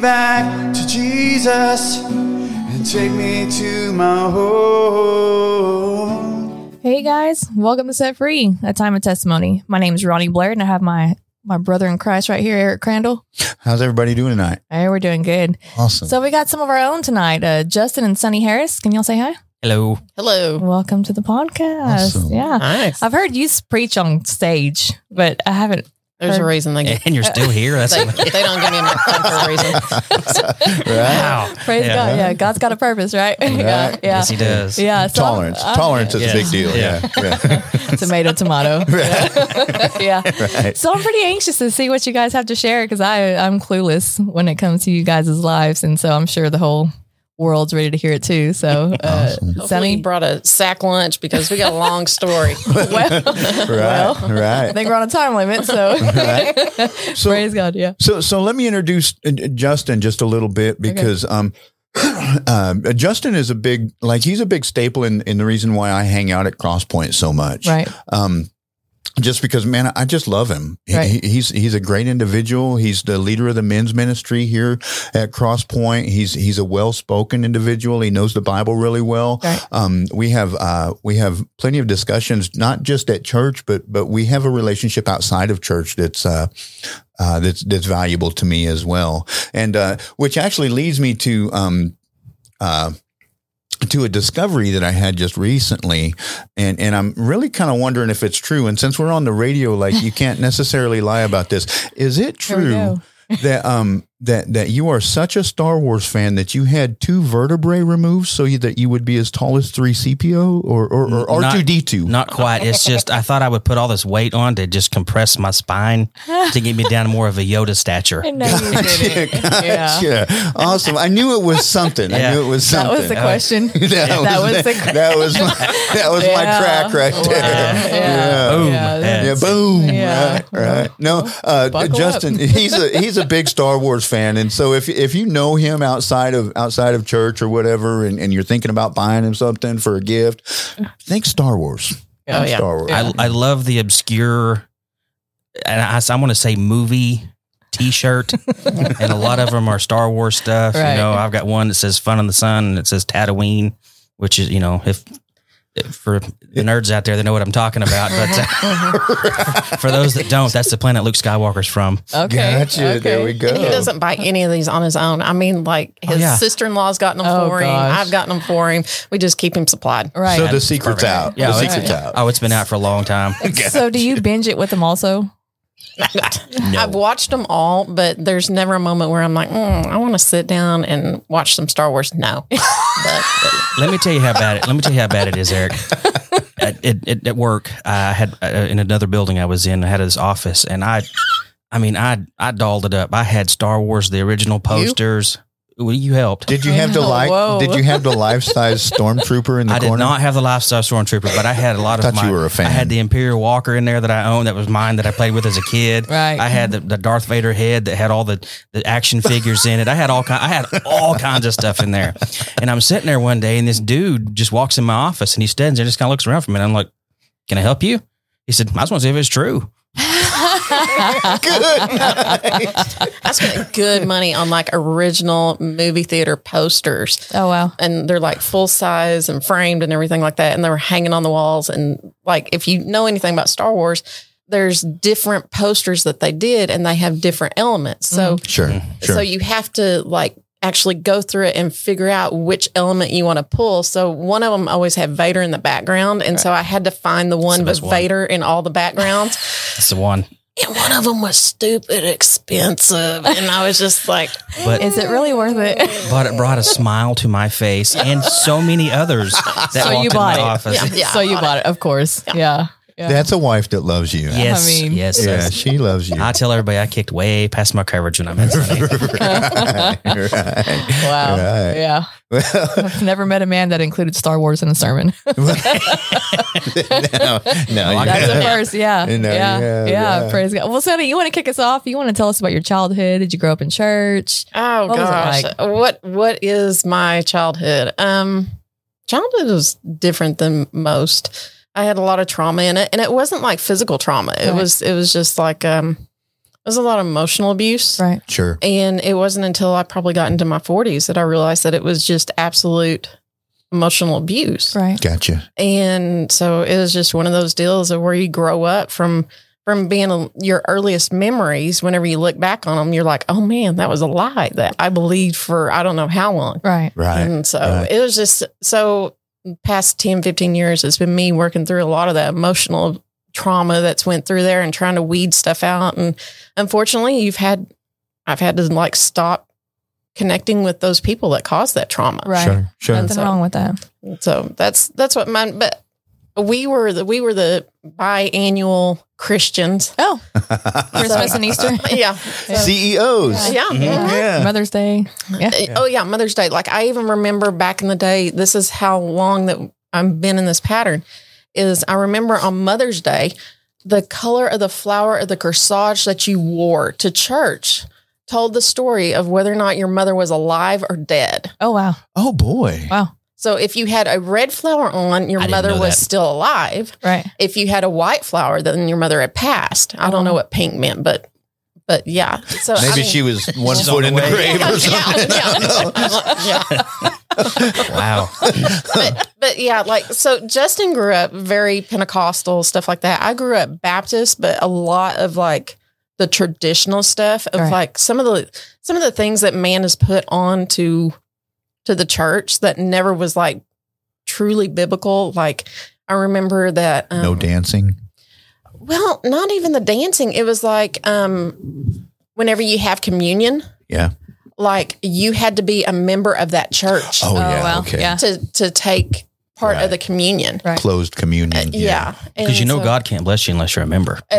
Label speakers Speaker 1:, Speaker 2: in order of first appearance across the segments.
Speaker 1: back to Jesus and take me to my home.
Speaker 2: Hey guys, welcome to Set Free, a time of testimony. My name is Ronnie Blair, and I have my my brother in Christ right here, Eric Crandall.
Speaker 1: How's everybody doing tonight?
Speaker 2: Hey, we're doing good.
Speaker 1: Awesome.
Speaker 2: So we got some of our own tonight. Uh, Justin and Sunny Harris, can y'all say hi?
Speaker 3: Hello.
Speaker 4: Hello.
Speaker 2: Welcome to the podcast.
Speaker 1: Awesome.
Speaker 2: Yeah,
Speaker 3: Nice.
Speaker 2: I've heard you preach on stage, but I haven't.
Speaker 4: There's a reason they,
Speaker 3: And you're still here. That's
Speaker 4: they, they don't give me my phone for a reason.
Speaker 1: right?
Speaker 3: wow.
Speaker 2: Praise
Speaker 3: Yeah.
Speaker 2: God, yeah, God's got a purpose, right? yeah,
Speaker 1: Right.
Speaker 2: yeah,
Speaker 3: Yes, he does.
Speaker 2: yeah. so I'm-
Speaker 1: Tolerance.
Speaker 2: I'm-
Speaker 1: Tolerance is a big
Speaker 3: Yes.
Speaker 1: deal. Yeah. yeah.
Speaker 2: tomato, tomato. yeah.
Speaker 1: Right.
Speaker 2: So I'm pretty anxious to see what you guys have to share because I I'm clueless when it comes to you guys' lives, and so I'm sure the whole world's ready to hear it too. So, uh,
Speaker 4: Hopefully you
Speaker 2: Sunny,
Speaker 4: brought a sack lunch because we got a long story.
Speaker 1: Right.
Speaker 2: I
Speaker 1: right.
Speaker 2: think we're on a time limit, so
Speaker 1: So,
Speaker 2: praise God. Yeah.
Speaker 1: So, so let me introduce uh, Justin just a little bit because um, um, Justin is a big like he's a big staple in, in the reason why I hang out at Crosspoint so much.
Speaker 2: Right.
Speaker 1: Um, just because, man, I just love him. He-
Speaker 2: Right.
Speaker 1: he- he's he's a great individual. He's the leader of the men's ministry here at Crosspoint. He's he's a well spoken individual. He knows the Bible really well.
Speaker 2: Right.
Speaker 1: Um, we have uh, we have plenty of discussions, not just at church, but but we have a relationship outside of church that's uh, uh, that's that's valuable to me as well, and uh, which actually leads me to um, uh, to a discovery that I had just recently, and and I'm really kind of wondering if it's true. And since we're on the radio, like you can't necessarily lie about this. Is it
Speaker 2: Here we
Speaker 1: true
Speaker 2: go.
Speaker 1: that um that that you are such a Star Wars fan that you had two vertebrae removed so you, that you would be as tall as three CPO or or R two D two?
Speaker 3: Not quite. It's just I thought I would put all this weight on to just compress my spine to get me down to more of a Yoda stature.
Speaker 2: I know you did it. Yeah.
Speaker 1: Yeah, awesome. I knew it was something. I
Speaker 3: Yeah.
Speaker 1: knew it was
Speaker 2: That
Speaker 1: something.
Speaker 2: was the question.
Speaker 1: that,
Speaker 2: That
Speaker 1: was,
Speaker 2: was
Speaker 1: that,
Speaker 2: the-
Speaker 1: was my that was my
Speaker 2: Yeah.
Speaker 1: track right there.
Speaker 2: Yeah.
Speaker 1: Yeah.
Speaker 3: Boom.
Speaker 2: Yeah.
Speaker 3: Heads.
Speaker 1: Yeah, boom.
Speaker 2: Yeah.
Speaker 1: Right, right. No, uh,
Speaker 2: Buckle
Speaker 1: Justin,
Speaker 2: up.
Speaker 1: he's a he's a big Star Wars fan, and so if if you know him outside of outside of church or whatever, and, and you're thinking about buying him something for a gift, think Star Wars.
Speaker 4: Oh,
Speaker 1: Think
Speaker 4: yeah.
Speaker 1: Star Wars.
Speaker 3: I, I love the obscure, and I, I want to say movie T-shirt, and a lot of them are Star Wars stuff.
Speaker 2: Right.
Speaker 3: You know, I've got one that says "Fun in the Sun" and it says Tatooine, which is you know if. if For the nerds out there, they know what I'm talking about. But uh, for those that don't, that's the planet Luke Skywalker's from.
Speaker 2: Okay.
Speaker 1: Gotcha.
Speaker 2: Okay.
Speaker 1: There we go.
Speaker 4: And he doesn't buy any of these on his own. I mean, like his
Speaker 3: Oh, yeah.
Speaker 4: sister in law's gotten them
Speaker 2: Oh,
Speaker 4: for him.
Speaker 2: gosh.
Speaker 4: I've gotten them for him. We just keep him supplied.
Speaker 2: Right.
Speaker 1: So
Speaker 2: So,
Speaker 1: the secret's
Speaker 3: Perfect.
Speaker 1: out.
Speaker 3: Yeah,
Speaker 1: the
Speaker 3: it's-
Speaker 1: secret's out.
Speaker 3: Oh, it's been out for a long time.
Speaker 2: do you binge it with them also?
Speaker 4: I've watched them all, but there's never a moment where I'm like, mm, I want to sit down and watch some Star Wars. No.
Speaker 3: Let me tell you how bad it. Let me tell you how bad it is, Eric. at, at, at, at work, I had uh, in another building I was in. I had this office, and I, I mean, I I dolled it up. I had Star Wars, the original posters. Well, you helped.
Speaker 1: Did you have the like?
Speaker 2: Whoa.
Speaker 1: Did you have the life size stormtrooper in the
Speaker 3: I did
Speaker 1: corner?
Speaker 3: not have the lifestyle stormtrooper, but I had a lot of
Speaker 1: Thought
Speaker 3: my.
Speaker 1: you were a fan.
Speaker 3: I had the Imperial Walker in there that I owned. That was mine that I played with as a kid.
Speaker 2: Right.
Speaker 3: I had the, the Darth Vader head that had all the, the action figures in it. I had all kind. I had all kinds of stuff in there. And I'm sitting there one day, and this dude just walks in my office, and he stands there, and just kind of looks around for me, and I'm like, "Can I help you?" He said, "I just want to see if it's true."
Speaker 4: I spent good money on like original movie theater posters.
Speaker 2: Oh wow.
Speaker 4: and they're like full size and framed and everything like that. And they were hanging on the walls. And like, if you know anything about Star Wars, there's different posters that they did and they have different elements. So,
Speaker 1: Sure.
Speaker 3: Mm.
Speaker 1: Sure.
Speaker 4: so you have to like actually go through it and figure out which element you want to pull. So one of them always had Vader in the background. And so I had to find the one with
Speaker 3: best one.
Speaker 4: Vader in all the backgrounds.
Speaker 3: That's the one.
Speaker 4: and one of them was stupid expensive. And I was just like,
Speaker 3: But
Speaker 2: Is it really worth it?
Speaker 3: but it brought a smile to my face and so many others that
Speaker 2: So you
Speaker 3: walked in
Speaker 2: bought it.
Speaker 3: my office.
Speaker 4: Yeah.
Speaker 2: so you bought it, of course. Yeah. Yeah.
Speaker 1: That's a wife that loves you.
Speaker 3: Yes,
Speaker 2: I mean-
Speaker 3: yes,
Speaker 1: Yeah,
Speaker 3: yes.
Speaker 1: she loves you.
Speaker 3: I tell everybody I kicked way past my coverage when I met Sunny.
Speaker 1: right. right.
Speaker 2: wow.
Speaker 1: Right.
Speaker 2: Yeah.
Speaker 1: Well,
Speaker 2: I've never met a man that included Star Wars in a sermon.
Speaker 1: no, no,
Speaker 3: Well, I
Speaker 2: That's the
Speaker 1: yeah.
Speaker 2: first, yeah.
Speaker 1: You know,
Speaker 2: yeah,
Speaker 1: yeah,
Speaker 2: yeah.
Speaker 1: yeah.
Speaker 2: Praise God. Well, Sonny, you want to kick us off? You want to tell us about your childhood? Did you grow up in church?
Speaker 4: Oh
Speaker 2: What was it
Speaker 4: gosh.
Speaker 2: like?
Speaker 4: What what is my childhood? Um childhood was different than most. I had a lot of trauma in it and it wasn't like physical trauma. It
Speaker 2: Right.
Speaker 4: was it was just like um was a lot of emotional abuse.
Speaker 2: Right.
Speaker 1: Sure.
Speaker 4: And it wasn't until I probably got into my 40s that I realized that it was just absolute emotional abuse.
Speaker 2: Right.
Speaker 1: Gotcha.
Speaker 4: And so it was just one of those deals of where you grow up from from being a, your earliest memories. Whenever you look back on them, you're like, "Oh man, that was a lie that I believed for I don't know how long."
Speaker 2: Right.
Speaker 1: Right.
Speaker 4: And so
Speaker 1: right.
Speaker 4: it was just so past 10, 15 years, it's been me working through a lot of that emotional trauma that's went through there and trying to weed stuff out. And unfortunately you've had, I've had to like stop connecting with those people that caused that trauma.
Speaker 2: Right.
Speaker 1: Sure. Sure.
Speaker 2: Nothing
Speaker 4: So-
Speaker 2: wrong with that.
Speaker 4: So that's, that's what mine, but we were the, we were the biannual Christians.
Speaker 2: Oh, Christmas
Speaker 1: So-
Speaker 2: and Easter.
Speaker 4: Yeah.
Speaker 1: E CEOs.
Speaker 4: Yeah.
Speaker 1: Mhm.
Speaker 3: Mm-hmm.
Speaker 1: Yeah.
Speaker 2: Mother's Day.
Speaker 1: Yeah.
Speaker 4: Oh yeah, Mother's Day. Like I even remember back in the day. This is how long that I've been in this pattern. Is I remember on Mother's Day, the color of the flower of the corsage that you wore to church told the story of whether or not your mother was alive or dead.
Speaker 2: Oh wow.
Speaker 1: Oh boy.
Speaker 2: Wow.
Speaker 4: So if you had a red flower on, your
Speaker 3: I didn't
Speaker 4: mother
Speaker 3: know
Speaker 4: was
Speaker 3: that.
Speaker 4: still alive.
Speaker 2: Right.
Speaker 4: If you had a white flower, then your mother had passed. I don't know what pink meant, but but yeah. So I
Speaker 1: Maybe
Speaker 4: mean-
Speaker 1: she was one
Speaker 3: She's
Speaker 1: foot
Speaker 3: on
Speaker 1: in
Speaker 3: the
Speaker 1: the
Speaker 3: way.
Speaker 1: grave or something. I
Speaker 4: yeah,
Speaker 1: don't know.
Speaker 4: yeah, yeah.
Speaker 3: Wow.
Speaker 4: but, but yeah, like so Justin grew up very Pentecostal, stuff like that. I grew up Baptist, but a lot of like the traditional stuff of
Speaker 2: Right.
Speaker 4: like some of the some of the things that man has put on to to the church that never was like truly biblical. Like I remember that um,
Speaker 1: No dancing.
Speaker 4: well, not even the dancing. It was like um whenever you have communion,
Speaker 1: Yeah.
Speaker 4: like you had to be a member of that church
Speaker 1: Oh, yeah.
Speaker 2: well.
Speaker 1: Okay.
Speaker 2: Yeah.
Speaker 4: to to take part
Speaker 1: Right.
Speaker 4: of the communion.
Speaker 2: Right.
Speaker 1: Closed communion.
Speaker 4: Yeah.
Speaker 3: Because you
Speaker 4: And
Speaker 3: know
Speaker 4: so-
Speaker 3: God can't bless you unless you're a member.
Speaker 4: Uh,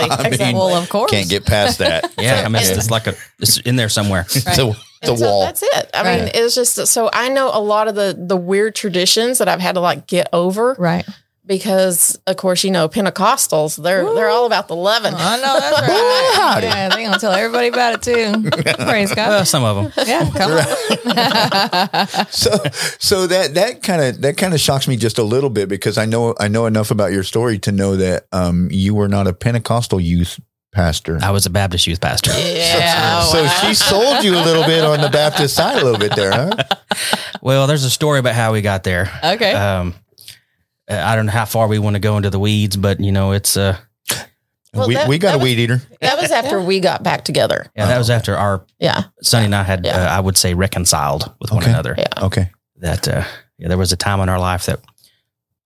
Speaker 1: I mean,
Speaker 4: exactly.
Speaker 2: Well, of course.
Speaker 1: Can't get past that.
Speaker 3: Yeah, I mean, it's,
Speaker 4: And-
Speaker 3: it's like a it's in there somewhere.
Speaker 1: It's a, it's a
Speaker 4: And so
Speaker 1: wall.
Speaker 4: That's it. I mean,
Speaker 2: Right.
Speaker 4: it's just so I know a lot of the the weird traditions that I've had to like get over
Speaker 2: Right.
Speaker 4: because, of course, you know Pentecostals they're they're all about the loving.
Speaker 2: Oh, I know that's right. yeah, they gonna tell everybody about it too. Praise
Speaker 3: Uh,
Speaker 2: God.
Speaker 3: some of them.
Speaker 2: Yeah, come on.
Speaker 1: so so that that kind of that kind of shocks me just a little bit because I know I know enough about your story to know that um, you were not a Pentecostal youth pastor.
Speaker 3: I was a Baptist youth pastor.
Speaker 4: Yeah.
Speaker 1: so she sold you a little bit on the Baptist side a little bit there, huh?
Speaker 3: Well, there's a story about how we got there.
Speaker 2: okay.
Speaker 3: Um, uh, I don't know how far we want to go into the weeds, but you know, it's uh,
Speaker 4: Well,
Speaker 1: we
Speaker 4: that-
Speaker 1: we got
Speaker 4: that
Speaker 1: a
Speaker 4: was-
Speaker 1: weed eater.
Speaker 4: that was after we got back together.
Speaker 3: yeah, that was after our
Speaker 4: Yeah.
Speaker 3: Sonny and I had,
Speaker 4: Yeah.
Speaker 3: uh, I would say, reconciled with one
Speaker 1: Okay.
Speaker 3: another.
Speaker 4: Yeah.
Speaker 1: Okay.
Speaker 3: That uh, yeah, there was a time in our life that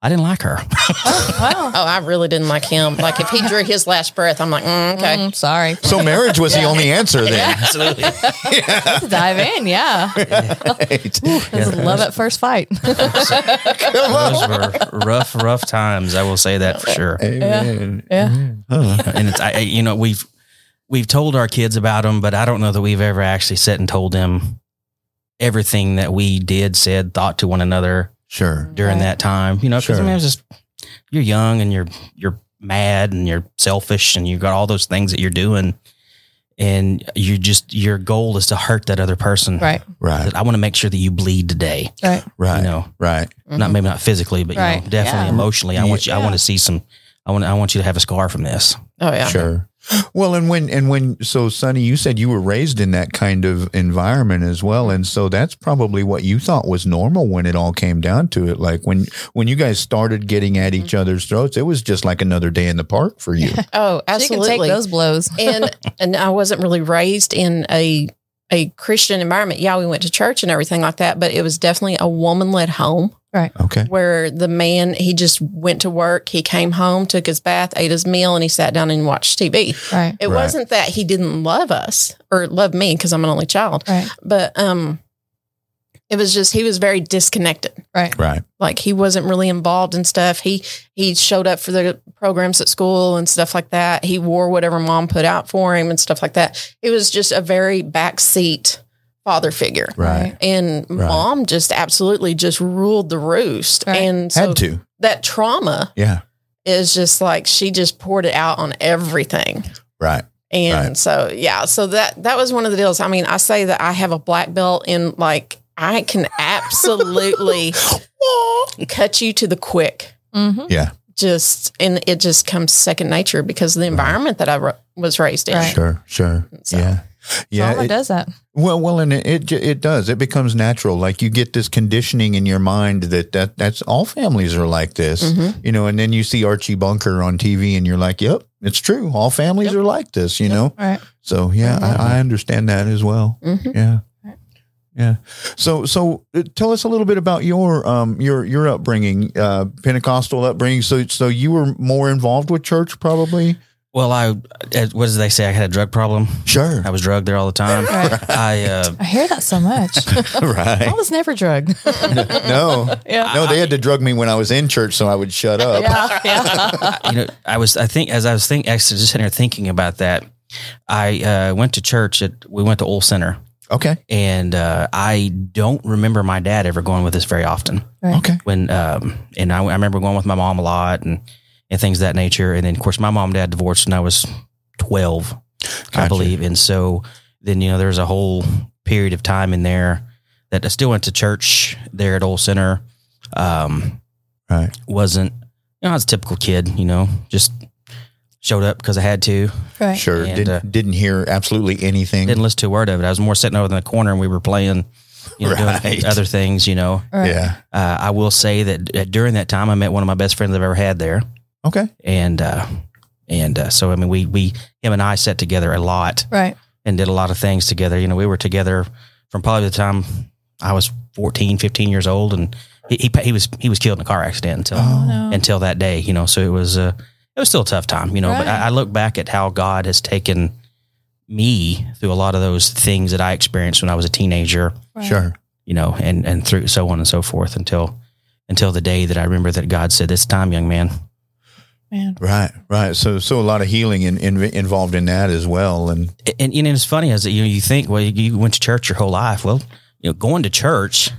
Speaker 3: I didn't like her.
Speaker 2: wow.
Speaker 4: Oh, I really didn't like him. Like if he drew his last breath, I'm like, mm, okay.
Speaker 2: Mm, sorry.
Speaker 1: So marriage was the only answer then.
Speaker 3: Absolutely.
Speaker 1: Yeah.
Speaker 2: Dive in. Yeah.
Speaker 1: Right.
Speaker 2: This is love at first fight.
Speaker 1: Come
Speaker 3: Those
Speaker 1: on.
Speaker 3: were rough, rough times. I will say that for sure.
Speaker 1: Amen. Mm-hmm.
Speaker 2: Yeah.
Speaker 1: Huh.
Speaker 3: Uh, and it's I, I- you know we've we've told our kids about them, but I don't know that we've ever actually sat and told them everything that we did, said, thought to one another
Speaker 1: Sure.
Speaker 3: during
Speaker 2: Right.
Speaker 3: that time. You know, 'cause, I
Speaker 1: Sure.
Speaker 3: mean, it was just you're young and you're you're mad and you're selfish and you've got all those things that you're doing, and you just your goal is to hurt that other person.
Speaker 2: Right.
Speaker 1: Right.
Speaker 3: That I want to make sure that you bleed today.
Speaker 2: Right.
Speaker 1: Right.
Speaker 3: You know,
Speaker 1: Right.
Speaker 3: not maybe not physically, but you
Speaker 2: Mm-hmm. Right.
Speaker 3: know, definitely
Speaker 4: Yeah.
Speaker 3: emotionally. I want you. I
Speaker 2: Yeah.
Speaker 3: want to see some. I want. I want you to have a scar from this.
Speaker 4: Oh yeah.
Speaker 1: Sure. Well, and when and when so Sonny, you said you were raised in that kind of environment as well, and so that's probably what you thought was normal when it all came down to it. Like when when you guys started getting at each other's throats, it was just like another day in the park for you.
Speaker 4: Oh, absolutely.
Speaker 2: She can take those blows.
Speaker 4: and and I wasn't really raised in a a Christian environment. Yeah, we went to church and everything like that, but it was definitely a woman led home
Speaker 1: Okay.
Speaker 4: where the man he just went to work, he came home, took his bath, ate his meal, and he sat down and watched TV.
Speaker 2: Right.
Speaker 4: It
Speaker 1: Right.
Speaker 4: wasn't that he didn't love us or love me because I'm an only child,
Speaker 2: Right.
Speaker 4: but um, it was just he was very disconnected
Speaker 2: Right.
Speaker 1: Right.
Speaker 4: like he wasn't really involved in stuff he he showed up for the programs at school and stuff like that he wore whatever mom put out for him and stuff like that it was just a very backseat father figure
Speaker 1: Right.
Speaker 4: and
Speaker 1: Right.
Speaker 4: mom just absolutely just ruled the roost
Speaker 2: Right.
Speaker 4: and so
Speaker 1: Had to.
Speaker 4: that trauma
Speaker 1: Yeah.
Speaker 4: is just like she just poured it out on everything
Speaker 1: Right.
Speaker 4: and
Speaker 1: Right.
Speaker 4: so yeah, so that that was one of the deals. I mean, I say that I have a black belt in like I can absolutely cut you to the quick.
Speaker 2: Mm-hmm.
Speaker 1: Yeah.
Speaker 4: just and it just comes second nature because of the environment that I ro- was raised in.
Speaker 2: Right.
Speaker 1: Sure, sure.
Speaker 4: So-
Speaker 1: yeah. Yeah,
Speaker 2: Trauma
Speaker 1: it-
Speaker 2: does that.
Speaker 1: Well, well, and it, it ju- it does. It becomes natural. Like you get this conditioning in your mind that, that that's all families are like this,
Speaker 4: Mhm.
Speaker 1: you know. And then you see Archie Bunker on TV, and you're like, "Yep, it's true. All families
Speaker 4: Yep.
Speaker 1: are like this," you
Speaker 4: Yep.
Speaker 1: know.
Speaker 2: Right.
Speaker 1: So yeah,
Speaker 4: Mhm.
Speaker 1: I, I understand that as well.
Speaker 4: hmm
Speaker 1: Yeah,
Speaker 2: Right.
Speaker 1: yeah. So so uh, tell us a little bit about your um your your upbringing, uh, Pentecostal upbringing. So so you were more involved with church, probably.
Speaker 3: Well, I as- what did they say? I had a drug problem.
Speaker 1: Sure.
Speaker 3: I was drugged there all the time.
Speaker 2: Right.
Speaker 3: I uh,
Speaker 2: I hear that so much. I
Speaker 1: right.
Speaker 2: was never drugged.
Speaker 1: No.
Speaker 2: yeah.
Speaker 1: No, they had to drug me when I was in church, so I would shut up.
Speaker 2: Yeah. Yeah.
Speaker 3: you know, I was I think as I was think actually just sitting here thinking about that, I uh, went to church at we went to Old Center,
Speaker 1: Okay.
Speaker 3: and uh, I don't remember my dad ever going with us very often.
Speaker 2: Right.
Speaker 1: Okay.
Speaker 3: When um, and I, I remember going with my mom a lot and and things of that nature, and then of course my mom and dad divorced when I was twelve. I
Speaker 1: Gotcha.
Speaker 3: believe. And so then, you know, there's a whole period of time in there that I still went to church there at Old Center. Um,
Speaker 1: Right.
Speaker 3: Wasn't, you know, I was a typical kid, you know, just showed up because I had to.
Speaker 1: Mm-hmm.
Speaker 2: Right.
Speaker 1: Sure.
Speaker 3: And,
Speaker 1: Did,
Speaker 3: uh,
Speaker 1: didn't hear absolutely anything.
Speaker 3: Didn't listen to a word of it. I was more sitting over in the corner and we were playing, you know,
Speaker 1: Right.
Speaker 3: doing other things, you know.
Speaker 2: Right.
Speaker 1: Yeah.
Speaker 3: Uh, I will say that d- during that time, I met one of my best friends I've ever had there.
Speaker 1: Okay.
Speaker 3: And, uh, and uh, so, I mean, we, we, him and I sat together a lot.
Speaker 2: Right.
Speaker 3: and did a lot of things together. You know, we were together from probably the time I was 14, 15 years old, and he he, he was he was killed in a car accident until
Speaker 1: Oh.
Speaker 2: no.
Speaker 3: until that day. You know, so it was uh, it was still a tough time. You know, but
Speaker 2: Right.
Speaker 3: I, I look back at how God has taken me through a lot of those things that I experienced when I was a teenager.
Speaker 2: Right.
Speaker 1: Sure.
Speaker 3: You know, and and through so on and so forth until until the day that I remember that God said, "It's time, young man."
Speaker 2: Man.
Speaker 1: Right. Right. So so a lot of healing in, in, involved in that as well. And
Speaker 3: And, and, you know, it's funny as you know, you think, well, you, you went to church your whole life. Well, you know, going to church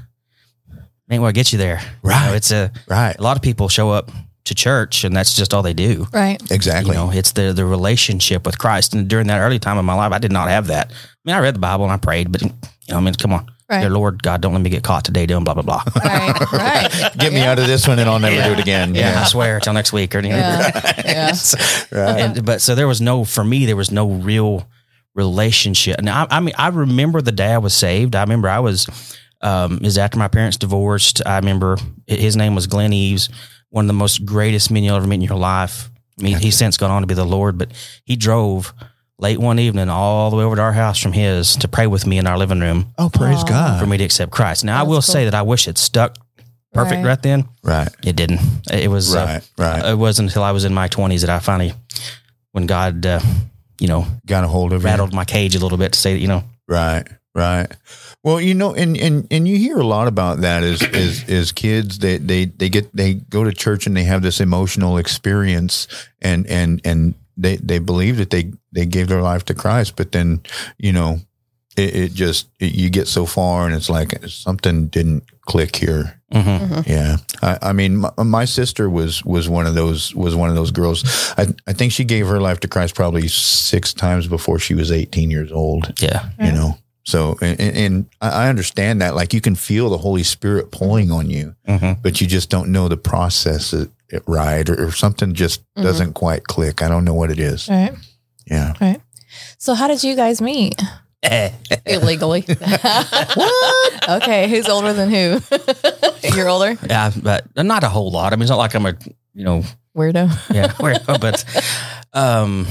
Speaker 3: ain't what gets you there. You know,
Speaker 1: Right.
Speaker 3: it's a
Speaker 1: right.
Speaker 3: a lot of people show up to church and that's just all they do.
Speaker 2: Right.
Speaker 1: Exactly.
Speaker 3: You know, it's the the relationship with Christ. And during that early time of my life, I did not have that. I mean, I read the Bible and I prayed, but you know, I mean, come on,
Speaker 2: Right.
Speaker 3: dear Lord God, don't let me get caught today doing blah blah blah.
Speaker 2: Right. Right.
Speaker 1: Get me out of this one, and I'll never do it again.
Speaker 3: yeah, I swear till next week or you know.
Speaker 2: Yeah. Yeah.
Speaker 1: Right.
Speaker 3: and, but so there was no for me there was no real relationship and I, I mean i remember the day i was saved i remember i was um is after my parents divorced i remember hi- his name was glenn eves one of the most greatest men you'll ever meet in your life I mean, he's since gone on to be the lord but he drove late one evening all the way over to our house from his to pray with me in our living room
Speaker 1: Oh, praise
Speaker 2: Aw.
Speaker 1: God.
Speaker 3: for me to accept christ now i
Speaker 2: That's
Speaker 3: will
Speaker 2: cool.
Speaker 3: say that i wish it stuck perfect
Speaker 2: Right.
Speaker 3: right, then
Speaker 1: Right.
Speaker 3: it didn't it was uh,
Speaker 1: Right. Right.
Speaker 3: it wasn't until I was in my 20s that I finally, when God, uh, you know,
Speaker 1: Got a hold of it.
Speaker 3: rattled my cage a little bit to say that, you know,
Speaker 1: Right, right. Well, you know, and and and you hear a lot about that as as as kids they they they get they go to church and they have this emotional experience and and and they they believe that they they gave their life to Christ, but then you know it, it just it, you get so far and it's like something didn't click here.
Speaker 3: mhm.
Speaker 1: Yeah, I, I mean, my, my sister was was one of those was one of those girls. I I think she gave her life to Christ probably six times before she was eighteen years old
Speaker 3: yeah,
Speaker 1: you know so and, and- and i I understand that like you can feel the holy spirit pulling on you
Speaker 3: hmm
Speaker 1: but you just don't know the process it, it right or, or something just
Speaker 4: Mhm.
Speaker 1: doesn't quite click i don't know what it is
Speaker 2: Right.
Speaker 1: yeah
Speaker 2: So how did you guys meet?
Speaker 3: Eh,
Speaker 4: Illegally.
Speaker 2: what? Okay, who's older than who? You're older?
Speaker 3: yeah, but not a whole lot. I mean, it's not like I'm a, you know,
Speaker 2: Weirdo.
Speaker 3: yeah, weirdo, but um,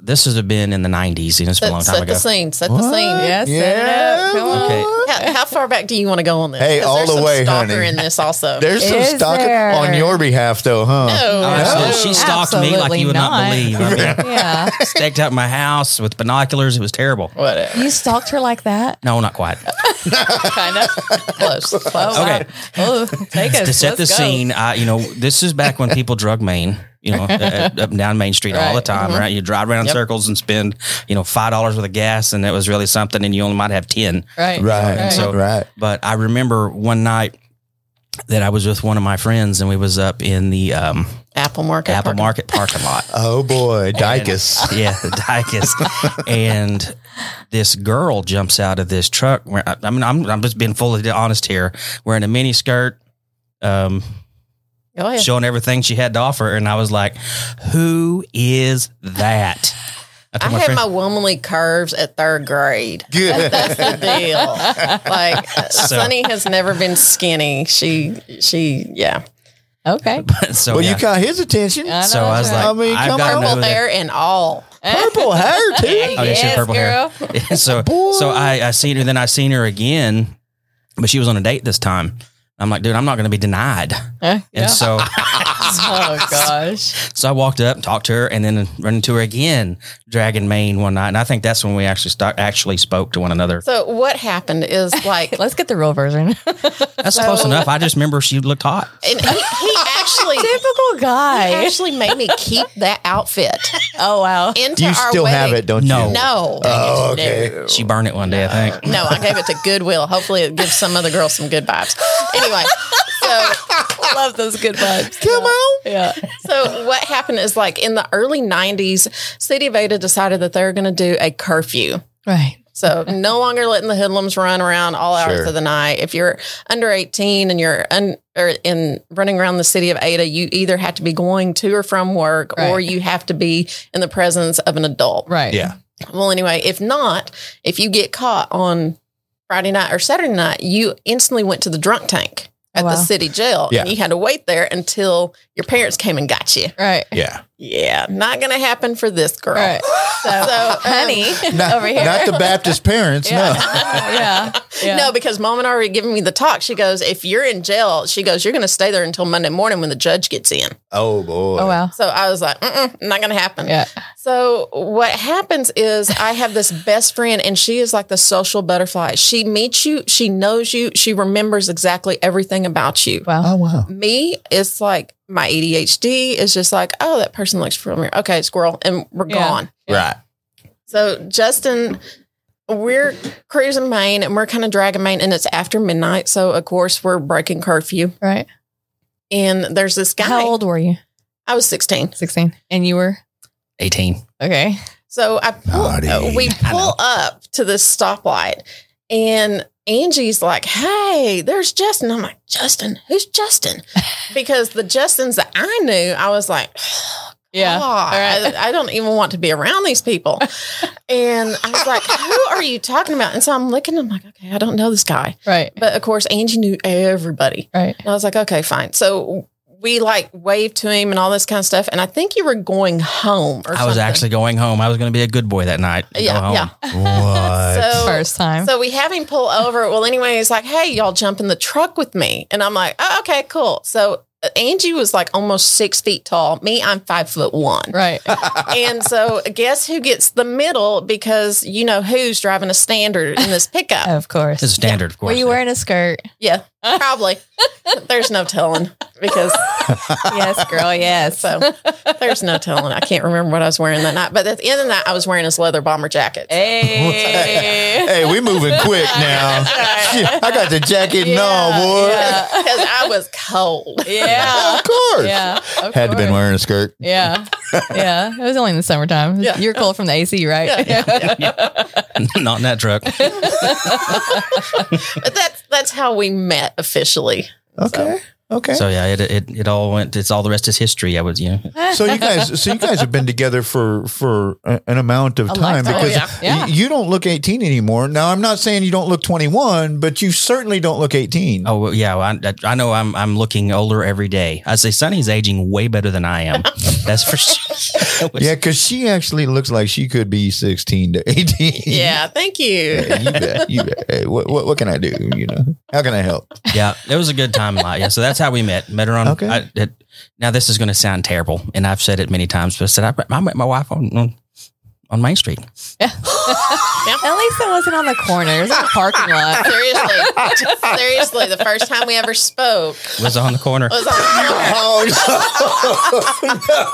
Speaker 3: this has been in the 90s, you know, it's been a long
Speaker 4: Set,
Speaker 3: time
Speaker 4: set
Speaker 3: ago.
Speaker 4: the scene. Set the
Speaker 1: What?
Speaker 4: scene.
Speaker 2: Yes,
Speaker 1: Yeah,
Speaker 2: set it up. Come on.
Speaker 3: Okay.
Speaker 4: How, how far back do you want to go on this?
Speaker 1: Hey,
Speaker 4: 'Cause
Speaker 1: all
Speaker 4: there's
Speaker 1: the
Speaker 4: some
Speaker 1: way,
Speaker 4: stalker
Speaker 1: honey.
Speaker 4: in this also.
Speaker 1: there's some
Speaker 2: Is
Speaker 1: stock
Speaker 2: there?
Speaker 1: on your behalf though huh
Speaker 4: no,
Speaker 3: Oh,
Speaker 4: no.
Speaker 3: she, she stalked me like you would not,
Speaker 2: Absolutely
Speaker 3: believe. I mean,
Speaker 2: Yeah.
Speaker 3: staked out my house with binoculars. It was terrible.
Speaker 4: Whatever.
Speaker 2: You stalked her like that?
Speaker 3: No, not quite.
Speaker 4: kind of close. Close.
Speaker 2: Oh,
Speaker 3: Okay.
Speaker 2: wow. Oh, take us.
Speaker 3: to set
Speaker 2: Let's
Speaker 3: the
Speaker 2: go.
Speaker 3: scene, I, you know, this is back when people drug Main, you know, uh, up up and down Main Street all the
Speaker 4: Right.
Speaker 3: time, right? You drive around in
Speaker 4: Yep.
Speaker 3: circles and spend, you know, five dollars worth of gas, and it was really something, and you only might have ten.
Speaker 4: Right.
Speaker 1: right
Speaker 4: Right.
Speaker 1: so,
Speaker 3: So-
Speaker 1: right
Speaker 3: But I remember one night that I was with one of my friends, and we was up in the um,
Speaker 4: Apple Market.
Speaker 3: Apple
Speaker 4: Park.
Speaker 3: Market parking lot.
Speaker 1: oh boy dykus
Speaker 3: Yeah, the Dicus. and this girl jumps out of this truck. Where, I I mean, I'm, I'm just being fully honest here. Wearing a mini skirt, um,
Speaker 4: Go ahead.
Speaker 3: showing everything she had to offer. And I was like, who is that?
Speaker 4: I
Speaker 3: told my
Speaker 4: had
Speaker 3: friend-
Speaker 4: my womanly curves at third grade.
Speaker 1: Good.
Speaker 4: That's the deal. Like uh, Sunny has never been skinny. She she yeah.
Speaker 2: Okay.
Speaker 3: so,
Speaker 1: well,
Speaker 3: yeah.
Speaker 1: you caught his attention.
Speaker 2: I know
Speaker 3: so I was
Speaker 2: that's
Speaker 3: like,
Speaker 2: right.
Speaker 1: I mean,
Speaker 3: I've
Speaker 1: come
Speaker 3: gotta
Speaker 1: on.
Speaker 3: know who
Speaker 4: Purple
Speaker 3: that-
Speaker 4: hair and all.
Speaker 1: Purple hair too.
Speaker 3: Oh, yeah, she had purple hair.
Speaker 2: girl.
Speaker 3: so so I, I seen her, then I seen her again, but she was on a date this time. I'm like, dude, I'm not going to be denied.
Speaker 2: Eh,
Speaker 3: And
Speaker 2: yeah.
Speaker 3: so
Speaker 2: oh gosh.
Speaker 3: so I walked up, talked to her, and then run into her again, Dragon Maine one night. And I think that's when we actually start, actually spoke to one another.
Speaker 4: So what happened is like
Speaker 2: Let's get the real version.
Speaker 3: That's close enough. I just remember she looked hot.
Speaker 4: and he, he actually
Speaker 2: Typical guy.
Speaker 4: actually made me keep that outfit
Speaker 2: Oh wow.
Speaker 4: into
Speaker 1: You
Speaker 4: our
Speaker 1: still
Speaker 4: wedding.
Speaker 1: have it, don't
Speaker 3: No.
Speaker 1: you?
Speaker 4: No.
Speaker 1: Oh, okay.
Speaker 3: She burned it one day, I think.
Speaker 4: No, I gave it to Goodwill. Hopefully, it gives some other girl some good vibes. Anyway, so
Speaker 2: Love those good vibes.
Speaker 4: come on.
Speaker 2: Yeah.
Speaker 4: So what happened is like in the early '90s, City of Ada decided that they were going to do a curfew.
Speaker 2: Right.
Speaker 4: So no longer letting the hoodlums run around all hours
Speaker 1: Sure.
Speaker 4: of the night. If you're under 18 and you're un, or in running around the city of Ada, you either have to be going to or from work, or
Speaker 2: Right.
Speaker 4: you have to be in the presence of an adult.
Speaker 2: Right.
Speaker 1: Yeah.
Speaker 4: Well, anyway, if not, if you get caught on Friday night or Saturday night, you instantly went to the drunk tank at
Speaker 2: Wow.
Speaker 4: the city jail,
Speaker 1: Yeah.
Speaker 4: and you had to wait there until your parents came and got you.
Speaker 2: Right.
Speaker 1: Yeah.
Speaker 4: Yeah, not gonna happen for this girl.
Speaker 2: Right.
Speaker 4: So, um,
Speaker 2: Honey
Speaker 1: Not,
Speaker 2: over here.
Speaker 1: not the Baptist parents. No.
Speaker 2: yeah. yeah.
Speaker 4: No, because mom had already given me the talk. She goes, if you're in jail, she goes, you're going to stay there until Monday morning when the judge gets in.
Speaker 1: Oh boy.
Speaker 2: Oh wow.
Speaker 4: So I was like, Mm-mm, not going to happen.
Speaker 2: Yeah.
Speaker 4: So what happens is I have this best friend and she is like the social butterfly. She meets you. She knows you. She remembers exactly everything about you.
Speaker 2: Wow.
Speaker 1: Oh wow.
Speaker 4: Me, it's like my ADHD is just like, oh, that person looks familiar. Okay, squirrel. And we're
Speaker 2: Yeah.
Speaker 4: gone.
Speaker 1: Right.
Speaker 4: So Justin, we're cruising Maine and we're kind of dragging Maine, and it's after midnight. So of course we're breaking curfew.
Speaker 2: Right.
Speaker 4: And there's this guy.
Speaker 2: How old were you?
Speaker 4: I was 16.
Speaker 2: 16. And you were?
Speaker 3: 18.
Speaker 2: Okay.
Speaker 4: So I pull,
Speaker 1: Naughty.
Speaker 4: uh, we
Speaker 3: I know.
Speaker 4: pull up to this stoplight, and Angie's like, "Hey, there's Justin." I'm like, "Justin? Who's Justin?" Because the Justins that I knew, I was like,
Speaker 2: Yeah.
Speaker 4: God,
Speaker 2: All right.
Speaker 4: I, I don't even want to be around these people. and I was like, who are you talking about? And so I'm looking, I'm like, okay, I don't know this guy.
Speaker 2: Right.
Speaker 4: But of course, Angie knew everybody.
Speaker 2: Right.
Speaker 4: And I was like, okay, fine. So we like waved to him and all this kind of stuff. And I think you were going home or
Speaker 3: I was
Speaker 4: something.
Speaker 3: actually going home. I was going to be a good boy that night. and go
Speaker 4: Yeah,
Speaker 3: home. Uh,
Speaker 4: yeah.
Speaker 1: Oh, What?
Speaker 4: So
Speaker 2: First time.
Speaker 4: So we have him pull over. Well, anyway, he's like, hey, y'all jump in the truck with me. And I'm like, oh, okay, cool. So uh, Angie was like almost six feet tall. Me, I'm five foot one.
Speaker 2: right.
Speaker 4: and so guess who gets the middle because you know who's driving a standard in this pickup
Speaker 2: Of course.
Speaker 3: It's standard, of
Speaker 2: Were
Speaker 3: course.
Speaker 2: you wearing a skirt?
Speaker 4: yeah probably there's no telling because
Speaker 2: yes, girl. Yes.
Speaker 4: so there's no telling i can't remember what i was wearing that night but at the end of the night i was wearing his leather bomber jacket
Speaker 2: Hey.
Speaker 1: hey, we moving quick now. Shit, I got the jacket and all, boy.
Speaker 2: yeah.
Speaker 4: because i was cold
Speaker 2: Yeah.
Speaker 1: Of course.
Speaker 2: Yeah. of
Speaker 1: Had to been
Speaker 2: course.
Speaker 1: wearing a skirt.
Speaker 2: Yeah. Yeah. It was only in the summertime.
Speaker 4: Yeah.
Speaker 2: You're cold from the AC, right?
Speaker 4: Yeah.
Speaker 3: Not in that truck.
Speaker 4: but that's that's how we met officially
Speaker 1: Okay. Okay. So,
Speaker 3: So yeah, it, it it all went. It's all the rest is history. I was you know
Speaker 1: you guys, so you guys have been together for for a- an amount of
Speaker 2: A
Speaker 1: time
Speaker 2: lifetime.
Speaker 1: because
Speaker 4: Oh,
Speaker 2: yeah. Yeah.
Speaker 1: y- you don't look eighteen anymore. Now, I'm not saying you don't look twenty one, but you certainly don't look eighteen.
Speaker 3: Oh well, yeah, well, I, I know I'm I'm looking older every day. I say Sonny's aging way better than I am. That's for sure.
Speaker 1: Yeah, because she actually looks like she could be sixteen to eighteen.
Speaker 4: yeah thank you
Speaker 1: Hey, you bet. You bet. Hey, what, what what can I do? You know, how can I help?
Speaker 3: yeah, it was a good time. in life. Yeah, so that's how we met. Met her on.
Speaker 1: Okay.
Speaker 3: I, it, now this is going to sound terrible, and I've said it many times, but I said I, I met my wife on, on on Main Street.
Speaker 2: At least it wasn't on the corner. It was in the parking lot.
Speaker 4: seriously seriously the first time we ever spoke
Speaker 3: Was on the corner,
Speaker 4: was on
Speaker 1: Oh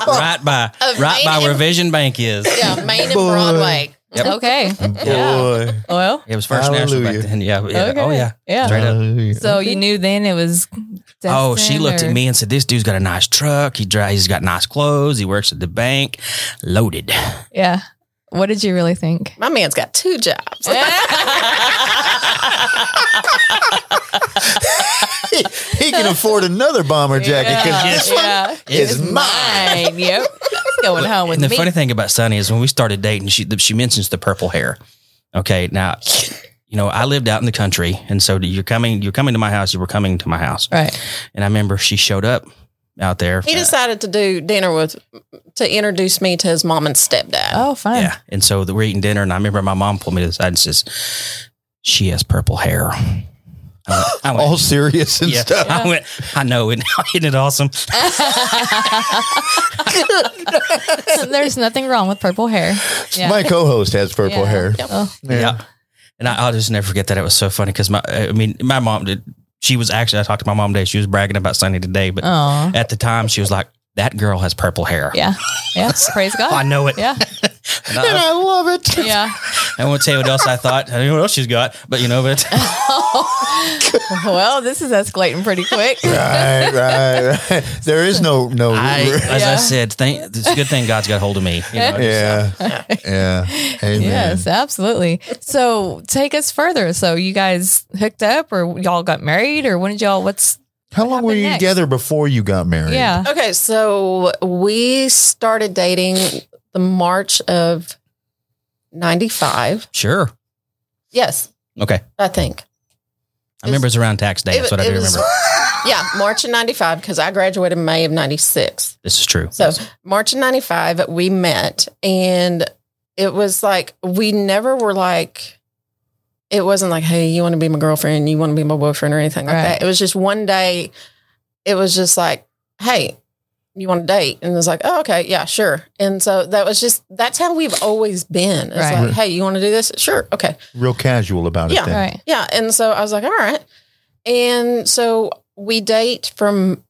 Speaker 1: no!
Speaker 3: right by
Speaker 4: Of
Speaker 3: right by
Speaker 4: Main
Speaker 3: where
Speaker 4: and-
Speaker 3: Vision Bank is.
Speaker 4: yeah main and
Speaker 1: Boy.
Speaker 4: broadway
Speaker 3: Yep.
Speaker 2: Okay.
Speaker 1: Boy.
Speaker 2: Well,
Speaker 3: It was First National
Speaker 1: Hallelujah.
Speaker 3: back then. Yeah. yeah.
Speaker 2: okay.
Speaker 3: Oh yeah.
Speaker 2: Yeah.
Speaker 3: Straight up.
Speaker 1: Hallelujah.
Speaker 2: So you knew then it was.
Speaker 3: Oh, she
Speaker 2: Destin
Speaker 3: looked
Speaker 2: or-
Speaker 3: at me and said, "This dude's got a nice truck. He drives. He's got nice clothes. He works at the bank, loaded."
Speaker 2: Yeah. What did you really think?
Speaker 4: my man's got two jobs
Speaker 1: he, he can afford another bomber jacket because this one is mine.
Speaker 2: Yep. It's going home with
Speaker 3: and the
Speaker 2: me.
Speaker 3: funny thing about Sunny is when we started dating, she she mentions the purple hair. Okay, now you know I lived out in the country, and so you're coming you're coming to my house. You were coming to my house,
Speaker 2: right.
Speaker 3: and I remember she showed up out there.
Speaker 4: He decided to do dinner with to introduce me to his mom and stepdad.
Speaker 2: Oh, fun.
Speaker 3: Uh, yeah, and so we're eating dinner, and I remember my mom pulled me to the side and says, "She has purple hair." I went, I went,
Speaker 1: All serious and
Speaker 3: yeah.
Speaker 1: stuff.
Speaker 3: I went, I know, isn't, isn't it awesome?
Speaker 2: There's nothing wrong with purple hair. Yeah.
Speaker 1: My co-host has purple
Speaker 2: Yeah.
Speaker 1: hair.
Speaker 2: Oh,
Speaker 1: Yeah.
Speaker 3: Yeah. And I, I'll just never forget that. It was so funny because my, I mean, my mom did. She was actually, I talked to my mom today. She was bragging about Sunny today, but
Speaker 2: Aw.
Speaker 3: at the time she was like, that girl has purple hair.
Speaker 2: Uh.
Speaker 3: Oh,
Speaker 2: yeah. Yeah. Praise
Speaker 3: I
Speaker 2: God.
Speaker 3: know it.
Speaker 2: Yeah.
Speaker 3: And I,
Speaker 1: I love it.
Speaker 2: Yeah.
Speaker 3: I won't tell you what else I thought. I don't know what else she's got, but you know, but
Speaker 2: Well, this is escalating pretty quick.
Speaker 1: right, right, right. There is no no.
Speaker 3: I, as I
Speaker 2: Yeah.
Speaker 3: said, thank, it's a good thing God's got hold of me. You know, just-
Speaker 1: yeah, yeah. Amen.
Speaker 2: Yes, absolutely. So take us further. So you guys hooked up or y'all got married or when did y'all what's
Speaker 1: How long were
Speaker 2: happened
Speaker 1: you
Speaker 2: next?
Speaker 1: together before you got married?
Speaker 2: yeah.
Speaker 4: Okay, so we started dating the March of 95.
Speaker 3: Sure.
Speaker 4: Yes,
Speaker 3: Okay. I
Speaker 4: I think.
Speaker 3: remember it's around tax day.
Speaker 4: It
Speaker 3: That's
Speaker 4: wa-
Speaker 3: what I
Speaker 4: it
Speaker 3: do
Speaker 4: was-
Speaker 3: remember.
Speaker 4: Yeah, March of 95 because I graduated in May of 96.
Speaker 3: This is true.
Speaker 4: So March of 95, we met and it was like, we never were like, it wasn't like, hey, you want to be my girlfriend, you want to be my boyfriend or anything like
Speaker 2: Right.
Speaker 4: that. It was just one day, it was just like, hey, you want to date? And it was like, oh, okay, yeah, sure. And so that was just, that's how we've always been. It's
Speaker 2: Right.
Speaker 4: like, hey, you want to do this? Sure. Okay.
Speaker 1: real casual about it.
Speaker 4: Yeah.
Speaker 1: Then.
Speaker 2: Right.
Speaker 4: Yeah. And so I was like, all right. And so we date from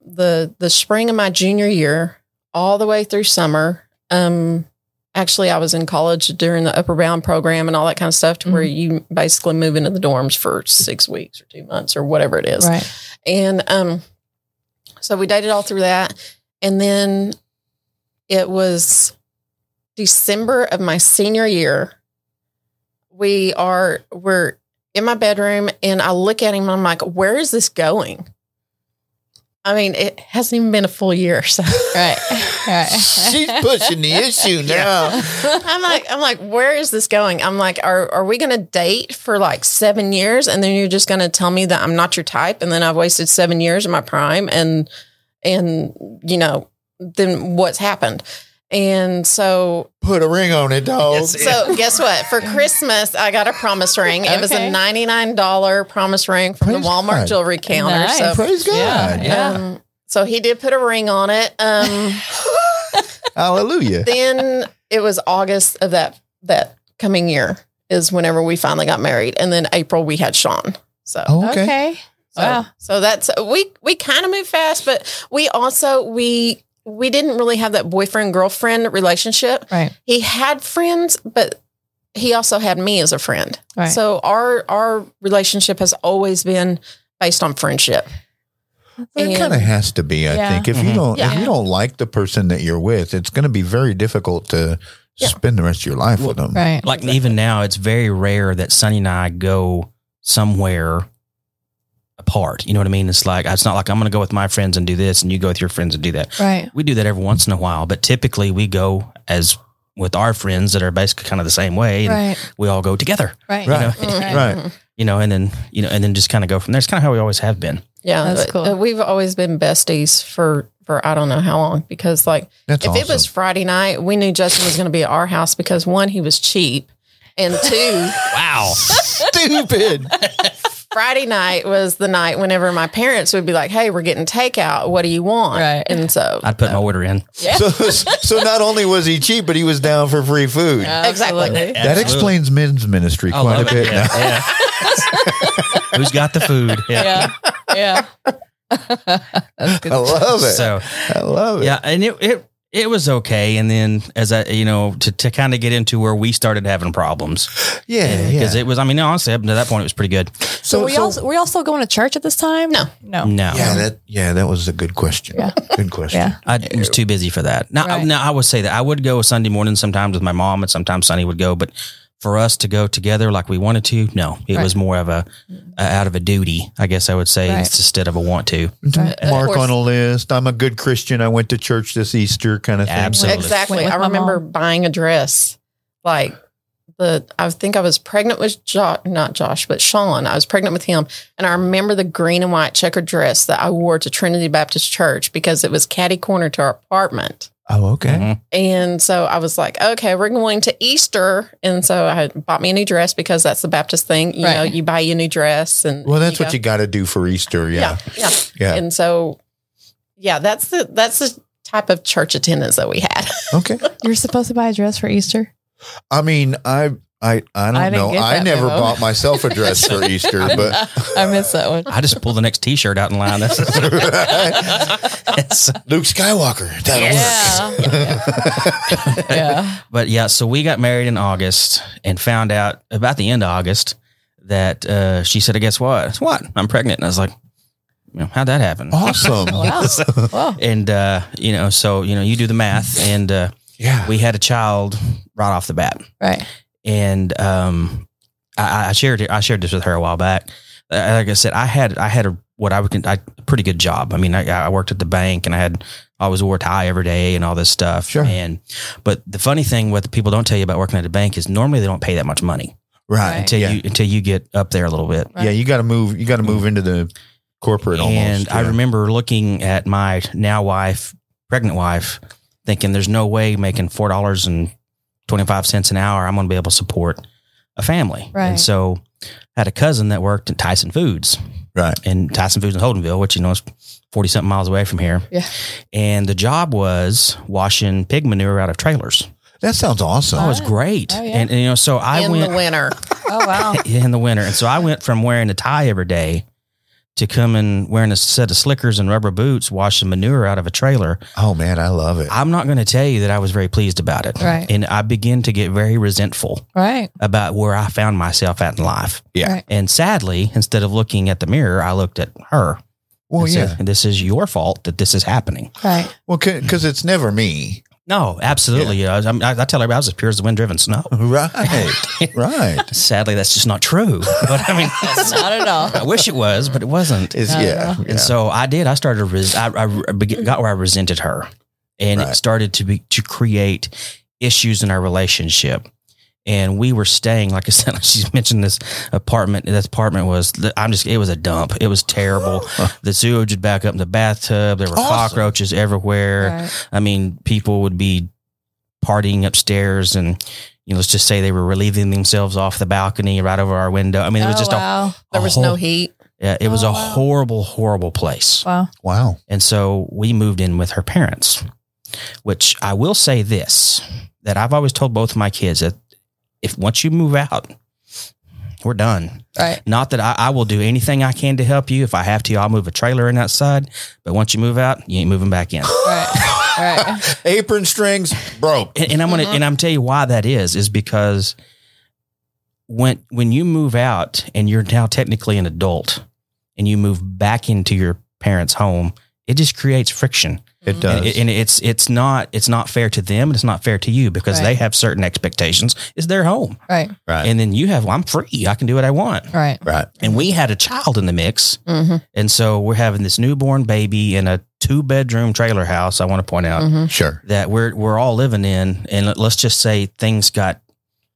Speaker 4: the the spring of my junior year all the way through summer. Um actually I was in college during the upper bound program and all that kind of stuff to where you basically move into the dorms for six weeks or two months or whatever it is.
Speaker 2: Right.
Speaker 4: And um, so we dated all through that. And then it was December of my senior year. We are, we're in my bedroom and I look at him and I'm like, where is this going? I mean, it hasn't even been a full year. So
Speaker 2: Right. Right.
Speaker 1: She's pushing the issue now.
Speaker 4: I'm like, I'm like, where is this going? I'm like, are, are we going to date for like seven years? And then you're just going to tell me that I'm not your type. And then I've wasted seven years of my prime and, and you know, then what's happened? And so,
Speaker 1: Put a ring on it, dog.
Speaker 4: so guess what? For Christmas, I got a promise ring. It was a
Speaker 2: Okay.
Speaker 4: $99 promise ring from
Speaker 1: Praise
Speaker 4: the Walmart
Speaker 1: God.
Speaker 4: jewelry counter.
Speaker 2: Nice.
Speaker 4: So,
Speaker 1: Praise God.
Speaker 2: Yeah.
Speaker 4: um, so he did put a ring on it. Um,
Speaker 1: Hallelujah.
Speaker 4: then it was August of that that coming year is whenever we finally got married, and then April we had Sean. So,
Speaker 1: Oh, okay.
Speaker 2: Okay.
Speaker 4: so,
Speaker 2: Wow.
Speaker 4: so that's we we kind of moved fast, but we also we we didn't really have that boyfriend girlfriend relationship.
Speaker 2: Right.
Speaker 4: He had friends, but he also had me as a friend.
Speaker 2: Right.
Speaker 4: So our our relationship has always been based on friendship.
Speaker 1: It
Speaker 4: And-
Speaker 1: kind of has to be, I
Speaker 2: Yeah.
Speaker 1: think. If
Speaker 3: Mhm.
Speaker 1: you don't, if
Speaker 4: Yeah.
Speaker 1: you don't like the person that you're with, it's going to be very difficult to
Speaker 4: Yeah.
Speaker 1: spend the rest of your life with them.
Speaker 2: Right.
Speaker 3: Like even now, it's very rare that Sonny and I go somewhere apart. You know what I mean? It's like it's not like I'm going to go with my friends and do this, and you go with your friends and do that.
Speaker 2: Right.
Speaker 3: We do that every once in a while, but typically we go as with our friends that are basically kind of the same way, and
Speaker 2: Right.
Speaker 3: we all go together.
Speaker 2: Right.
Speaker 1: Right.
Speaker 3: You know,
Speaker 4: Mhm.
Speaker 1: Right.
Speaker 3: you know, and then you know, and then just kind of go from there. It's kind of how we always have been.
Speaker 4: Yeah,
Speaker 2: That's
Speaker 4: but,
Speaker 2: cool.
Speaker 4: uh, We've always been besties for for I don't know how long because like
Speaker 1: That's
Speaker 4: if
Speaker 1: awesome.
Speaker 4: it was Friday night, we knew Justin was going to be at our house because one, he was cheap, and two,
Speaker 3: Wow.
Speaker 1: stupid.
Speaker 4: Friday night was the night whenever my parents would be like, "Hey, we're getting takeout. What do you want?"
Speaker 2: Right.
Speaker 4: And so
Speaker 3: I'd put my order in.
Speaker 1: so, so not only was he cheap, but he was down for free food.
Speaker 2: Absolutely.
Speaker 1: that explains men's ministry
Speaker 3: I
Speaker 1: quite a
Speaker 3: love it.
Speaker 1: bit.
Speaker 3: Yeah, yeah. Who's got the food? Yeah.
Speaker 2: Yeah. Yeah. That's good.
Speaker 1: I love it.
Speaker 3: So
Speaker 1: I love it.
Speaker 3: yeah, and it it it was okay. And then as I you know to to kind of get into where we started having problems
Speaker 1: yeah, yeah.
Speaker 3: because it was I mean honestly up to that point it was pretty good.
Speaker 2: So, were y'all were y'all still going to church at this time?
Speaker 4: No.
Speaker 2: No.
Speaker 3: No,
Speaker 1: yeah, that yeah, that was a good question.
Speaker 2: Yeah.
Speaker 1: Good question.
Speaker 2: Yeah.
Speaker 3: I was too busy for that. Now,
Speaker 2: Right.
Speaker 3: now I would say that I would go Sunday morning sometimes with my mom, and sometimes Sunny would go, but for us to go together like we wanted to. No, it
Speaker 2: Right.
Speaker 3: was more of a, a out of a duty, I guess I would say,
Speaker 2: Right.
Speaker 3: instead of a want to.
Speaker 1: Mm-hmm.
Speaker 2: Right. Of
Speaker 1: Mark
Speaker 4: course.
Speaker 1: on a list. I'm a good Christian. I went to church this Easter kind of thing.
Speaker 3: Absolutely.
Speaker 4: Exactly.
Speaker 2: Went with
Speaker 4: I
Speaker 2: my
Speaker 4: remember
Speaker 2: mom.
Speaker 4: buying a dress. Like the I think I was pregnant with Josh, not Josh, but Sean. I was pregnant with him, and I remember the green and white checkered dress that I wore to Trinity Baptist Church because it was catty corner to our apartment.
Speaker 1: Oh, okay.
Speaker 3: Mhm.
Speaker 4: And so I was like, okay, we're going to Easter, and so I had bought me a new dress because that's the Baptist thing. You know,
Speaker 2: Right.
Speaker 4: you buy you a new dress, and
Speaker 1: Well, that's what
Speaker 4: go-
Speaker 1: you got to do for Easter. Yeah.
Speaker 4: yeah,
Speaker 1: Yeah.
Speaker 4: yeah. And so, yeah, that's the that's the type of church attendance that we had.
Speaker 1: Okay.
Speaker 2: You're supposed to buy a dress for Easter.
Speaker 1: I mean, I. I, I don't
Speaker 2: I didn't
Speaker 1: know.
Speaker 2: get
Speaker 1: I
Speaker 2: that
Speaker 1: never
Speaker 2: memo.
Speaker 1: bought myself a dress for Easter, but
Speaker 2: I missed that one.
Speaker 3: I just pulled the next t shirt out in line. That's, that's-
Speaker 1: Luke Skywalker. That'll
Speaker 2: Yeah.
Speaker 1: work.
Speaker 2: yeah.
Speaker 3: but yeah, so we got married in August and found out about the end of August that uh, she said, I guess what? What? I'm pregnant. And I was like, "You know, how'd that happen?
Speaker 1: awesome.
Speaker 2: Oh, Wow. Wow.
Speaker 3: And, uh, you know, so, you know, you do the math and uh,
Speaker 1: Yeah.
Speaker 3: we had a child right off the bat.
Speaker 2: Right.
Speaker 3: and um, I, I shared it. I shared this with her a while back. Uh, Like I said, I had I had a what I would con- I, a pretty good job. I mean, I, I worked at the bank and I had I always wore a tie every day and all this stuff.
Speaker 1: Sure.
Speaker 3: And but the funny thing what people don't tell you about working at a bank is normally they don't pay that much money
Speaker 1: Right.
Speaker 3: until
Speaker 1: yeah.
Speaker 3: you until you get up there a little bit.
Speaker 1: yeah. You got to move. You got to move into the corporate
Speaker 3: and
Speaker 1: almost.
Speaker 3: I
Speaker 1: yeah.
Speaker 3: remember looking at my now wife, pregnant wife, thinking there's no way making four dollars and twenty five cents an hour I'm gonna be able to support a family.
Speaker 2: Right.
Speaker 3: And so I had a cousin that worked at Tyson Foods
Speaker 1: Right.
Speaker 3: and Tyson Foods in Holdenville, which you know is forty something miles away from here.
Speaker 2: Yeah.
Speaker 3: And the job was washing pig manure out of trailers.
Speaker 1: That sounds awesome.
Speaker 3: Oh, it was
Speaker 2: Wow.
Speaker 3: great.
Speaker 2: Oh, yeah.
Speaker 3: and, and, you know, so I
Speaker 4: in
Speaker 3: went
Speaker 4: the winter.
Speaker 2: Oh wow.
Speaker 3: yeah, in the winter. And so I went from wearing a tie every day to coming wearing a set of slickers and rubber boots, washing manure out of a trailer.
Speaker 1: Oh man, I love it.
Speaker 3: I'm not going to tell you that I was very pleased about it.
Speaker 2: Right.
Speaker 3: And I began to get very resentful
Speaker 2: Right.
Speaker 3: about where I found myself at in life.
Speaker 1: Yeah.
Speaker 2: Right.
Speaker 3: And sadly, instead of looking at the mirror, I looked at her.
Speaker 1: Well,
Speaker 3: and
Speaker 1: yeah.
Speaker 3: said, this is your fault that this is happening.
Speaker 2: Right.
Speaker 1: Well, because it's never me.
Speaker 3: No, absolutely. I, I, mean, I I tell everybody I was as pure as the wind driven snow.
Speaker 1: Right. right.
Speaker 3: Sadly, that's just not true. But I mean,
Speaker 2: Not at all.
Speaker 3: I wish it was, but it wasn't.
Speaker 1: Is
Speaker 2: I
Speaker 1: yeah.
Speaker 2: don't
Speaker 1: yeah.
Speaker 3: And so I did. I started. to Res- I, I re- beg- got where I resented her, and it
Speaker 1: Right.
Speaker 3: started to be to create issues in our relationship. And we were staying, like I said, she's mentioned this apartment. This apartment was, I'm just, it was a dump. It was terrible. the zoo would back up in the bathtub. There were
Speaker 1: Awesome.
Speaker 3: cockroaches everywhere.
Speaker 2: Right.
Speaker 3: I mean, people would be partying upstairs and, you know, let's just say they were relieving themselves off the balcony right over our window. I mean, it was
Speaker 2: Oh,
Speaker 3: just a,
Speaker 2: wow.
Speaker 4: There
Speaker 3: a
Speaker 4: was
Speaker 3: whole-
Speaker 4: no heat.
Speaker 3: yeah, it was
Speaker 2: Oh,
Speaker 3: a
Speaker 2: wow.
Speaker 3: horrible, horrible place.
Speaker 2: Wow.
Speaker 1: wow.
Speaker 3: And so we moved in with her parents, which I will say this that I've always told both of my kids that if once you move out, we're done.
Speaker 2: Right.
Speaker 3: Not that I, I will do anything I can to help you. If I have to, I'll move a trailer in outside. But once you move out, you ain't moving back in.
Speaker 2: Right. Right.
Speaker 1: Apron strings broke.
Speaker 3: And, and I'm gonna and I'm tell you why that is is because when when you move out and you're now technically an adult and you move back into your parents' home, it just creates friction.
Speaker 1: It
Speaker 3: and,
Speaker 1: does.
Speaker 3: it- and it's it's not it's not fair to them and it's not fair to you because
Speaker 2: Right.
Speaker 3: they have certain expectations it's their home
Speaker 2: Right.
Speaker 1: right.
Speaker 3: and then you have well, i'm free i can do what i want
Speaker 2: Right.
Speaker 1: right.
Speaker 3: and we had a child in the mix
Speaker 4: Mm-hmm.
Speaker 3: and so we're having this newborn baby in a two bedroom trailer house i want to point out
Speaker 4: Mm-hmm.
Speaker 1: Sure.
Speaker 3: that we're we're all living in and let- let's just say things got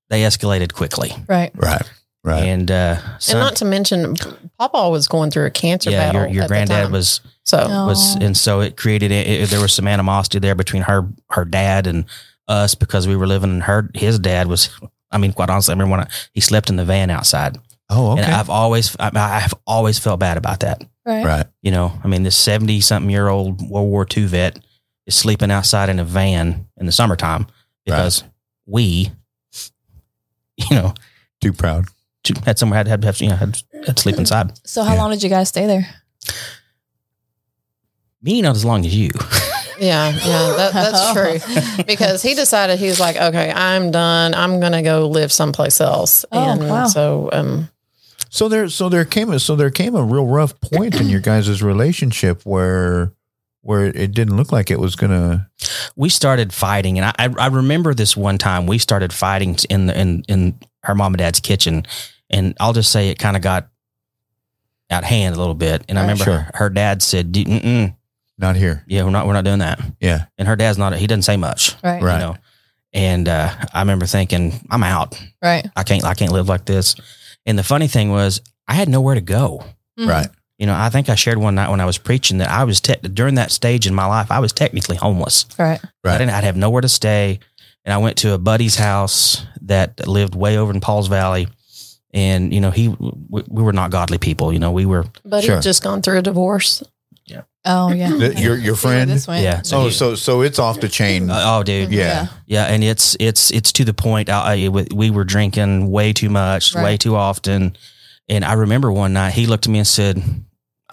Speaker 3: they escalated quickly
Speaker 2: Right.
Speaker 1: Right. Right.
Speaker 3: and uh
Speaker 4: And
Speaker 3: son-
Speaker 4: not to mention, Papa was going through a cancer
Speaker 3: yeah
Speaker 4: battle.
Speaker 3: your, your
Speaker 4: at the
Speaker 3: granddad
Speaker 4: time.
Speaker 3: was
Speaker 4: so
Speaker 3: was
Speaker 2: Aw.
Speaker 3: and so it created it, it- there was some animosity there between her her dad and us because we were living in her his dad was I mean quite honestly I remember when I, he slept in the van outside
Speaker 1: oh, okay.
Speaker 3: and I've always I, I've always felt bad about that
Speaker 2: Right.
Speaker 1: right.
Speaker 3: you know I mean this seventy something year old World War II vet is sleeping outside in a van in the summertime because we you know
Speaker 1: Too proud.
Speaker 3: to- had somewhere had had, had you know had, had to sleep inside
Speaker 2: So how
Speaker 1: Yeah.
Speaker 2: long did you guys stay there?
Speaker 3: me not as long as you
Speaker 4: yeah, yeah, that, that's true. Because he decided he was like, okay, I'm done. I'm gonna go live someplace else.
Speaker 2: Oh,
Speaker 4: and
Speaker 2: wow.
Speaker 4: so, um,
Speaker 1: So there, so there came a, so there came a real rough point in your guys' relationship where where it didn't look like it was going to.
Speaker 3: we started fighting, and I, I I remember this one time we started fighting in the in in her mom and dad's kitchen, and I'll just say it kind of got out of hand a little bit. And I
Speaker 4: Right.
Speaker 3: remember
Speaker 1: Sure.
Speaker 3: her, her dad said, "D- Mm-mm,
Speaker 1: Not here.
Speaker 3: "Yeah, we're not we're not doing that."
Speaker 1: Yeah.
Speaker 3: And her dad's not he doesn't say much,
Speaker 2: Right.
Speaker 1: Right.
Speaker 3: you know. And uh, I remember thinking, "I'm out.
Speaker 2: Right.
Speaker 3: I can't I can't live like this." And the funny thing was, I had nowhere to go.
Speaker 2: Mhm.
Speaker 1: Right.
Speaker 3: You know, I think I shared one night when I was preaching that I was te- during that stage in my life, I was technically homeless.
Speaker 2: Right.
Speaker 1: Right.
Speaker 3: I didn't. I'd have nowhere to stay, and I went to a buddy's house that lived way over in Paul's Valley, and you know he we, we were not godly people. You know we were
Speaker 4: But
Speaker 1: Sure.
Speaker 4: he'd just gone through a divorce.
Speaker 2: Oh yeah.
Speaker 1: The- your your
Speaker 2: See where
Speaker 1: friend.
Speaker 2: This went.
Speaker 3: yeah.
Speaker 1: oh,
Speaker 3: he-
Speaker 1: so so it's off the chain.
Speaker 3: uh, oh dude, yeah.
Speaker 1: Mm-hmm. yeah.
Speaker 3: and it's it's it's to the point. I, I it wa- we were drinking way too much, way
Speaker 2: Right.
Speaker 3: too often, and I remember one night he looked at me and said.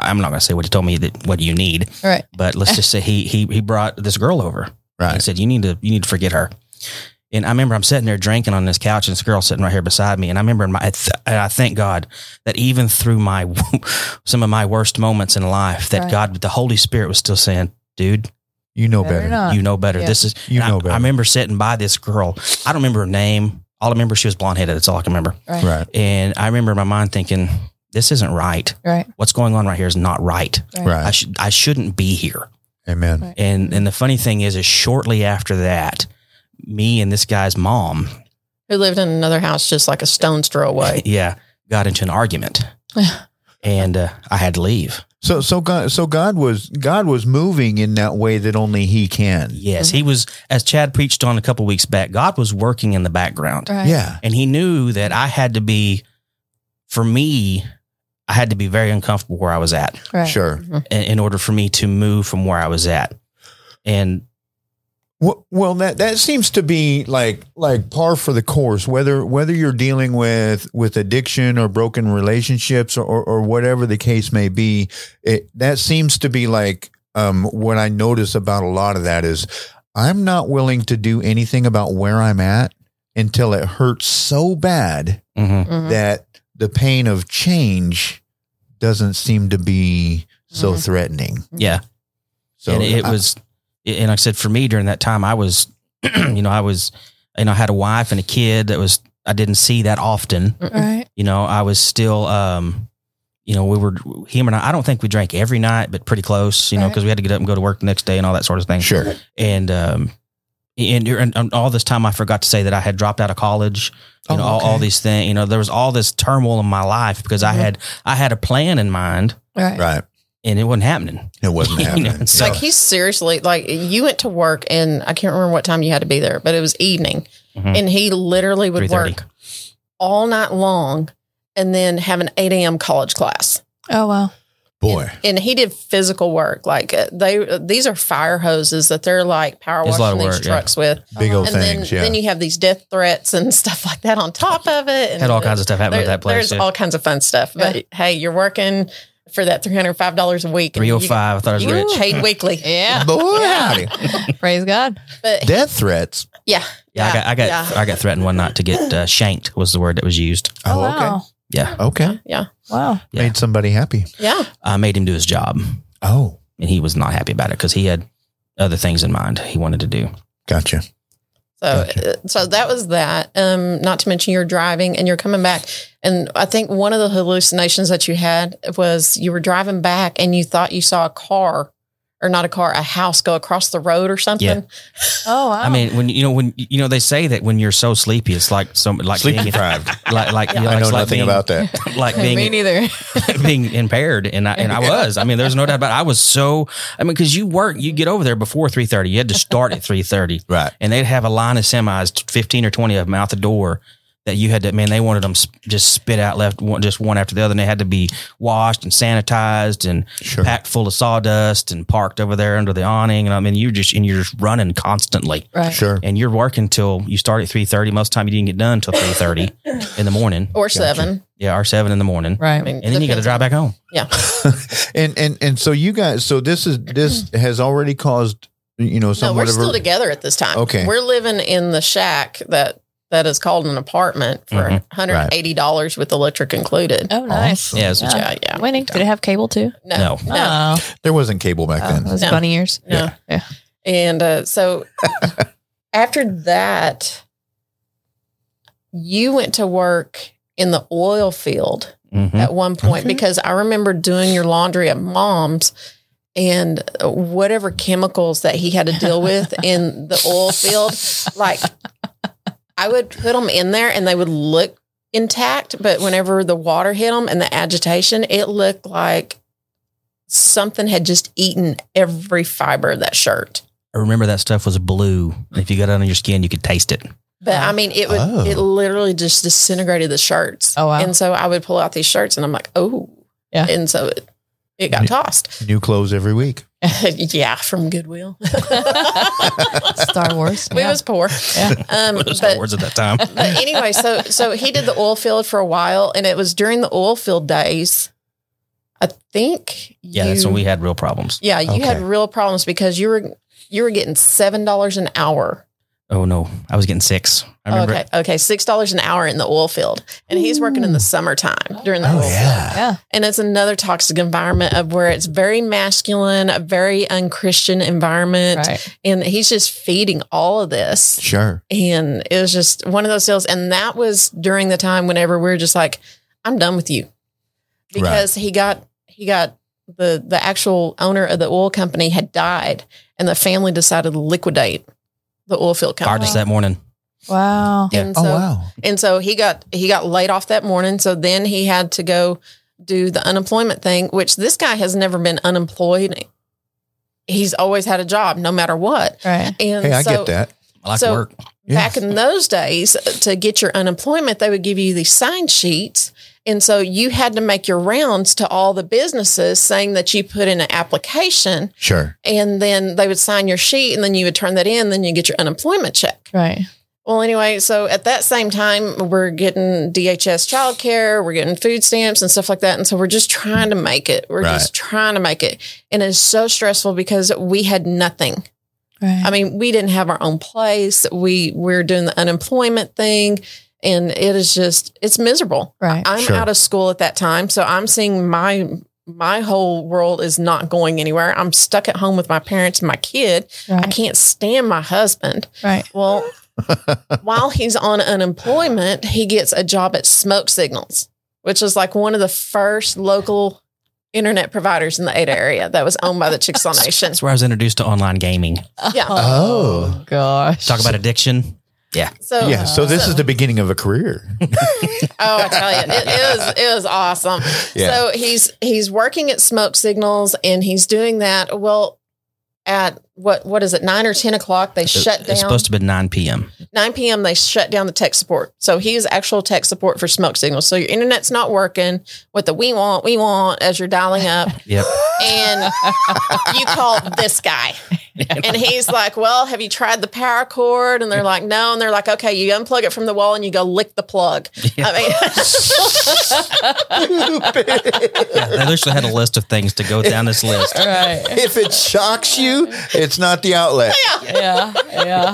Speaker 3: I'm not gonna say what he told me that what you need,
Speaker 2: Right.
Speaker 3: but let's just say he he he brought this girl over. I
Speaker 1: right.
Speaker 3: said, "You need to you need to forget her." And I remember I'm sitting there drinking on this couch, and this girl sitting right here beside me. And I remember, in my, I th- and I thank God that even through my some of my worst moments in life, that
Speaker 2: Right.
Speaker 3: God, the Holy Spirit, was still saying, "Dude,
Speaker 1: You know
Speaker 2: Better
Speaker 1: better.
Speaker 2: not.
Speaker 3: you know better.
Speaker 2: Uh, yeah.
Speaker 3: This is
Speaker 1: You
Speaker 3: and I-
Speaker 1: know
Speaker 3: I,
Speaker 1: better.
Speaker 3: remember sitting by this girl. I don't remember her name. All I remember she was blonde headed. That's all I can remember.
Speaker 2: Right.
Speaker 1: Right.
Speaker 3: And I remember in my mind thinking, "This isn't right.
Speaker 2: Right.
Speaker 3: What's going on right here is not right.
Speaker 2: Right.
Speaker 3: I
Speaker 1: Right.
Speaker 3: should I shouldn't be here."
Speaker 1: Amen.
Speaker 2: Right.
Speaker 3: And and the funny thing is, is shortly after that, me and this guy's mom,
Speaker 4: Who lived in another house just like a stone's throw away.
Speaker 3: yeah, got into an argument, and uh, I had to leave.
Speaker 1: So so God so God was God was moving in that way that only He can.
Speaker 3: Yes, he was, as Chad preached on a couple weeks back. God was working in the background,
Speaker 2: Right.
Speaker 1: Yeah.
Speaker 3: and he knew that I had to be, for me, I had to be very uncomfortable where I was at.
Speaker 2: Right.
Speaker 1: Sure.
Speaker 3: in, in order for me to move from where I was at. And
Speaker 1: Well, well, that that seems to be like like par for the course. Whether whether you're dealing with with addiction or broken relationships or or, or whatever the case may be, it, that seems to be like um, what I notice about a lot of that is I'm not willing to do anything about where I'm at until it hurts so bad
Speaker 3: mhm.
Speaker 4: Mhm.
Speaker 1: that the pain of change doesn't seem to be so
Speaker 4: Mhm.
Speaker 1: threatening.
Speaker 3: yeah,
Speaker 1: So
Speaker 3: and it
Speaker 1: I-
Speaker 3: was, and like I said, for me during that time, I was, you know, I was, you know, I had a wife and a kid that was, I didn't see that often.
Speaker 4: Mm-mm.
Speaker 2: Right.
Speaker 3: You know, I was still, um, you know, we were, him and I, I don't think we drank every night, but pretty close, you know,
Speaker 2: Right.
Speaker 3: because we had to get up and go to work the next day and all that sort of thing.
Speaker 1: sure.
Speaker 3: And, um, and, and, and all this time, I forgot to say that I had dropped out of college.
Speaker 1: Oh,
Speaker 3: You know, all, all
Speaker 1: okay. Mm-hmm.
Speaker 3: these things. You know, there was all this turmoil in my life because
Speaker 4: Mhm.
Speaker 3: I had I had a plan in mind,
Speaker 2: Right.
Speaker 1: Right.
Speaker 3: and it wasn't happening.
Speaker 1: It wasn't
Speaker 3: You know,
Speaker 1: happening.
Speaker 3: it's
Speaker 1: Yeah.
Speaker 4: Like he seriously, like you went to work and I can't remember what time you had to be there, but it was evening.
Speaker 3: Mhm.
Speaker 4: And he literally would
Speaker 3: 3:30.
Speaker 4: work all night long and then have an 8 a.m. college class.
Speaker 2: Oh wow.
Speaker 1: boy.
Speaker 4: And he did physical work. Like uh, they, uh, these are fire hoses that they're like power
Speaker 3: It's a lot
Speaker 4: washing
Speaker 3: of
Speaker 4: these
Speaker 3: work, yeah.
Speaker 4: trucks with.
Speaker 1: Big old
Speaker 4: And
Speaker 1: things.
Speaker 4: then,
Speaker 1: yeah.
Speaker 4: then you have these death threats and stuff like that on top of it. And
Speaker 3: Had all kinds of stuff happen
Speaker 4: there-
Speaker 3: at that place.
Speaker 4: There's all kinds of fun stuff. But hey, you're working for that $305 a week. and
Speaker 3: Three
Speaker 4: you
Speaker 3: oh
Speaker 4: get-
Speaker 3: five. I thought I was
Speaker 4: You get
Speaker 3: rich.
Speaker 4: paid weekly.
Speaker 2: Yeah.
Speaker 1: Boy, howdy.
Speaker 2: Praise God.
Speaker 4: But
Speaker 1: Death threats.
Speaker 4: yeah.
Speaker 3: Yeah, I got I got
Speaker 4: yeah.
Speaker 3: I got threatened one night to get uh, shanked was the word that was used.
Speaker 2: Oh, wow.
Speaker 3: Yeah,
Speaker 1: okay. Okay.
Speaker 2: Wow.
Speaker 3: Yeah.
Speaker 1: Made somebody happy.
Speaker 4: Yeah.
Speaker 3: I made him do his job,
Speaker 1: Oh,
Speaker 3: and he was not happy about it because he had other things in mind he wanted to do.
Speaker 1: gotcha.
Speaker 4: So, uh, so that was that. Um, not to mention you're driving and you're coming back. And I think one of the hallucinations that you had was you were driving back and you thought you saw a car or not a car, a house go across the road or something.
Speaker 3: Yeah.
Speaker 2: Oh wow.
Speaker 3: I mean, when you know when you know they say that when you're so sleepy, it's like some like
Speaker 1: Sleep
Speaker 3: being,
Speaker 1: deprived.
Speaker 3: like like you know,
Speaker 1: I
Speaker 3: it's
Speaker 1: know
Speaker 3: like
Speaker 1: nothing
Speaker 3: being,
Speaker 1: about that.
Speaker 3: like
Speaker 2: me
Speaker 3: being
Speaker 2: neither.
Speaker 3: being impaired and I and I was. I mean, there's no doubt about it. I was so I mean, because you work you get over there before three thirty. You had to start at three thirty.
Speaker 1: Right.
Speaker 3: And they'd have a line of semis, fifteen or twenty of them out the door that you had to man, they wanted them sp- just spit out left one just one after the other and they had to be washed and sanitized and
Speaker 1: Sure.
Speaker 3: packed full of sawdust and parked over there under the awning. And I mean you're just and you're just running constantly.
Speaker 2: Right.
Speaker 1: Sure.
Speaker 3: And you're working till you start at three thirty. Most of the time you didn't get done till three thirty in the morning.
Speaker 4: Or seven.
Speaker 3: Yeah, or seven in the morning.
Speaker 4: I
Speaker 2: Right.
Speaker 4: mean,
Speaker 3: And then you got to
Speaker 4: depends.
Speaker 3: drive back home.
Speaker 1: and and and so you guys, so this is this has already caused you know
Speaker 4: No,
Speaker 1: somewhat
Speaker 4: we're
Speaker 1: of
Speaker 4: still
Speaker 1: a
Speaker 4: together at this time.
Speaker 1: Okay.
Speaker 4: We're living in the shack that that is called an apartment for
Speaker 3: Mhm.
Speaker 4: $180 with electric included.
Speaker 2: Oh, nice.
Speaker 3: Yeah, it's-
Speaker 4: Yeah, yeah.
Speaker 2: Winning. Did it have cable too?
Speaker 4: No.
Speaker 3: No.
Speaker 4: No.
Speaker 2: Oh,
Speaker 1: There wasn't cable back
Speaker 2: oh,
Speaker 1: then.
Speaker 2: those
Speaker 4: No.
Speaker 2: bunny ears.
Speaker 4: no.
Speaker 1: Yeah.
Speaker 2: Yeah.
Speaker 4: And uh, so after that, you went to work in the oil field
Speaker 3: Mhm.
Speaker 4: at one point
Speaker 2: Mhm.
Speaker 4: because I remember doing your laundry at mom's and uh, whatever chemicals that he had to deal with in the oil field, like I would put them in there and they would look intact, but whenever the water hit them and the agitation, it looked like something had just eaten every fiber of that shirt.
Speaker 3: I remember that stuff was blue. If you got it on your skin, you could taste it.
Speaker 4: But I mean, it would
Speaker 1: Oh.
Speaker 4: it literally just disintegrated the shirts.
Speaker 2: Oh, wow.
Speaker 4: And so I would pull out these shirts and I'm like, oh,
Speaker 2: Yeah.
Speaker 4: And so it, it got
Speaker 1: Yeah.
Speaker 4: tossed.
Speaker 1: New clothes every week.
Speaker 4: yeah, from Goodwill.
Speaker 2: Star Wars.
Speaker 4: We
Speaker 2: Yeah.
Speaker 4: was poor.
Speaker 2: Yeah.
Speaker 4: Um,
Speaker 3: What was
Speaker 4: but,
Speaker 3: words at that time?
Speaker 4: but anyway, so so he did the oil field for a while, and it was during the oil field days. I think.
Speaker 3: Yeah, that's
Speaker 4: you-
Speaker 3: when we had real problems.
Speaker 4: Yeah, you had
Speaker 1: Okay.
Speaker 4: real problems because you were you were getting seven dollars an hour.
Speaker 3: Oh no, I was getting six. I remember.
Speaker 4: okay, okay, six dollars an hour in the oil field, and he's working in the summertime during
Speaker 3: Oh,
Speaker 1: Oh,
Speaker 4: the oil field.
Speaker 2: Yeah.
Speaker 4: And it's another toxic environment of where it's very masculine, a very unchristian environment,
Speaker 2: Right.
Speaker 4: and he's just feeding all of this.
Speaker 1: Sure.
Speaker 4: And it was just one of those deals. And that was during the time whenever we were just like, I'm done with you. Because he got he got the the actual owner of the oil company had died and the family decided to liquidate the oil field
Speaker 3: Fired
Speaker 4: company.
Speaker 3: us that morning.
Speaker 2: Wow.
Speaker 3: Yeah.
Speaker 4: And
Speaker 1: Oh,
Speaker 4: so and so he got he got laid off that morning. So then he had to go do the unemployment thing, which this guy has never been unemployed. He's always had a job no matter what.
Speaker 2: Right.
Speaker 4: And
Speaker 1: Hey, I
Speaker 4: so
Speaker 1: get that.
Speaker 3: I like
Speaker 4: So-
Speaker 3: work.
Speaker 4: back in those days uh, to get your unemployment they would give you these signed sheets and so you had to make your rounds to all the businesses saying that you put in an application
Speaker 1: Sure.
Speaker 4: and then they would sign your sheet and then you would turn that in then you get your unemployment check
Speaker 2: Right.
Speaker 4: well anyway so at that same time we're getting dhs childcare we're getting food stamps and stuff like that and so we're just trying to make it we're just trying to make it and it's so stressful because we had nothing
Speaker 2: Right.
Speaker 4: I mean, we didn't have our own place. We we're doing the unemployment thing, and it is just it's miserable.
Speaker 2: right.
Speaker 4: I'm
Speaker 1: Sure.
Speaker 4: out of school at that time, so I'm seeing my my whole world is not going anywhere. I'm stuck at home with my parents and my kid. I
Speaker 2: right.
Speaker 4: can't stand my husband.
Speaker 2: Right.
Speaker 4: Well, while he's on unemployment, he gets a job at Smoke Signals, which is like one of the first local internet providers in the Ada area that was owned by the Chickasaw Nation.
Speaker 3: That's where I was introduced to online gaming.
Speaker 4: Yeah.
Speaker 1: Oh.
Speaker 2: gosh.
Speaker 3: Talk about addiction.
Speaker 4: So
Speaker 1: yeah. So this
Speaker 4: Oh, so-
Speaker 1: is the beginning of a career.
Speaker 4: Oh, I tell you, it is it is awesome.
Speaker 1: Yeah.
Speaker 4: So he's he's working at smoke signals and he's doing that. Well, at what what is it nine or ten o'clock? They shut
Speaker 3: It's
Speaker 4: down
Speaker 3: supposed to be 9 p.m.
Speaker 4: nine p.m. They shut down the tech support. So he is actual tech support for smoke signals. So your internet's not working. What the we want we want as you're dialing up,
Speaker 3: Yep.
Speaker 4: and you call this guy. And he's like, Well, have you tried the power cord? And they're like, No. And they're like, Okay, you unplug it from the wall and you go lick the plug. I mean,
Speaker 3: Yeah, they literally had a list of things to go down this list.
Speaker 2: Right.
Speaker 1: if it shocks you, it's not the outlet.
Speaker 2: Yeah.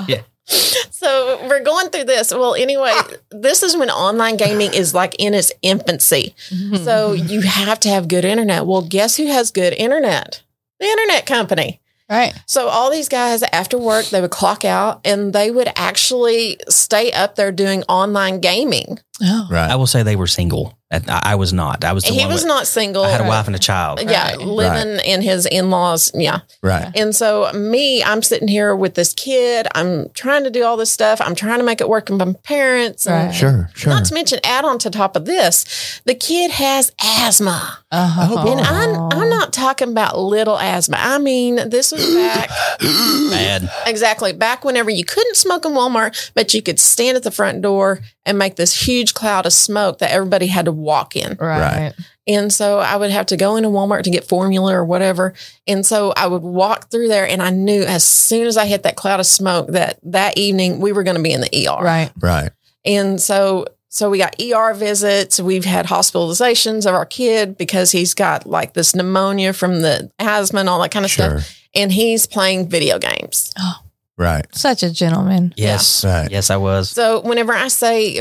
Speaker 2: Yeah.
Speaker 4: So we're going through this. Well, anyway,
Speaker 3: Ah.
Speaker 4: this is when online gaming is like in its infancy.
Speaker 3: Mm-hmm.
Speaker 4: So you have to have good internet. Well, guess who has good internet? The internet company.
Speaker 2: Right.
Speaker 4: So all these guys after work, they would clock out and they would actually stay up there doing online gaming.
Speaker 2: Oh.
Speaker 1: Right.
Speaker 3: I will say they were single. I, I was not. I was the
Speaker 4: he
Speaker 3: one
Speaker 4: was
Speaker 3: with-
Speaker 4: not single.
Speaker 3: I had a wife and a child.
Speaker 4: Yeah,
Speaker 2: Right.
Speaker 4: living in his in-laws. Yeah.
Speaker 1: Right.
Speaker 4: And so me, I'm sitting here with this kid. I'm trying to do all this stuff. I'm trying to make it work with my parents. and
Speaker 2: Right.
Speaker 1: Sure. Sure.
Speaker 4: Not to mention, add on to top of this, the kid has asthma.
Speaker 2: Uh-huh.
Speaker 1: And
Speaker 4: I'm, I'm not talking about little asthma. I mean, this was back
Speaker 3: Bad.
Speaker 4: exactly back whenever you couldn't smoke in Walmart, but you could stand at the front door and make this huge cloud of smoke that everybody had to walk in.
Speaker 2: Right.
Speaker 4: And so I would have to go into Walmart to get formula or whatever. And so I would walk through there and I knew as soon as I hit that cloud of smoke that that evening we were going to be in the ER.
Speaker 2: Right.
Speaker 1: Right.
Speaker 4: And so so we got ER visits, we've had hospitalizations of our kid because he's got like this pneumonia from the asthma and all that kind of
Speaker 1: Sure.
Speaker 4: stuff. And he's playing video games.
Speaker 2: Oh.
Speaker 1: Right.
Speaker 2: Such a gentleman.
Speaker 3: Yes.
Speaker 1: Right.
Speaker 3: Yes, I was.
Speaker 4: So whenever I say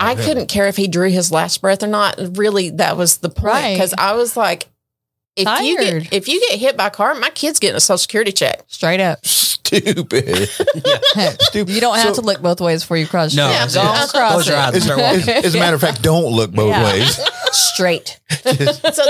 Speaker 4: I
Speaker 3: Okay.
Speaker 4: couldn't care if he drew his last breath or not, really that was the point
Speaker 2: Right.
Speaker 4: because I was like, if you
Speaker 2: Tired.
Speaker 4: get if you get hit by a car, my kid's getting a social security check.
Speaker 2: Straight up.
Speaker 1: Stupid. Stupid.
Speaker 2: You don't have
Speaker 1: So-
Speaker 2: to look both ways before you cross.
Speaker 3: No,
Speaker 2: the
Speaker 4: Yeah,
Speaker 3: it's-
Speaker 4: don't
Speaker 3: it's-
Speaker 2: cross
Speaker 3: close your
Speaker 2: it.
Speaker 3: eyes and
Speaker 1: As,
Speaker 3: start walking.
Speaker 1: as- as a matter of fact, don't look both
Speaker 2: Yeah.
Speaker 1: ways.
Speaker 4: Straight. so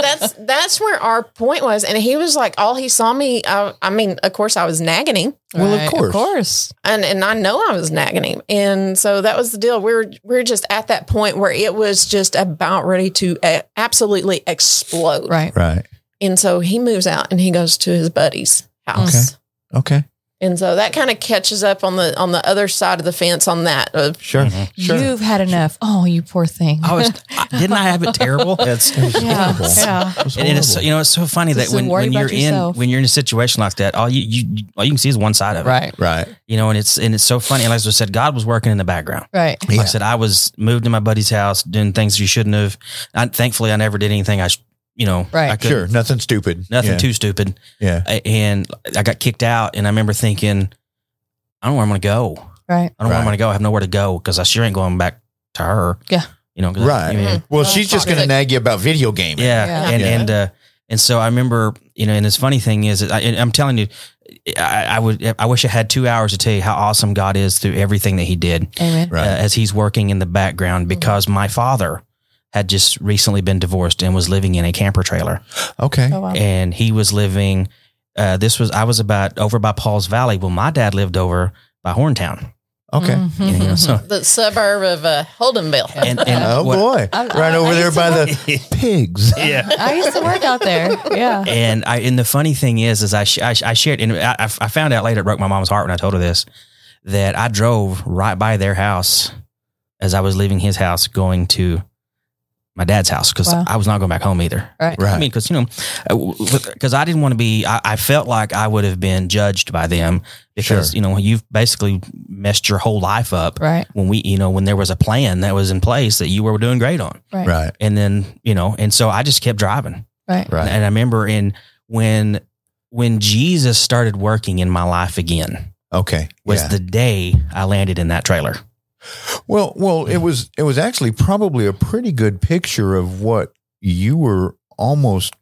Speaker 4: that's that's where our point was, and he was like, all he saw me. I, I mean, of course, I was nagging him,
Speaker 1: Well, of
Speaker 2: Right,
Speaker 1: course.
Speaker 2: Of course.
Speaker 4: and and I know I was nagging him, and so that was the deal. We were we we're just at that point where it was just about ready to uh, absolutely explode.
Speaker 2: Right.
Speaker 1: Right.
Speaker 4: And so he moves out and he goes to his buddy's house.
Speaker 1: Okay.
Speaker 4: And so that kind of catches up on the on the other side of the fence on that. Uh,
Speaker 1: Sure.
Speaker 3: Mm-hmm.
Speaker 1: Sure.
Speaker 2: You've had enough. Oh, you poor thing.
Speaker 3: I was. I- Didn't I have it terrible? That's.
Speaker 2: yeah.
Speaker 1: horrible.
Speaker 2: yeah.
Speaker 3: And it is, so- you know, it's so funny
Speaker 2: Just
Speaker 3: that when,
Speaker 2: worry
Speaker 3: when
Speaker 2: about
Speaker 3: you're
Speaker 2: yourself.
Speaker 3: in when you're in a situation like that, all you, you all you can see is one side of it,
Speaker 2: Right.
Speaker 1: right.
Speaker 3: You know, and it's and it's so funny. And like I said, God was working in the background.
Speaker 2: Right.
Speaker 1: Yeah.
Speaker 3: Like I said, I was moved to my buddy's house, doing things you shouldn't have. I, thankfully, I never did anything. I, sh- you know,
Speaker 2: Right.
Speaker 3: I couldn't-
Speaker 1: Sure. Nothing stupid.
Speaker 3: nothing
Speaker 1: yeah.
Speaker 3: too stupid.
Speaker 1: Yeah.
Speaker 3: I- and I got kicked out, and I remember thinking, I don't know where I'm going to go.
Speaker 2: Right.
Speaker 3: I don't know where I'm
Speaker 1: Right.
Speaker 3: going to go. I have nowhere to go because I sure ain't going back to her.
Speaker 2: Yeah.
Speaker 3: you know, 'cause I-
Speaker 1: Right.
Speaker 3: you know,
Speaker 1: Well,
Speaker 4: Well,
Speaker 1: she's just going to
Speaker 4: toxic.
Speaker 1: nag you about video gaming.
Speaker 3: Yeah,
Speaker 2: Yeah.
Speaker 1: Mm-hmm.
Speaker 3: and
Speaker 1: Yeah.
Speaker 3: and uh, and so I remember, you know, and this funny thing is, I, and I'm telling you, I, I would, I wish I had two hours to tell you how awesome God is through everything that He did
Speaker 2: Amen.
Speaker 1: Right.
Speaker 3: uh, as He's working in the background
Speaker 1: Mm-hmm.
Speaker 3: because my father had just recently been divorced and was living in a camper trailer,
Speaker 1: okay.
Speaker 2: Oh, wow.
Speaker 3: and he was living. Uh, this was I was about over by Paul's Valley. Well, my dad lived over by Horntown.
Speaker 1: Okay.
Speaker 3: You
Speaker 2: Mhm.
Speaker 3: know, so
Speaker 4: the suburb of uh, Holdenville.
Speaker 3: and, and
Speaker 1: Oh
Speaker 3: what-
Speaker 1: boy.
Speaker 2: I-
Speaker 1: right
Speaker 2: I-
Speaker 1: over
Speaker 2: I
Speaker 1: there
Speaker 2: used
Speaker 1: by
Speaker 2: to
Speaker 1: the pigs.
Speaker 3: yeah.
Speaker 2: I used to work out there. Yeah.
Speaker 3: and I and the funny thing is, is I sh- I, sh- I shared and I, I found out later it broke my mom's heart when I told her this that I drove right by their house as I was leaving his house going to my dad's house because
Speaker 2: Wow.
Speaker 3: I was not going back home either.
Speaker 2: Right.
Speaker 1: Right.
Speaker 3: I mean, because you know, uh, because I didn't want to be. I, I felt like I would have been judged by them because
Speaker 1: Sure.
Speaker 3: you know you've basically messed your whole life up.
Speaker 2: Right.
Speaker 3: When we, you know, when there was a plan that was in place that you were doing great on,
Speaker 2: Right. Right.
Speaker 1: Right.
Speaker 3: and then you know, and so I just kept driving.
Speaker 2: Right.
Speaker 1: Right.
Speaker 3: And I remember in when when Jesus started working in my life again
Speaker 1: Okay.
Speaker 3: was
Speaker 1: Yeah.
Speaker 3: the day I landed in that trailer.
Speaker 1: well, well,
Speaker 3: Mm-hmm.
Speaker 1: it was it was actually probably a pretty good picture of what you were almost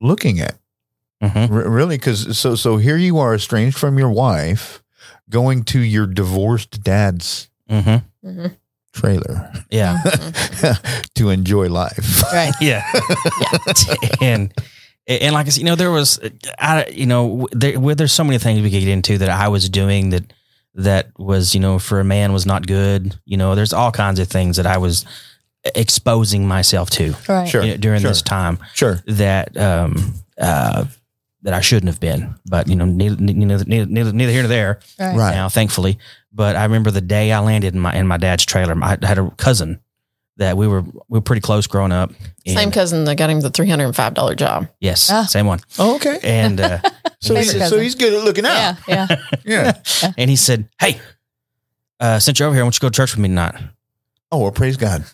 Speaker 1: looking at.
Speaker 3: Mhm.
Speaker 1: R- really cuz so so here you are estranged from your wife going to your divorced dad's
Speaker 3: Mhm.
Speaker 4: Mhm.
Speaker 1: trailer
Speaker 3: Yeah.
Speaker 1: to enjoy life.
Speaker 2: Right.
Speaker 3: Yeah. and and like I said, you know, there was, I, you know, there, well, there's so many things we could get into that I was doing that that was, you know, for a man was not good. You know, there's all kinds of things that I was e, exposing myself to
Speaker 2: Right.
Speaker 1: Sure.
Speaker 3: you know, during
Speaker 1: sure,
Speaker 3: this time.
Speaker 1: Sure.
Speaker 3: that um uh that I shouldn't have been, but you know, neither, neither, neither, neither here nor there
Speaker 2: Right.
Speaker 1: Right.
Speaker 3: now, thankfully. But I remember the day I landed in my in my dad's trailer. I had a cousin that we were we were pretty close growing up. And-
Speaker 4: Same cousin that got him the three hundred and five dollar job.
Speaker 3: yes,
Speaker 2: Ah.
Speaker 3: same one.
Speaker 1: Oh, okay.
Speaker 3: And uh,
Speaker 1: So
Speaker 2: Favorite
Speaker 1: he's, so
Speaker 2: cousin.
Speaker 1: he's good at looking
Speaker 2: Yeah.
Speaker 1: out.
Speaker 2: Yeah.
Speaker 1: Yeah.
Speaker 3: and he said, "Hey, uh, since you're over here, why don't you go to church with me tonight?"
Speaker 1: Oh, well, praise God.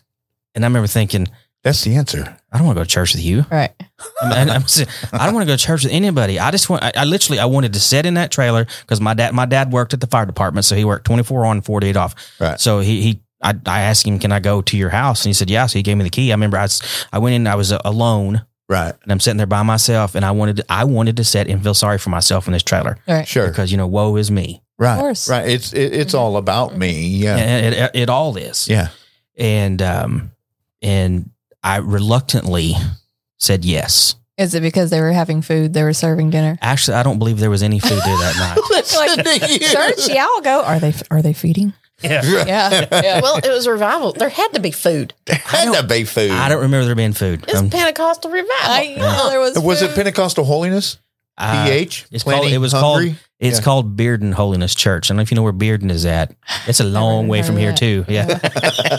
Speaker 3: And I remember thinking,
Speaker 1: That's the answer.
Speaker 3: "I don't want to go to church with you.
Speaker 2: Right.
Speaker 3: I, mean, I- I'm saying, I don't want to go to church with anybody. I just want, I, I literally, I wanted to sit in that trailer because my dad, my dad worked at the fire department. So he worked 24 on, 48 off.
Speaker 1: Right.
Speaker 3: So he, he, I, I asked him, can I go to your house? And he said, yeah. So he gave me the key. I remember I, s- I went in, I was uh, alone
Speaker 1: Right.
Speaker 3: and I'm sitting there by myself and I wanted to, I wanted to sit and feel sorry for myself in this trailer
Speaker 2: Right.
Speaker 1: Sure.
Speaker 3: because you know, woe is me.
Speaker 1: Right.
Speaker 2: Of course.
Speaker 1: Right. It's it, it's all about me. Yeah.
Speaker 3: And It, it, it all is.
Speaker 1: Yeah.
Speaker 3: And, um, and I reluctantly said yes.
Speaker 2: Is it because they were having food? They were serving dinner.
Speaker 3: Actually, I don't believe there was any food there that night.
Speaker 2: Listen
Speaker 1: to you.
Speaker 2: Church, yeah, I'll go. Are they are they feeding? Yeah. yeah.
Speaker 4: Well, it was revival. There had to be food.
Speaker 1: Had to be food.
Speaker 3: I don't remember there being food.
Speaker 4: It's
Speaker 3: Um,
Speaker 4: Pentecostal revival.
Speaker 2: I know there was.
Speaker 1: Was it
Speaker 2: food.
Speaker 1: Pentecostal holiness?
Speaker 3: uh,
Speaker 1: PH.
Speaker 3: it's called- it was
Speaker 1: hungry?
Speaker 3: called- It's
Speaker 1: Yeah.
Speaker 3: called Bearden Holiness Church. I don't know if you know where Bearden is at. It's a long
Speaker 2: even
Speaker 3: way
Speaker 2: heard
Speaker 3: from
Speaker 2: of
Speaker 3: here
Speaker 2: that.
Speaker 3: too. Yeah.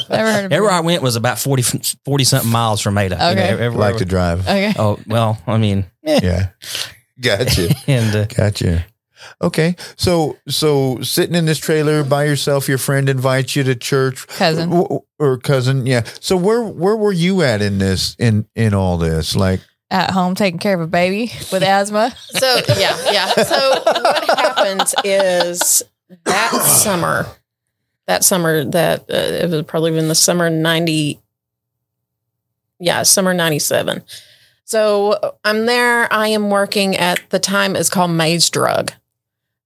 Speaker 2: Never heard of it.
Speaker 3: everywhere I went was about 40, 40 something miles from Ada. You know,
Speaker 2: Okay.
Speaker 3: everywhere-
Speaker 1: like to drive.
Speaker 2: Okay.
Speaker 3: oh, well, I mean,
Speaker 1: yeah. Gotcha.
Speaker 3: and uh,
Speaker 1: Gotcha. Okay. So so sitting in this trailer by yourself, your friend invites you to church.
Speaker 2: Cousin.
Speaker 1: W- w- Or cousin, yeah. So where where were you at in this in in all this? Like
Speaker 2: At home taking care of a baby with asthma.
Speaker 4: So yeah, yeah. So what happens is that summer, that summer that uh, it was probably been the summer 90, yeah, summer 97. So I'm there. I am working at the time it's called Maze Drug.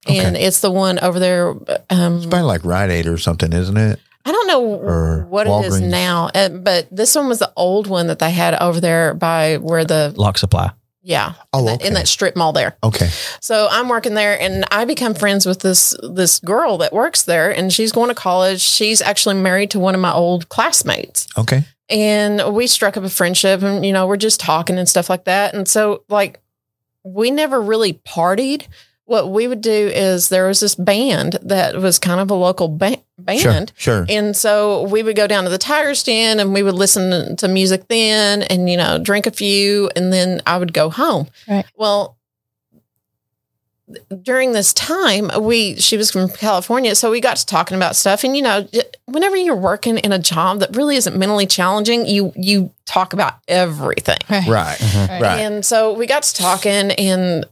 Speaker 4: And it's the one over there. Um,
Speaker 1: It's by like Rite Aid or something, isn't it?
Speaker 4: I don't know
Speaker 1: Or
Speaker 4: what it is
Speaker 1: Walgreens.
Speaker 4: now, uh, but this one was the old one that they had over there by where the
Speaker 3: Lock supply.
Speaker 4: yeah
Speaker 1: Oh,
Speaker 4: the-
Speaker 1: okay.
Speaker 4: in that strip mall there.
Speaker 1: okay.
Speaker 4: So I'm working there, and I become friends with this this girl that works there, and she's going to college. She's actually married to one of my old classmates
Speaker 1: Okay.
Speaker 4: and we struck up a friendship and you know we're just talking and stuff like that and so like we never really partied what we would do is there was this band that was kind of a local ba- band
Speaker 1: Sure. Sure.
Speaker 4: and so we would go down to the tire stand and we would listen to music then and, you know, drink a few and then I would go home.
Speaker 2: Right.
Speaker 4: Well, during this time, we, she was from California. So we got to talking about stuff. And, you know, j- whenever you're working in a job that really isn't mentally challenging, you, you talk about everything.
Speaker 1: right. Right.
Speaker 4: And so we got to talking and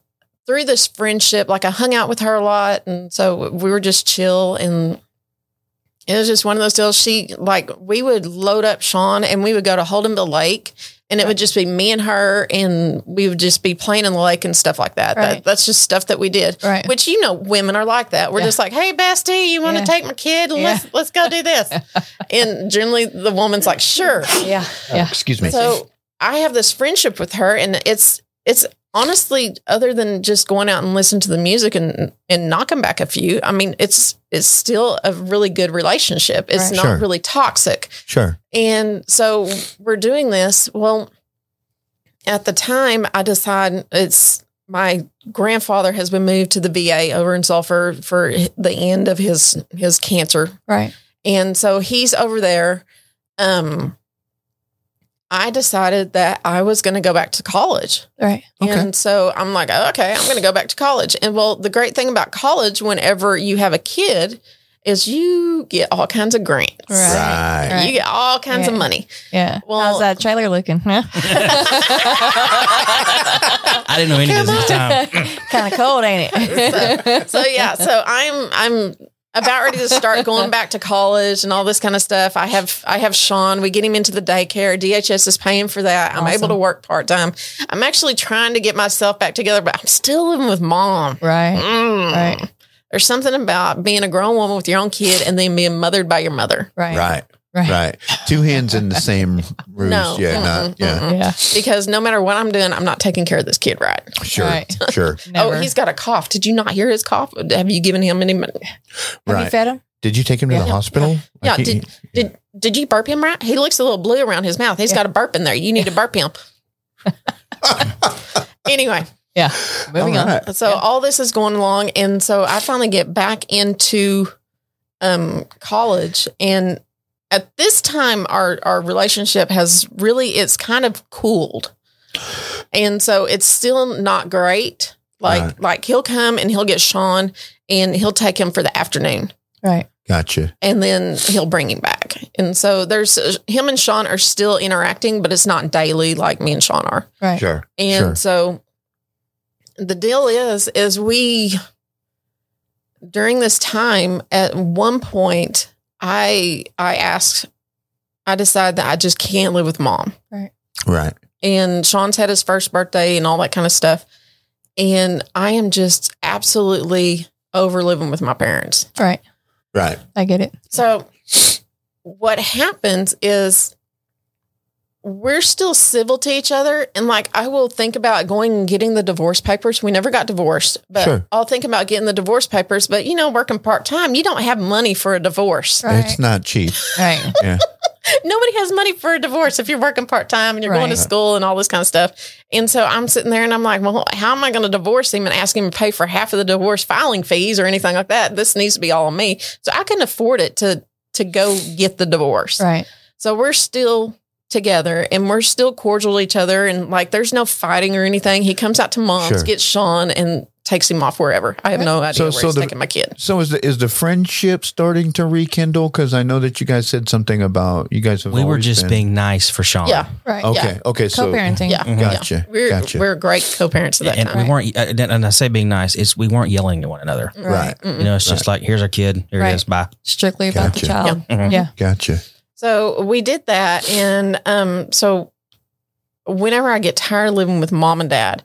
Speaker 4: through this friendship, like I hung out with her a lot. And so we were just chill. And it was just one of those deals. She, like, we would load up Sean and we would go to Holdenville Lake and it would just be me and her. And we would just be playing in the lake and stuff like that.
Speaker 2: Right.
Speaker 4: that that's just stuff that we did.
Speaker 2: Right.
Speaker 4: Which you know, women are like that. We're
Speaker 2: Yeah.
Speaker 4: just like, "Hey, bestie, you want to
Speaker 2: Yeah.
Speaker 4: take my kid? And Let's let's go do this." and generally, the woman's like, "Sure."
Speaker 2: Yeah. Yeah.
Speaker 1: Excuse me.
Speaker 4: So I have this friendship with her, and it's it's honestly other than just going out and listening to the music and and knocking back a few. I mean, it's it's still a really good relationship. It's
Speaker 2: Right.
Speaker 4: not
Speaker 1: Sure.
Speaker 4: really toxic,
Speaker 1: sure.
Speaker 4: and so we're doing this. Well, at the time, I decide it's my grandfather has been moved to the VA over in Sulphur for the end of his his cancer
Speaker 2: Right.
Speaker 4: and so he's over there. Um, I decided that I was going to go back to college.
Speaker 2: Right.
Speaker 1: Okay.
Speaker 4: And so I'm like, "Oh, okay, I'm going to go back to college. And well, the great thing about college, whenever you have a kid, is you get all kinds of grants.
Speaker 1: Right.
Speaker 2: Right.
Speaker 4: You get all kinds of
Speaker 2: Yeah.
Speaker 4: money.
Speaker 2: Yeah.
Speaker 4: Well-
Speaker 2: How's that trailer looking? Huh?
Speaker 3: I didn't know any of this at the time.
Speaker 2: kind of cold, ain't it?
Speaker 4: So yeah, so I'm I'm about ready to start going back to college and all this kind of stuff. I have I have Sean. We get him into the daycare. DHS is paying for that. I'm able
Speaker 2: Awesome.
Speaker 4: to work part time. I'm actually trying to get myself back together, but I'm still living with mom.
Speaker 2: right.
Speaker 4: Mm.
Speaker 2: Right.
Speaker 4: There's something about being a grown woman with your own kid and then being mothered by your mother.
Speaker 2: Right.
Speaker 1: Right.
Speaker 2: Right.
Speaker 1: Right. Two hens in the same roost.
Speaker 4: No.
Speaker 1: Yeah.
Speaker 4: Mm-mm,
Speaker 1: Not, yeah.
Speaker 4: mm-mm.
Speaker 2: Yeah.
Speaker 4: Because no matter what I'm doing, I'm not taking care of this kid right.
Speaker 1: Sure.
Speaker 2: Right.
Speaker 1: Sure.
Speaker 2: Never.
Speaker 4: Oh, he's got a cough. Did you not hear his cough? Have you given him any money?
Speaker 2: Have you
Speaker 1: Right.
Speaker 2: fed him?
Speaker 1: Did you take him to the
Speaker 2: Yeah.
Speaker 1: hospital?
Speaker 4: Yeah,
Speaker 1: Like, he-
Speaker 4: did did did you burp him right? He looks a little blue around his mouth. He's
Speaker 2: Yeah.
Speaker 4: got a burp in there. You need to burp him. anyway,
Speaker 2: Yeah.
Speaker 1: all
Speaker 2: Moving on.
Speaker 1: right.
Speaker 4: so all this is going along, and so I finally get back into um, college, and at this time, our our relationship has really it's kind of cooled, and so it's still not great. Like
Speaker 1: Right.
Speaker 4: like he'll come and he'll get Sean, and he'll take him for the afternoon
Speaker 2: Right.
Speaker 1: Gotcha.
Speaker 4: and then he'll bring him back. And so there's him and Sean are still interacting, but it's not daily like me and Sean are.
Speaker 2: Right.
Speaker 1: Sure.
Speaker 4: And
Speaker 1: Sure.
Speaker 4: so the deal is is we during this time at one point I I asked I decide that I just can't live with mom.
Speaker 1: Right.
Speaker 4: And Sean's had his first birthday and all that kind of stuff. And I am just absolutely over living with my parents.
Speaker 2: Right.
Speaker 1: Right.
Speaker 2: I get it.
Speaker 4: So what happens is we're still civil to each other and like I will think about going and getting the divorce papers. We never got divorced, but
Speaker 1: Sure.
Speaker 4: I'll think about getting the divorce papers, but you know working part-time, you don't have money for a divorce.
Speaker 2: Right.
Speaker 1: It's not cheap.
Speaker 2: Right.
Speaker 1: Yeah.
Speaker 4: Nobody has money for a divorce if you're working part-time and you're going to
Speaker 2: Right.
Speaker 4: school and all this kind of stuff. And so I'm sitting there and I'm like, "Well, how am I going to divorce him and ask him to pay for half of the divorce filing fees or anything like that? This needs to be all on me." So I couldn't afford it to to go get the divorce.
Speaker 2: Right.
Speaker 4: So we're still together and we're still cordial to each other. And like, there's no fighting or anything. He comes out to mom's,
Speaker 1: Sure.
Speaker 4: gets Sean, and takes him off wherever. I have no idea
Speaker 1: So-
Speaker 4: where
Speaker 1: so
Speaker 4: he's
Speaker 1: the-
Speaker 4: taking my kid.
Speaker 1: So is the is the friendship starting to rekindle? Because I know that you guys said something about you guys have.
Speaker 3: We were
Speaker 1: always
Speaker 3: just
Speaker 1: been-
Speaker 3: being nice for Sean. Mm-hmm.
Speaker 4: Yeah,
Speaker 2: Right.
Speaker 1: okay. Okay, Oh, so
Speaker 2: Co-parenting.
Speaker 4: yeah, yeah.
Speaker 1: Gotcha,
Speaker 4: We're
Speaker 1: gotcha.
Speaker 4: we're great co-parents at that
Speaker 3: And
Speaker 4: time.
Speaker 3: we weren't, uh, and and I say being nice, it's we weren't yelling at one another.
Speaker 1: right.
Speaker 4: Mm-mm.
Speaker 3: You know, it's just like, here's our kid, here
Speaker 2: Mm-hmm. Right.
Speaker 3: it is, bye.
Speaker 2: Strictly about
Speaker 1: Gotcha. Mm-hmm.
Speaker 2: the child.
Speaker 3: Mhm.
Speaker 2: Yeah.
Speaker 1: Gotcha.
Speaker 4: So we did that, and um, so whenever I get tired of living with mom and dad,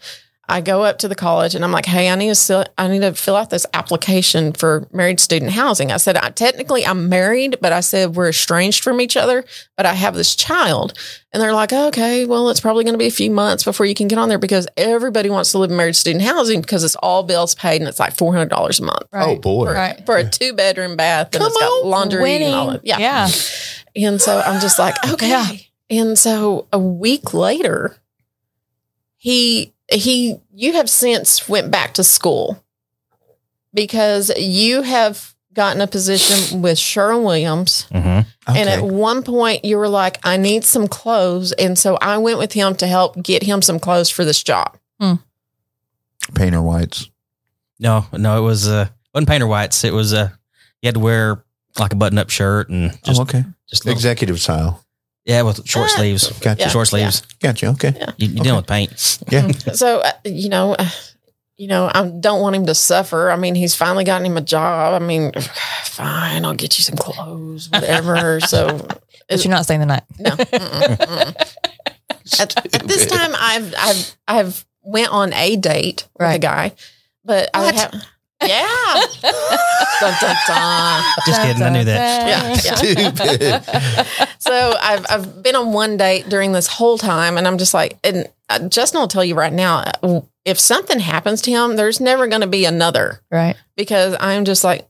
Speaker 4: I go up to the college and I'm like, "Hey, I need to fill, I need to fill out this application for married student housing." I said, "I technically I'm married, but I said we're estranged from each other, but I have this child." And they're like, "Okay, well, it's probably going to be a few months before you can get on there because everybody wants to live in married student housing because it's all bills paid and it's like four hundred dollars a month."
Speaker 2: Right.
Speaker 1: Oh boy.
Speaker 2: Right.
Speaker 4: For a two bedroom bath, and
Speaker 2: Come
Speaker 4: it's got laundry and all of,
Speaker 2: Yeah.
Speaker 4: and so I'm just like, okay.
Speaker 2: Yeah.
Speaker 4: And so a week later, he he you have since went back to school because you have gotten a position with Cheryl Williams.
Speaker 3: Mhm.
Speaker 4: And at one point you were like, I need some clothes. And so I went with him to help get him some clothes for this job.
Speaker 1: Painter whites. Oh,
Speaker 3: No, no, it was, uh, wasn't Painter White's. It was, uh, you had to wear like a button up shirt and just,
Speaker 1: oh, okay.
Speaker 3: just little-
Speaker 1: Executive style.
Speaker 3: yeah, with short
Speaker 4: Ah.
Speaker 3: sleeves.
Speaker 1: Gotcha.
Speaker 4: Yeah.
Speaker 3: Short sleeves.
Speaker 1: Gotcha. Okay.
Speaker 3: You, you're dealing with paint.
Speaker 4: so uh, you know uh, you know i don't want him to suffer i mean he's finally gotten him a job i mean fine i'll get you some clothes whatever so
Speaker 2: But you're not staying the night.
Speaker 4: no mm-mm, mm-mm. at, at this time i've i've i've went on a date with a
Speaker 2: Right.
Speaker 4: guy but i would have yeah Dun, dun, dun.
Speaker 3: Just kidding. I knew that.
Speaker 4: Yeah, yeah.
Speaker 1: Stupid.
Speaker 4: so I've I've been on one date during this whole time, and I'm just like, and uh, Justin will tell you right now, uh, if something happens to him, there's never going to be another
Speaker 2: Right.
Speaker 4: because I'm just like.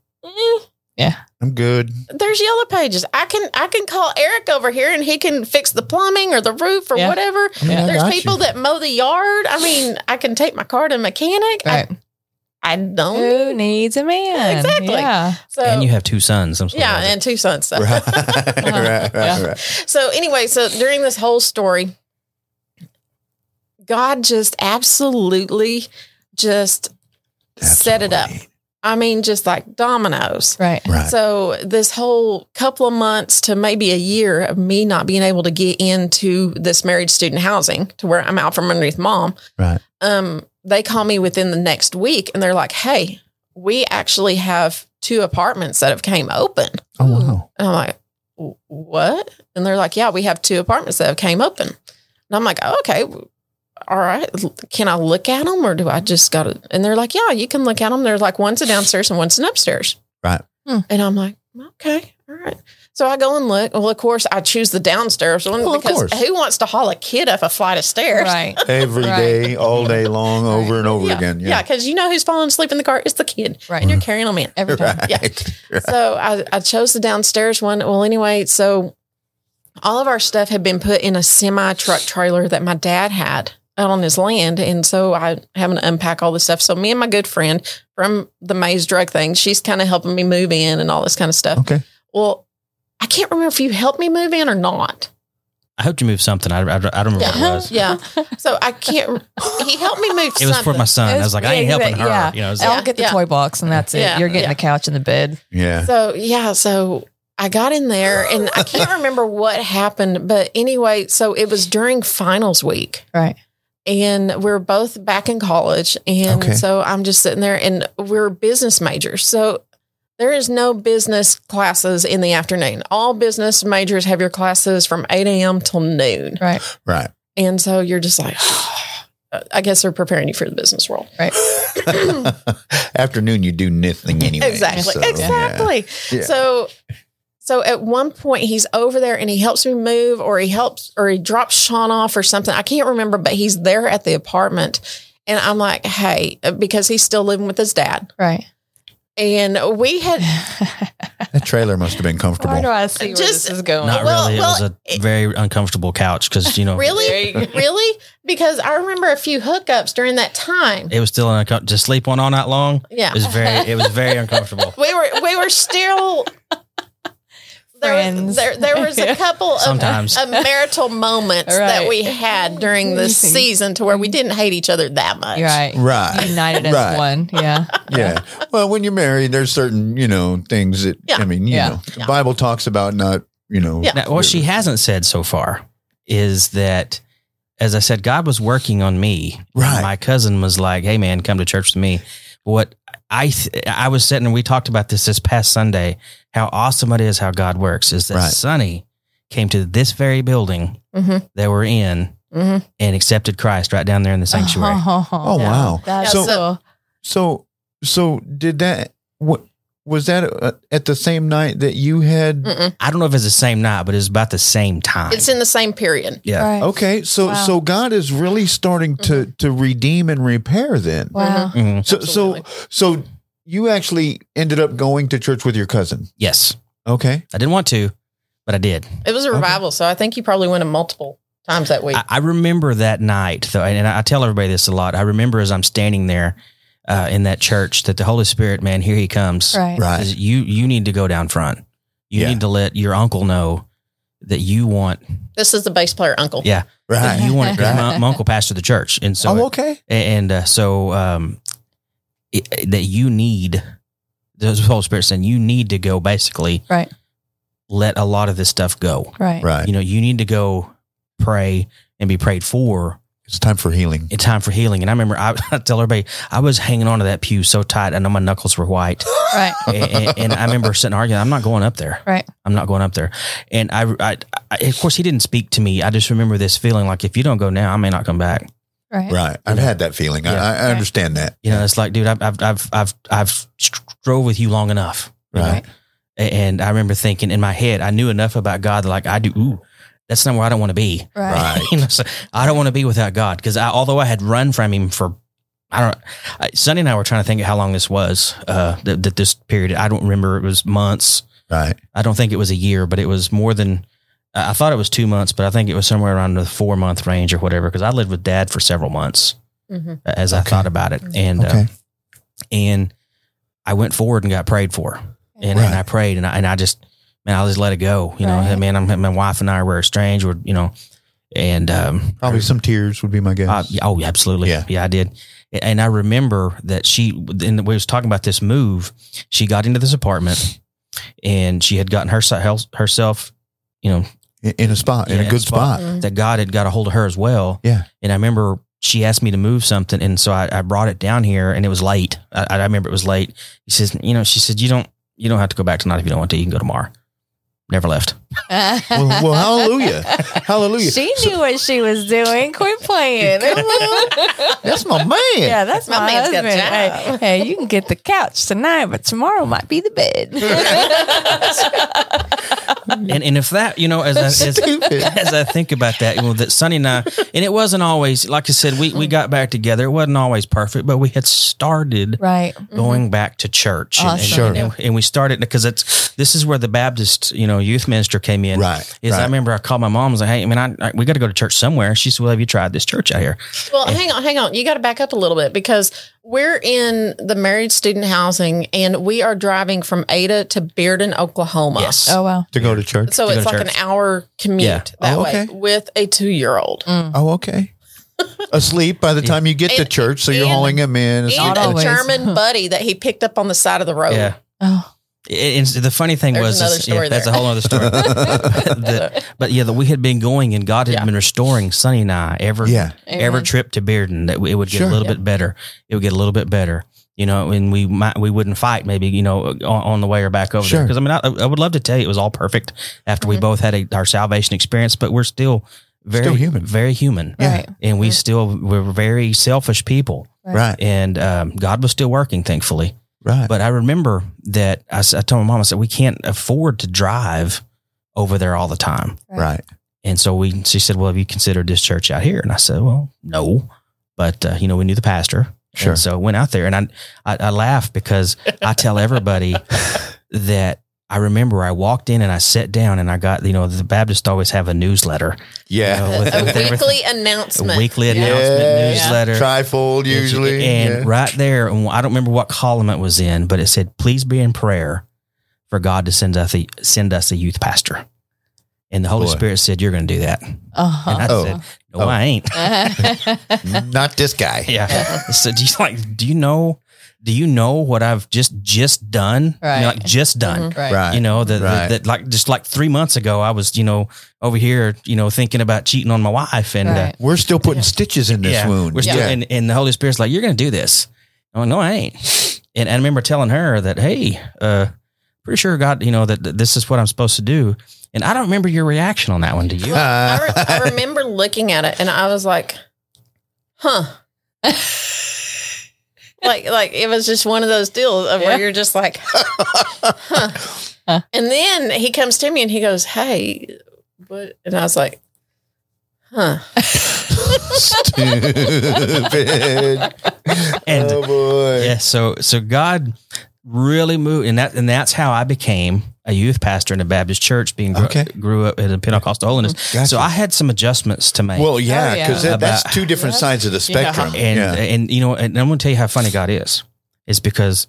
Speaker 4: eh,
Speaker 1: I'm good.
Speaker 4: There's yellow pages. I can I can call Eric over here and he can fix the plumbing or the roof or
Speaker 2: Yeah.
Speaker 4: whatever.
Speaker 1: I mean, I
Speaker 4: There's
Speaker 1: got
Speaker 4: people
Speaker 1: you.
Speaker 4: that mow the yard. I mean, I can take my car to a mechanic.
Speaker 2: Right.
Speaker 4: I, I don't.
Speaker 2: Who needs a man?
Speaker 4: Exactly.
Speaker 2: Yeah.
Speaker 4: So
Speaker 3: and you have two sons. I'm sorry.
Speaker 4: yeah, and two sons. So.
Speaker 1: Right,
Speaker 4: Uh-huh.
Speaker 1: right, right,
Speaker 2: Yeah.
Speaker 1: right.
Speaker 4: So anyway, so during this whole story, God just absolutely just
Speaker 1: That's
Speaker 4: set it
Speaker 1: what
Speaker 4: up.
Speaker 1: I need.
Speaker 4: I mean, just like dominoes.
Speaker 2: Right.
Speaker 1: Right.
Speaker 4: So this whole couple of months to maybe a year of me not being able to get into this married student housing to where I'm out from underneath mom.
Speaker 1: Right.
Speaker 4: Um, they call me within the next week and they're like, Hey, we actually have two apartments that have came open.
Speaker 1: oh wow.
Speaker 4: And I'm like, "Wh- what? And they're like, yeah, we have two apartments that have came open. And I'm like, oh, okay, w- all right. L- Can I look at them or do I just got to? And they're like, yeah, you can look at them. They're like, one's a downstairs and one's an upstairs.
Speaker 1: Right.
Speaker 2: Hmm.
Speaker 4: And I'm like, okay, all right. So I go and look. Well, of course, I choose the downstairs one
Speaker 1: Well, of
Speaker 4: because
Speaker 1: course.
Speaker 4: who wants to haul a kid up a flight of stairs?
Speaker 2: Right.
Speaker 1: Every
Speaker 2: Right.
Speaker 1: day, all day long,
Speaker 2: Right.
Speaker 1: over and over
Speaker 4: Yeah.
Speaker 1: again.
Speaker 4: Yeah,
Speaker 1: Yeah. Mm-hmm.
Speaker 4: because you know who's falling asleep in the car? It's the kid.
Speaker 2: Right.
Speaker 4: And you're carrying them in.
Speaker 2: Every time.
Speaker 1: Right.
Speaker 4: Yeah. so I, I chose the downstairs one. Well, anyway, so all of our stuff had been put in a semi truck trailer that my dad had out on his land. And so I having to unpack all this stuff. So me and my good friend from the maze drug thing, she's kind of helping me move in and all this kind of stuff.
Speaker 1: Okay.
Speaker 4: Well, I can't remember if you helped me move in or not.
Speaker 3: I hope you moved something. I, I, I don't remember what it
Speaker 4: Yeah.
Speaker 3: was.
Speaker 4: Yeah. So I can't, he helped me move
Speaker 3: It was for my son. I was like, I ain't helping her.
Speaker 2: Yeah.
Speaker 3: You know, it was-
Speaker 4: Yeah.
Speaker 2: I'll get the toy box and that's it.
Speaker 4: Yeah.
Speaker 2: You're getting
Speaker 4: Yeah.
Speaker 2: the couch and the bed.
Speaker 1: Yeah.
Speaker 4: So yeah, so I got in there and I can't remember what happened, but anyway, so it was during finals week
Speaker 2: Right.
Speaker 4: and we're both back in college and
Speaker 1: Okay.
Speaker 4: so I'm just sitting there and we're business majors. So there is no business classes in the afternoon. All business majors have your classes from 8 a.m. till noon.
Speaker 2: Right.
Speaker 1: Right.
Speaker 4: And so you're just like, I guess they're preparing you for the business world.
Speaker 1: Afternoon, you do nothing anyway.
Speaker 4: Exactly.
Speaker 1: so, yeah.
Speaker 4: exactly.
Speaker 1: Yeah.
Speaker 4: So so at one point he's over there and he helps me move or he helps or he drops Sean off or something. I can't remember, but he's there at the apartment and I'm like, "Hey, because he's still living with his dad."
Speaker 2: Right.
Speaker 4: And we had
Speaker 1: That trailer must have been
Speaker 2: Where do
Speaker 1: comfortable.
Speaker 2: I see where
Speaker 4: Just-
Speaker 2: this is going?
Speaker 3: Not
Speaker 4: Oh, Well,
Speaker 3: really.
Speaker 4: well,
Speaker 3: it was uh, a very uncomfortable couch because you know
Speaker 4: really really because I remember a few hookups during that time.
Speaker 3: it was still uncomfortable to sleep one all night long.
Speaker 4: Yeah.
Speaker 3: It was very it was very uncomfortable.
Speaker 4: We were we were still there
Speaker 2: friends.
Speaker 4: was, there, there was a couple of,
Speaker 3: Sometimes.
Speaker 4: of marital moments that
Speaker 2: Right.
Speaker 4: we had during this
Speaker 2: Amazing.
Speaker 4: season to where we didn't hate each other that much.
Speaker 2: You're right.
Speaker 1: Right.
Speaker 2: United as
Speaker 1: Right.
Speaker 2: one. Yeah.
Speaker 1: Yeah. Well, when you're married, there's certain, you know, things that, I
Speaker 4: Yeah.
Speaker 1: mean, you
Speaker 2: Yeah.
Speaker 1: know, the
Speaker 4: Yeah.
Speaker 1: Bible talks about not, you know.
Speaker 4: Yeah.
Speaker 3: Now, what she hasn't said so far is that, as I said, God was working on me.
Speaker 1: Right.
Speaker 3: My cousin was like, "Hey, man, come to church with me." What I th- I was sitting and we talked about this this past Sunday. How awesome it is how God works is that
Speaker 1: Right.
Speaker 3: Sonny came to this very building
Speaker 4: Mm-hmm.
Speaker 3: that we're in
Speaker 4: Mm-hmm. Uh-huh.
Speaker 3: and accepted Christ right down there in the sanctuary.
Speaker 2: Oh,
Speaker 1: Oh, wow.
Speaker 2: That's
Speaker 1: So-
Speaker 2: so,
Speaker 1: So, so did that, what, was that uh, at the same night that you had?
Speaker 4: Mm-mm.
Speaker 3: I don't know if it's the same night, but it's about the same time.
Speaker 4: It's in the same period.
Speaker 3: yeah.
Speaker 2: right.
Speaker 1: Okay. So,
Speaker 2: Wow.
Speaker 1: so God is really starting
Speaker 4: Mm-hmm.
Speaker 1: to, to redeem and repair then.
Speaker 2: Wow.
Speaker 3: Mhm.
Speaker 1: So, so, so you actually ended up going to church with your cousin.
Speaker 3: Yes,
Speaker 1: Okay.
Speaker 3: I didn't want to, but I did.
Speaker 4: It was a revival, so I think you probably went to multiple times that week.
Speaker 3: I, I remember that night, though, and I tell everybody this a lot. I remember as I'm standing there uh, in that church that the Holy Spirit, man, here he comes.
Speaker 2: Right.
Speaker 1: Right.
Speaker 3: Says, You you need to go down front. You
Speaker 1: Yeah.
Speaker 3: need to let your uncle know that you want
Speaker 4: this is the bass player uncle.
Speaker 3: Yeah. that
Speaker 1: Right.
Speaker 3: you want because my,
Speaker 2: Right.
Speaker 3: my uncle pastored the church, and so
Speaker 1: oh, okay.
Speaker 3: and uh, so um, it, that you need the Holy Spirit saying you need to go basically
Speaker 2: Right.
Speaker 3: let a lot of this stuff go.
Speaker 2: Right.
Speaker 1: Right.
Speaker 3: You know, you need to go pray and be prayed for
Speaker 1: It's time for healing.
Speaker 3: in time for healing. And I remember I, I tell everybody I was hanging onto that pew so tight. I know my knuckles were white,
Speaker 2: Right.
Speaker 3: and, and- and I remember sitting arguing. I'm not going up there.
Speaker 2: Right.
Speaker 3: I'm not going up there. And I, I, I, of course, he didn't speak to me. I just remember this feeling like if you don't go now, I may not come back.
Speaker 2: Right.
Speaker 1: Right. I've had that feeling.
Speaker 3: Yeah.
Speaker 1: I, I understand that.
Speaker 3: You know, it's like, dude, I've, I've, I've, I've, I've drove with you long enough.
Speaker 1: Right.
Speaker 3: A- And I remember thinking in my head, I knew enough about God. Like I do. Ooh, that's not where I don't want to be.
Speaker 2: Right.
Speaker 1: Right.
Speaker 3: you know, so I don't want to be without God because I, although I had run from Him for, I don't. I, Sonny and I were trying to think of how long this was. Uh, that, that this period, I don't remember. It was months.
Speaker 1: Right.
Speaker 3: I don't think it was a year, but it was more than. I I thought it was two months, but I think it was somewhere around the four month range or whatever. Because I lived with Dad for several months
Speaker 4: Mm-hmm.
Speaker 3: uh, as I
Speaker 1: Okay.
Speaker 3: thought about it, and uh,
Speaker 1: Okay.
Speaker 3: and I went forward and got prayed for, and,
Speaker 1: Right.
Speaker 3: and I prayed, and I and I just man, I just let it go. You know,
Speaker 2: Right.
Speaker 3: man, I'm, my wife and I were estranged, or you know, and um,
Speaker 1: Probably some tears would be my guess.
Speaker 3: uh, yeah, oh, yeah, absolutely.
Speaker 1: Yeah.
Speaker 3: Yeah. I did. And I remember that she, and we was talking about this move. She got into this apartment and she had gotten herself, herself, you know,
Speaker 1: in, in a spot, in
Speaker 3: Yeah,
Speaker 1: a good spot.
Speaker 3: spot. that God had got a hold of her as well.
Speaker 1: Yeah.
Speaker 3: And I remember she asked me to move something. And so I, I brought it down here and it was late. I, I remember it was late. He says, you know, she said, you don't, you don't have to go back tonight if you don't want to. You can go tomorrow. Never left.
Speaker 1: Well, well, hallelujah. Hallelujah.
Speaker 2: She knew what she was doing. Quit playing.
Speaker 1: That's my man.
Speaker 2: yeah, that's
Speaker 4: My
Speaker 2: my,
Speaker 4: man's got
Speaker 2: husband.
Speaker 4: a
Speaker 2: Hey,
Speaker 4: job.
Speaker 2: hey, you can get the couch tonight, but tomorrow might be the bed.
Speaker 3: And, and if that, you know, as, I, as,
Speaker 1: Stupid.
Speaker 3: as I think about that, you know, that Sonny and I, and it wasn't always, like I said, we, we got back together. It wasn't always perfect, but we had started
Speaker 2: right.
Speaker 3: going back to church. And- And,
Speaker 2: Awesome.
Speaker 3: and, and we started because it's, this is where the Baptist, you know, youth minister came in.
Speaker 1: Right.
Speaker 3: Is I
Speaker 1: right.
Speaker 3: remember I called my mom and was like, hey, man, I, I, we got to go to church somewhere. She said, well, have you tried this church out here?
Speaker 4: Well, hang on, hang on. You got to back up a little bit because we're in the married student housing and we are driving from Ada to Bearden, Oklahoma.
Speaker 3: Yes.
Speaker 2: Oh wow.
Speaker 1: to go to church.
Speaker 4: So
Speaker 3: To go
Speaker 4: it's
Speaker 3: to
Speaker 4: like an
Speaker 3: church.
Speaker 4: hour commute
Speaker 3: Yeah.
Speaker 4: that
Speaker 1: Oh, okay.
Speaker 4: way with a two year old.
Speaker 2: Mm.
Speaker 1: Oh, okay. Asleep by the time you get to
Speaker 4: And-
Speaker 1: church, so you're
Speaker 4: and-
Speaker 1: hauling him in. It's
Speaker 4: And
Speaker 2: Not
Speaker 1: all-
Speaker 4: a
Speaker 2: always.
Speaker 4: German buddy that he picked up on the side of the road.
Speaker 3: Yeah.
Speaker 2: Oh.
Speaker 3: And the funny thing
Speaker 4: There's
Speaker 3: was,
Speaker 4: another
Speaker 3: is-
Speaker 4: story
Speaker 3: yeah, that's a
Speaker 4: there.
Speaker 3: whole other story. That- but yeah, that we had been going and God had
Speaker 4: Yeah.
Speaker 3: been restoring Sonny and I ever,
Speaker 1: yeah.
Speaker 2: Amen.
Speaker 3: every trip to Bearden that it would get
Speaker 1: Sure.
Speaker 3: a little
Speaker 2: Yeah.
Speaker 3: bit better. It would get a little bit better, you know, and we might, we wouldn't fight maybe, you know, on, on the way or back over
Speaker 1: Sure.
Speaker 3: there. Cause I mean, I, I would love to tell you it was all perfect after
Speaker 2: Mm-hmm.
Speaker 3: we both had a, our salvation experience, but we're still very
Speaker 1: Still human.
Speaker 3: very human.
Speaker 2: Right. Mm-hmm.
Speaker 3: And we still, we're very selfish people
Speaker 1: Right.
Speaker 3: and um, God was still working, thankfully.
Speaker 1: Right.
Speaker 3: But I remember that I, s- I told my mom, I said, we can't afford to drive over there all the time.
Speaker 1: right.
Speaker 3: And so we, she said, well, have you considered this church out here? And I said, well, no, but uh, you know, we knew the pastor.
Speaker 1: Sure.
Speaker 3: And so I went out there and I, I, I laugh because I tell everybody that I remember I walked in and I sat down and I got, you know, the Baptists always have a newsletter, you
Speaker 1: Yeah.
Speaker 3: know, with-
Speaker 4: A
Speaker 3: with everything.
Speaker 4: weekly announcement.
Speaker 3: a weekly
Speaker 1: Yeah.
Speaker 3: announcement
Speaker 1: Yeah.
Speaker 3: newsletter.
Speaker 1: Trifold usually.
Speaker 3: And
Speaker 1: yeah.
Speaker 3: right there, and I don't remember what column it was in, but it said, "Please be in prayer for God to send us a, send us a youth pastor. And the Holy
Speaker 1: Boy.
Speaker 3: Spirit said, "You're going to do that." And I
Speaker 2: Uh-huh.
Speaker 1: Oh.
Speaker 3: said, "No,
Speaker 1: Oh.
Speaker 3: I ain't."
Speaker 1: Not this guy.
Speaker 3: Yeah. so do you like? Do you know? Do you know what I've just just done? You know,
Speaker 2: Right. Mm-hmm.
Speaker 3: like just done.
Speaker 2: right.
Speaker 1: Right.
Speaker 3: You know that
Speaker 1: Right.
Speaker 3: that like just like three months ago, I was you know over here you know thinking about cheating on my wife and uh,
Speaker 2: Right.
Speaker 1: We're still putting stitches in this
Speaker 3: yeah,
Speaker 1: wound.
Speaker 3: We're still, and, and the Holy Spirit's like, you're going to do this. I'm like, no, I ain't. And, I remember telling her that, hey, uh, pretty sure God, you know, that, that this is what I'm supposed to do. And I don't remember your reaction on that one. Do you?
Speaker 1: Uh,
Speaker 4: I, re- I remember looking at it and I was like, huh. like like it was just one of those deals of
Speaker 2: Yeah.
Speaker 4: where you're just like, huh. And then he comes to me and he goes, Hey, what and I was like, huh.
Speaker 1: stupid.
Speaker 3: And
Speaker 1: oh boy.
Speaker 3: yeah, so so God really moved, and that and that's how I became a youth pastor in a Baptist church, being gr-
Speaker 1: Okay.
Speaker 3: grew up in a Pentecostal holiness.
Speaker 1: Gotcha.
Speaker 3: So I had some adjustments to make.
Speaker 1: Well, yeah,
Speaker 2: Oh, yeah.
Speaker 1: because that's
Speaker 3: About-
Speaker 1: two different
Speaker 2: Yep.
Speaker 1: sides of the
Speaker 4: Yeah.
Speaker 1: spectrum.
Speaker 3: and uh, and you know, and I'm going to tell you how funny God is. Is because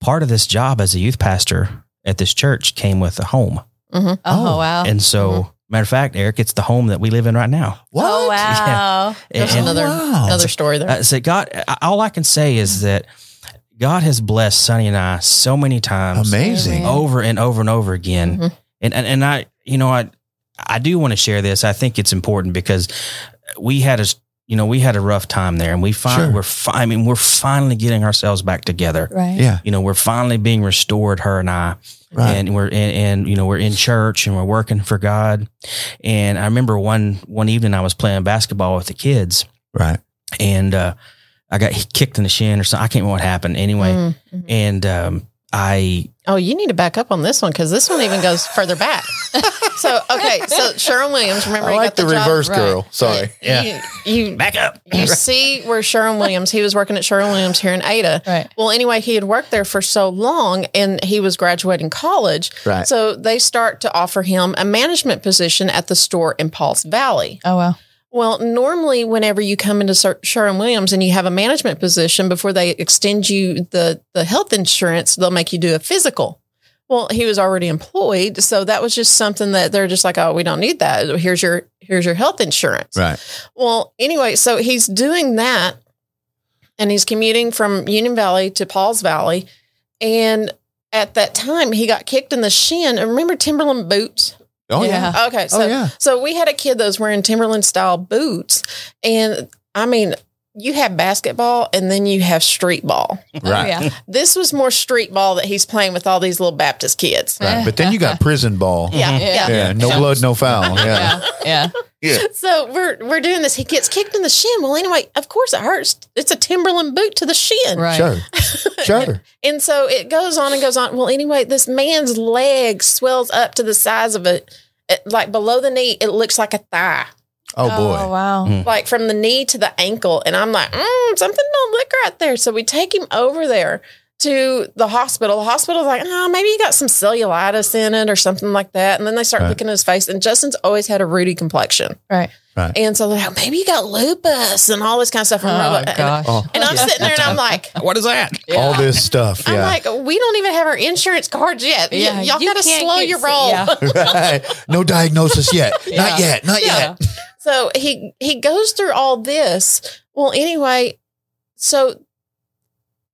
Speaker 3: part of this job as a youth pastor at this church came with a home,
Speaker 2: Oh, wow.
Speaker 3: and so
Speaker 4: Mm-hmm.
Speaker 3: matter of fact, Eric, it's the home that we live in right now.
Speaker 1: What?
Speaker 2: Oh, wow.
Speaker 4: There's
Speaker 3: And-
Speaker 4: another
Speaker 1: wow.
Speaker 4: another story there.
Speaker 3: Uh, so God, I- all I can say is that God has blessed Sonny and I so many times,
Speaker 1: Amazing.
Speaker 2: Oh,
Speaker 3: over and over and over again.
Speaker 1: Mm-hmm.
Speaker 4: Mhm.
Speaker 3: And, and and I, you know, I I do want to share this. I think it's important because we had a s- you know we had a rough time there, and we finally
Speaker 1: Sure.
Speaker 3: we're fi- I mean we're finally getting ourselves back together.
Speaker 2: Right.
Speaker 1: Yeah.
Speaker 3: You know, we're finally being restored, her and I,
Speaker 1: Right.
Speaker 3: and we're and, and you know we're in church and we're working for God. And I remember one one evening I was playing basketball with the kids,
Speaker 1: Right.
Speaker 3: and uh, I got kicked in the shin or something. I can't remember what happened anyway.
Speaker 4: Mm.
Speaker 1: Mm-hmm.
Speaker 3: And um, I
Speaker 4: Oh, you need to back up on this one because this one even goes further back. so okay, so Sharon Williams, remember
Speaker 1: I
Speaker 4: he
Speaker 1: like
Speaker 4: got
Speaker 1: the,
Speaker 4: job-
Speaker 1: reverse
Speaker 2: right.
Speaker 1: girl. Sorry.
Speaker 3: Yeah.
Speaker 4: You, you
Speaker 3: back up.
Speaker 4: you see where Sharon Williams, he was working at Sharon Williams here in Ada.
Speaker 2: Right.
Speaker 4: Well, anyway, he had worked there for so long and he was graduating college.
Speaker 1: Right.
Speaker 4: So they start to offer him a management position at the store in Pauls Valley.
Speaker 2: Oh, wow.
Speaker 4: Well, normally, whenever you come into Sir- Sharon Williams and you have a management position, before they extend you the, the health insurance, they'll make you do a physical. Well, he was already employed, so that was just something that they're just like, "Oh, we don't need that. Here's your here's your health insurance."
Speaker 1: Right.
Speaker 4: Well, anyway, so he's doing that and he's commuting from Union Valley to Paul's Valley. And at that time, he got kicked in the shin. And remember Timberland boots?
Speaker 1: Oh yeah.
Speaker 2: Yeah.
Speaker 4: Okay. So,
Speaker 1: Oh yeah.
Speaker 4: so we had a kid that was wearing Timberland style boots. And I mean, you have basketball and then you have street ball.
Speaker 2: Oh,
Speaker 1: Right.
Speaker 2: yeah.
Speaker 4: This was more street ball that he's playing with all these little Baptist kids.
Speaker 1: Right. But then you got prison ball.
Speaker 4: Yeah,
Speaker 2: Mhm.
Speaker 4: yeah.
Speaker 1: Mm-hmm. Yeah. No
Speaker 3: Yeah.
Speaker 1: blood, no foul. Yeah.
Speaker 2: Yeah. Yeah.
Speaker 4: So we're we're doing this. He gets kicked in the shin. Well, anyway, of course it hurts. It's a Timberland boot to the shin.
Speaker 2: Right.
Speaker 1: Sure. Sure.
Speaker 4: And so it goes on and goes on. Well, anyway, this man's leg swells up to the size of a, it- like below the knee, it looks like a thigh,
Speaker 1: Oh
Speaker 2: Oh,
Speaker 1: boy.
Speaker 2: wow.
Speaker 4: like from the knee to the ankle. And I'm like, mm, something don't look right there. So we take him over there to the hospital. The hospital's like, oh, maybe he got some cellulitis in it or something like that. And then they start
Speaker 1: Right.
Speaker 4: looking at his face. And Justin's always had a rooty complexion.
Speaker 2: Right.
Speaker 4: And so they're like, maybe he got lupus and all this kind of stuff. And, I'm
Speaker 2: Oh,
Speaker 4: like-
Speaker 2: gosh.
Speaker 1: Oh.
Speaker 4: and I'm sitting there and I'm like,
Speaker 3: What is that?
Speaker 1: All this stuff.
Speaker 4: I'm
Speaker 1: Yeah.
Speaker 4: like, we don't even have our insurance cards yet.
Speaker 2: Yeah,
Speaker 4: Yeah, y'all
Speaker 2: you
Speaker 4: gotta
Speaker 2: can't
Speaker 4: slow
Speaker 2: get-
Speaker 4: your roll.
Speaker 2: yeah.
Speaker 1: right. No diagnosis yet.
Speaker 2: Yeah.
Speaker 1: Not yet. Not
Speaker 4: Yeah.
Speaker 1: yet.
Speaker 4: So he he goes through all this. Well, anyway, so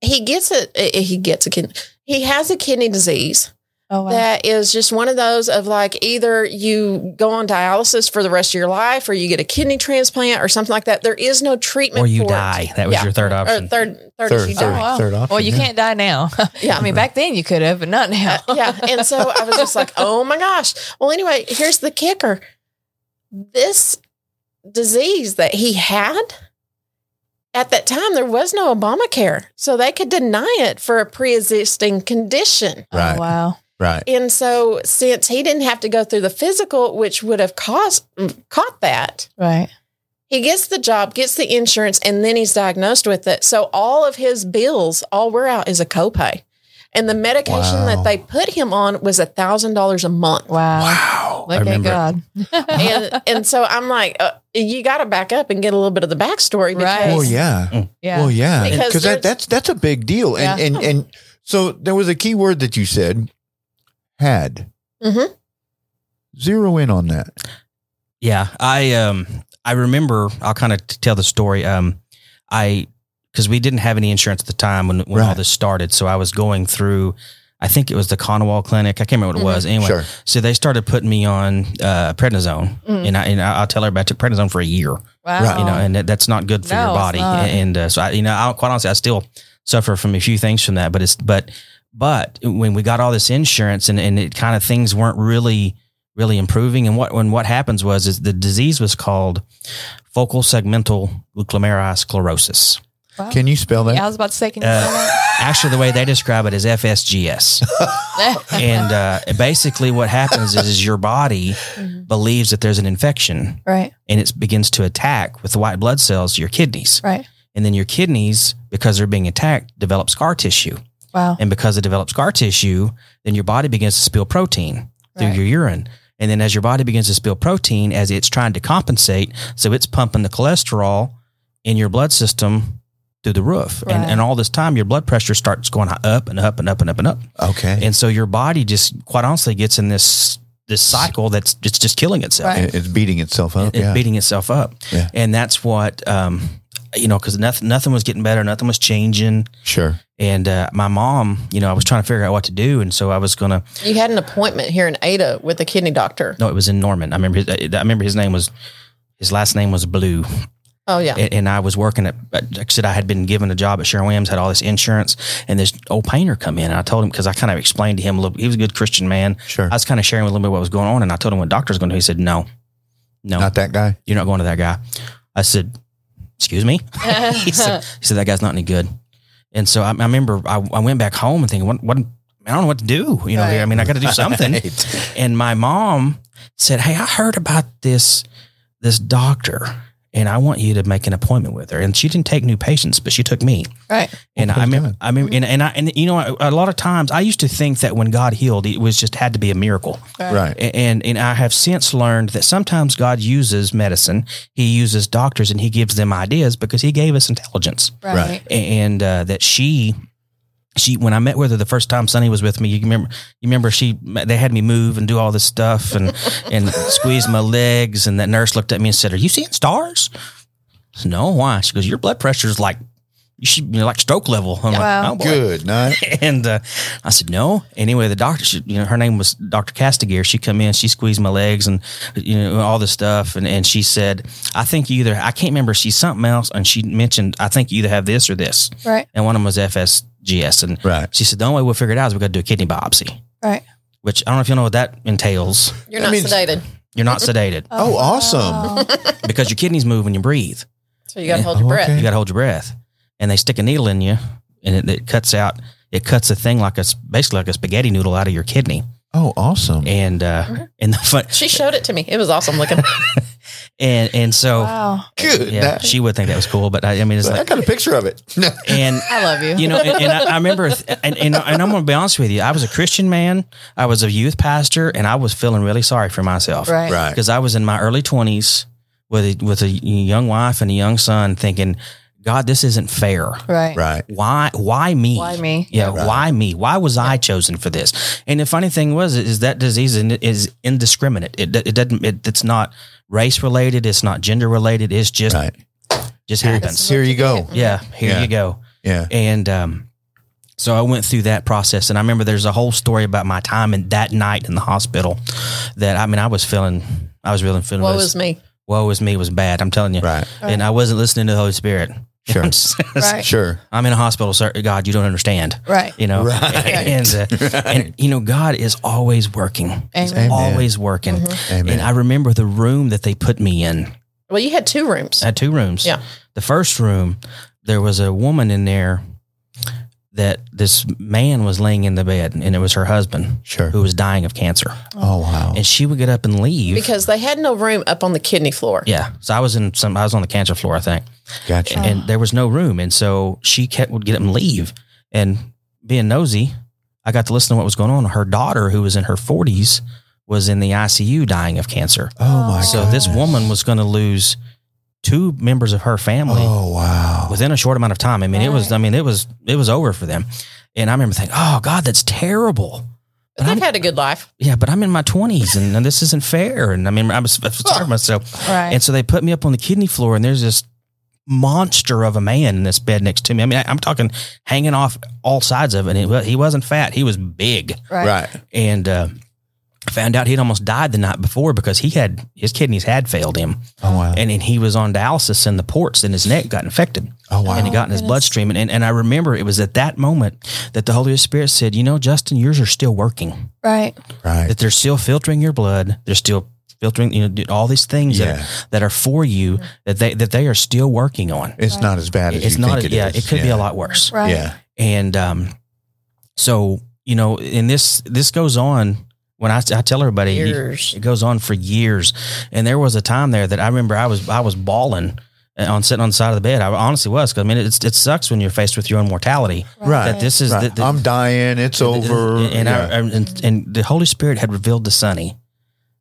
Speaker 4: he gets a eh, he gets a kidney. He has a kidney disease
Speaker 2: Oh, wow.
Speaker 4: that is just one of those of like either you go on dialysis for the rest of your life, or you get a kidney transplant, or something like that. There is no treatment,
Speaker 3: Or you
Speaker 4: for it.
Speaker 3: die. That was
Speaker 4: Yeah.
Speaker 3: your third
Speaker 4: Or
Speaker 3: option.
Speaker 4: third, third, is
Speaker 1: Third,
Speaker 4: you
Speaker 1: third,
Speaker 4: die.
Speaker 2: wow.
Speaker 1: third option.
Speaker 2: well, you
Speaker 1: yeah.
Speaker 2: can't die now.
Speaker 4: Yeah.
Speaker 2: I mean, back then you could have, but not now.
Speaker 4: Uh, yeah. And so
Speaker 2: uh,
Speaker 4: I was just like, oh my gosh. Well, anyway, here's the kicker this disease that he had at that time, there was no Obamacare. So they could deny it for a pre existing condition.
Speaker 1: Right.
Speaker 2: Oh, wow.
Speaker 1: Right.
Speaker 4: And so, since he didn't have to go through the physical, which would have caused, mm, caught that,
Speaker 2: Right.
Speaker 4: he gets the job, gets the insurance, and then he's diagnosed with it. So all of his bills, all we're out is a copay. And the medication
Speaker 1: Wow.
Speaker 4: that they put him on was a thousand dollars a month.
Speaker 2: Wow.
Speaker 1: Wow.
Speaker 2: Look at
Speaker 3: remember-
Speaker 2: God.
Speaker 4: And and so I'm like, uh, you got to back up and get a little bit of the backstory because
Speaker 2: Right.
Speaker 1: Well, Oh, yeah.
Speaker 2: Yeah.
Speaker 1: Well, yeah,
Speaker 4: Because
Speaker 1: because
Speaker 4: there's-
Speaker 1: that, that's that's a big deal, and
Speaker 2: Yeah.
Speaker 1: and and so there was a key word that you said, had.
Speaker 4: Mhm.
Speaker 1: Zero in on that.
Speaker 3: Yeah, I um I remember. I'll kind of tell the story. Um, I because we didn't have any insurance at the time when when all
Speaker 1: Right.
Speaker 3: this started, so I was going through. I think it was the Conwall Clinic. I can't remember what
Speaker 4: Mm-hmm.
Speaker 3: it was. Anyway,
Speaker 1: Sure.
Speaker 3: so they started putting me on uh, prednisone,
Speaker 4: Mm.
Speaker 3: and I and I- I'll tell everybody I took prednisone for a year.
Speaker 2: Wow.
Speaker 1: Right.
Speaker 3: You know, and that, that's not good for
Speaker 2: No,
Speaker 3: your
Speaker 2: it's
Speaker 3: body.
Speaker 2: not.
Speaker 3: And uh, so I, you know, I quite honestly, I still suffer from a few things from that. But it's but but when we got all this insurance and and it kind of things weren't really really improving. And what when what happens was is the disease was called focal segmental glomerulosclerosis.
Speaker 2: Wow.
Speaker 1: Can you spell that?
Speaker 2: yeah, I was about to say, can you
Speaker 3: Uh,
Speaker 2: spell that?
Speaker 3: Actually, the way they describe it is FSGS. and uh, basically, what happens is, is your body
Speaker 4: Mhm.
Speaker 3: believes that there's an infection
Speaker 2: right,
Speaker 3: and it begins to attack with the white blood cells your kidneys.
Speaker 2: right.
Speaker 3: And then your kidneys, because they're being attacked, develop scar tissue.
Speaker 2: Wow.
Speaker 3: And because it develops scar tissue, then your body begins to spill protein through
Speaker 2: Right.
Speaker 3: your urine. And then as your body begins to spill protein, as it's trying to compensate, so it's pumping the cholesterol in your blood system through the roof. And,
Speaker 2: Right.
Speaker 3: and all this time, your blood pressure starts going up and up and up and up and up.
Speaker 1: okay.
Speaker 3: And so your body just quite honestly gets in this this cycle that's it's just killing itself
Speaker 2: Right.
Speaker 1: It- it's beating itself up.
Speaker 3: it
Speaker 1: Oh, yeah.
Speaker 3: beating itself up.
Speaker 1: Yeah.
Speaker 3: And that's what, um, you know, cause nothing, nothing was getting better. Nothing was changing.
Speaker 1: sure.
Speaker 3: And, uh, my mom, you know, I was trying to figure out what to do. And so I was going to,
Speaker 4: You had an appointment here in Ada with a kidney doctor.
Speaker 3: no, it was in Norman. I remember, his, I remember his name was, his last name was Blue.
Speaker 4: Oh yeah.
Speaker 3: And, and I was working at, at- like I said, I had been given a job at Sharon Williams, had all this insurance and this old painter come in. And I told him, cause I kind of explained to him a little, he was a good Christian man.
Speaker 1: Sure.
Speaker 3: I was kind of sharing with him a little bit what was going on. And I told him what doctor's going to do. He said, no, no,
Speaker 1: Not that guy.
Speaker 3: you're not going to that guy. I said, excuse me. he, said, he said, that guy's not any good. And so I, I remember I, I went back home and thinking, what, what, I don't know what to do. You know,
Speaker 4: Right.
Speaker 3: I mean, I got to do something. And my mom said, Hey, I heard about this, this doctor and I want you to make an appointment with her. And she didn't take new patients, but she took me.
Speaker 2: Right.
Speaker 3: And
Speaker 1: Well,
Speaker 3: I
Speaker 1: praise
Speaker 3: remember,
Speaker 1: God.
Speaker 3: I remember, and, and I, and you know, a, a lot of times I used to think that when God healed, it was just had to be a miracle.
Speaker 1: Right.
Speaker 3: A- and and I have since learned that sometimes God uses medicine, He uses doctors, and He gives them ideas because He gave us intelligence.
Speaker 2: Right.
Speaker 1: Right.
Speaker 3: A- And uh, that she, she when I met with her the first time, Sonny was with me. You remember? You remember? She they had me move and do all this stuff and and squeeze my legs, and that nurse looked at me and said, "Are you seeing stars?" I said, no, why? She goes, "Your blood pressure is like." You should you know, like stroke level. I'm like,
Speaker 2: Wow.
Speaker 3: oh boy
Speaker 1: Good night.
Speaker 3: and uh, I said no. Anyway, the doctor, she, you know, her name was Doctor Castigear. She come in, she squeezed my legs, and you know all this stuff, and and she said, I think you either I can't remember she's something else, and she mentioned I think you either have this or this,
Speaker 2: Right.
Speaker 3: and one of them was FSGS, and
Speaker 1: Right.
Speaker 3: she said the only way we'll figure it out is we got to do a kidney biopsy,
Speaker 2: Right.
Speaker 3: which I don't know if you know what that entails.
Speaker 4: You're
Speaker 1: I
Speaker 4: not
Speaker 1: mean-
Speaker 4: sedated,
Speaker 3: You're not sedated
Speaker 1: Oh, awesome.
Speaker 2: wow.
Speaker 3: because your kidneys move when you breathe.
Speaker 4: so you got to
Speaker 3: Yeah.
Speaker 4: hold your
Speaker 1: Oh,
Speaker 4: breath.
Speaker 1: okay.
Speaker 3: You got to hold your breath, and they stick a needle in you, and it, it cuts out. It cuts a thing like a s- basically like a spaghetti noodle out of your kidney.
Speaker 1: Oh, awesome.
Speaker 3: and uh and the fun
Speaker 4: She showed it to me. It was awesome looking.
Speaker 3: and and so
Speaker 2: Wow.
Speaker 1: Good
Speaker 3: yeah
Speaker 1: night.
Speaker 3: she would think that was cool but i, I mean it's
Speaker 1: I
Speaker 3: like
Speaker 1: got a picture of it.
Speaker 3: and
Speaker 2: I love you.
Speaker 3: you know and, and I, I remember th- and, and and i'm gonna be honest with you i was a christian man i was a youth pastor and i was feeling really sorry for myself
Speaker 2: right.
Speaker 1: right.
Speaker 3: because i was in my early 20s with a with a young wife and a young son thinking god this isn't fair
Speaker 2: Right.
Speaker 1: Right.
Speaker 3: why why me
Speaker 2: Why me?
Speaker 3: yeah
Speaker 1: Right.
Speaker 3: why me why was i chosen for this and the funny thing was is that disease in- is indiscriminate it, it doesn't it, it's not race related it's not gender related it's just
Speaker 1: Right.
Speaker 3: just
Speaker 1: Here,
Speaker 3: happens
Speaker 1: here you go.
Speaker 3: yeah here
Speaker 1: Yeah.
Speaker 3: you go
Speaker 1: Yeah.
Speaker 3: and um so I went through that process, and I remember there's a whole story about my time and that night in the hospital. That I mean, I was feeling, I was really feeling.
Speaker 4: Woe
Speaker 3: really-
Speaker 4: is me.
Speaker 3: woe is me was bad. I'm telling you,
Speaker 1: Right.
Speaker 3: and I wasn't listening to the Holy Spirit.
Speaker 1: Sure.
Speaker 3: I'm s-
Speaker 2: Right.
Speaker 1: Sure.
Speaker 3: I'm in a hospital, sir. God, you don't understand.
Speaker 2: Right.
Speaker 3: You know,
Speaker 1: Right.
Speaker 3: and, uh, and you know, God is always working. He's
Speaker 2: Amen.
Speaker 3: always working.
Speaker 1: Mm-hmm. Amen.
Speaker 3: And I remember the room that they put me in.
Speaker 4: Well, you had two rooms.
Speaker 3: I had two rooms.
Speaker 4: Yeah.
Speaker 3: The first room, there was a woman in there that this man was laying in the bed, and it was her husband
Speaker 1: sure.
Speaker 3: who was dying of cancer.
Speaker 1: Oh wow.
Speaker 3: And she would get up and leave.
Speaker 4: because they had no room up on the kidney floor.
Speaker 3: yeah. So I was in some. I was on the cancer floor, I think.
Speaker 1: Gotcha.
Speaker 3: and there was no room, and so she kept would get up and leave. And being nosy, I got to listen to what was going on. Her daughter, who was in her forties, was in the ICU dying of cancer.
Speaker 1: oh my.
Speaker 3: So this
Speaker 1: goodness.
Speaker 3: woman was going to lose two members of her family
Speaker 1: Oh wow.
Speaker 3: within a short amount of time. I mean, it was.
Speaker 2: Right.
Speaker 3: I mean, it was. It was over for them. And I remember thinking, "Oh God, that's terrible." But
Speaker 4: They've
Speaker 3: I'm,
Speaker 4: had a good life.
Speaker 3: yeah, but I'm in my 20s and, and this isn't fair. And I mean, I'm sorry to myself.
Speaker 2: Right.
Speaker 3: And so they put me up on the kidney floor, and there's this monster of a man in this bed next to me. I mean, I, I'm talking hanging off all sides of it. And it, he wasn't fat, he was big.
Speaker 2: right.
Speaker 1: Right.
Speaker 3: And, uh, Found out he'd almost died the night before because he had his kidneys had failed him,
Speaker 1: Oh wow.
Speaker 3: and, and he was on dialysis in the ports, and his neck got infected.
Speaker 1: Oh wow.
Speaker 3: and it got in his bloodstream. And, and and I remember it was at that moment that the Holy Spirit said, "You know, Justin, yours are still working.
Speaker 2: Right.
Speaker 1: Right.
Speaker 3: That they're still filtering your blood. They're still filtering, you know, do- all these things that,
Speaker 1: Yeah.
Speaker 3: are, that are for you. That they that they are still working on.
Speaker 1: It's not as bad as
Speaker 3: It's
Speaker 1: you
Speaker 3: not.
Speaker 1: think it
Speaker 3: yeah,
Speaker 1: is.
Speaker 3: it could be a lot worse.
Speaker 2: Right.
Speaker 1: Yeah.
Speaker 3: And um, so you know, and this this goes on. When I, I tell everybody, you-
Speaker 4: Years.
Speaker 3: it goes on for years. And there was a time there that I remember I was I was bawling on sitting on the side of the bed. I honestly was because I mean it's, it sucks when you're faced with your own mortality.
Speaker 1: Right.
Speaker 3: That this is
Speaker 1: Right.
Speaker 3: the, the-
Speaker 1: I'm dying. It's over.
Speaker 3: and,
Speaker 1: yeah.
Speaker 3: I, and and the Holy Spirit had revealed to Sonny.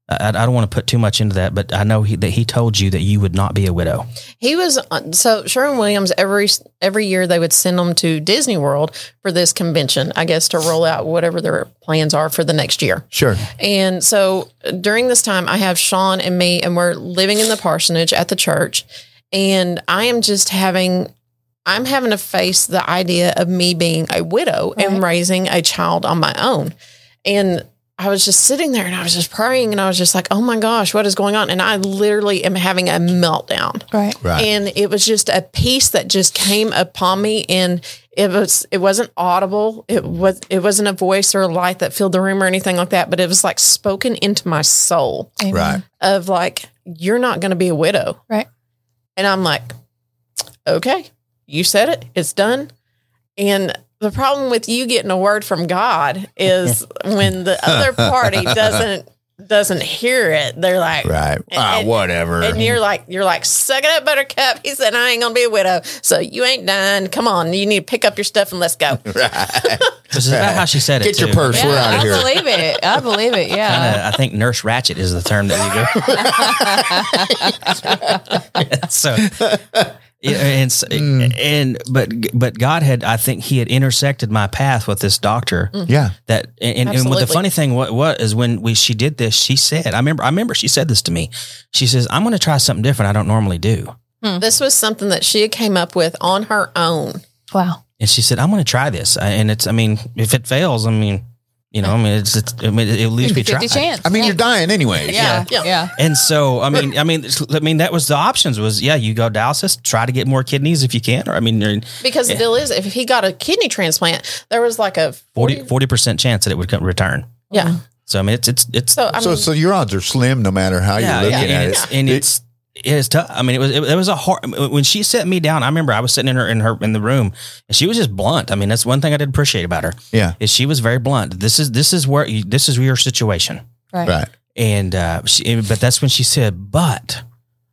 Speaker 3: I, I don't want to put too much into that, but I know he, that he told you that you would not be a widow.
Speaker 4: He was uh, so Sherwin Williams every every year they would send him to Disney World for this convention, I guess to roll out whatever their plans are for the next year.
Speaker 1: sure.
Speaker 4: And so uh, during this time I have Sean and me and we're living in the parsonage at the church and I am just having I'm having to face the idea of me being a widow and raising a child on my own. And I was just sitting there and I was just praying and I was just like, "Oh my gosh, what is going on?" And I literally am having a meltdown
Speaker 2: Right.
Speaker 1: Right.
Speaker 4: and it was just a piece that just came upon me and it was it wasn't audible it was it wasn't a voice or a light that filled the room or anything like that but it was like spoken into my soul
Speaker 2: Amen.
Speaker 1: right.
Speaker 4: of like you're not going to be a widow
Speaker 2: Right.
Speaker 4: and i'm like okay you said it it's done and the problem with you getting a word from god is when the other party doesn't doesn't hear it they're like
Speaker 1: Right. ah,
Speaker 4: and-
Speaker 1: whatever.
Speaker 4: and you're like, you're like, suck it up, Buttercup. He said, I ain't gonna be a widow, so you ain't dying. Come on, you need to pick up your stuff and let's go.
Speaker 1: right.
Speaker 3: This is about how she said it.
Speaker 1: Get your
Speaker 3: too.
Speaker 1: purse. We're
Speaker 2: I
Speaker 1: out of here.
Speaker 2: believe it. I believe it. Yeah.
Speaker 3: Kinda, I think Nurse Ratchet is the term that you go. so, yeah, and so-
Speaker 1: Mm.
Speaker 3: and but but God had I think He had intersected my path with this doctor
Speaker 1: Yeah.
Speaker 3: that and, and, and what the
Speaker 4: Absolutely.
Speaker 3: funny thing what what is when we she did this she said I remember I remember she said this to me she says I'm going to try something different I don't normally do
Speaker 4: This was something that she came up with on her own.
Speaker 2: Wow.
Speaker 3: and she said I'm going to try this I- and it's I mean if it fails I mean you know I mean it's, it's I mean at least we
Speaker 2: Fifty
Speaker 3: tried
Speaker 2: chance.
Speaker 1: I mean, you're dying anyway.
Speaker 2: yeah.
Speaker 4: Yeah.
Speaker 2: Yeah.
Speaker 3: And so, I mean, I mean, I mean, that was the options was, yeah, you go dialysis, try to get more kidneys if you can, or I mean, you're
Speaker 4: Because the deal is, if he got a kidney transplant, there was like a
Speaker 3: 40 percent chance that it would come, return.
Speaker 2: Mm-hmm.
Speaker 4: yeah.
Speaker 3: So I mean, it's it's it's
Speaker 4: So I mean,
Speaker 1: So, so your odds are slim no matter how
Speaker 3: yeah,
Speaker 1: you're
Speaker 3: yeah,
Speaker 1: looking
Speaker 3: and
Speaker 1: at
Speaker 3: it's
Speaker 1: it.
Speaker 3: and it's it's tough. I mean, it was it, it was a hard when she set me down. I remember I was sitting in her in her in the room, and she was just blunt. I mean, that's one thing I did appreciate about her
Speaker 1: Yeah.
Speaker 3: is she was very blunt. This is this is where you, this is your situation.
Speaker 2: Right.
Speaker 1: Right.
Speaker 3: And uh, she, but that's when she said, "But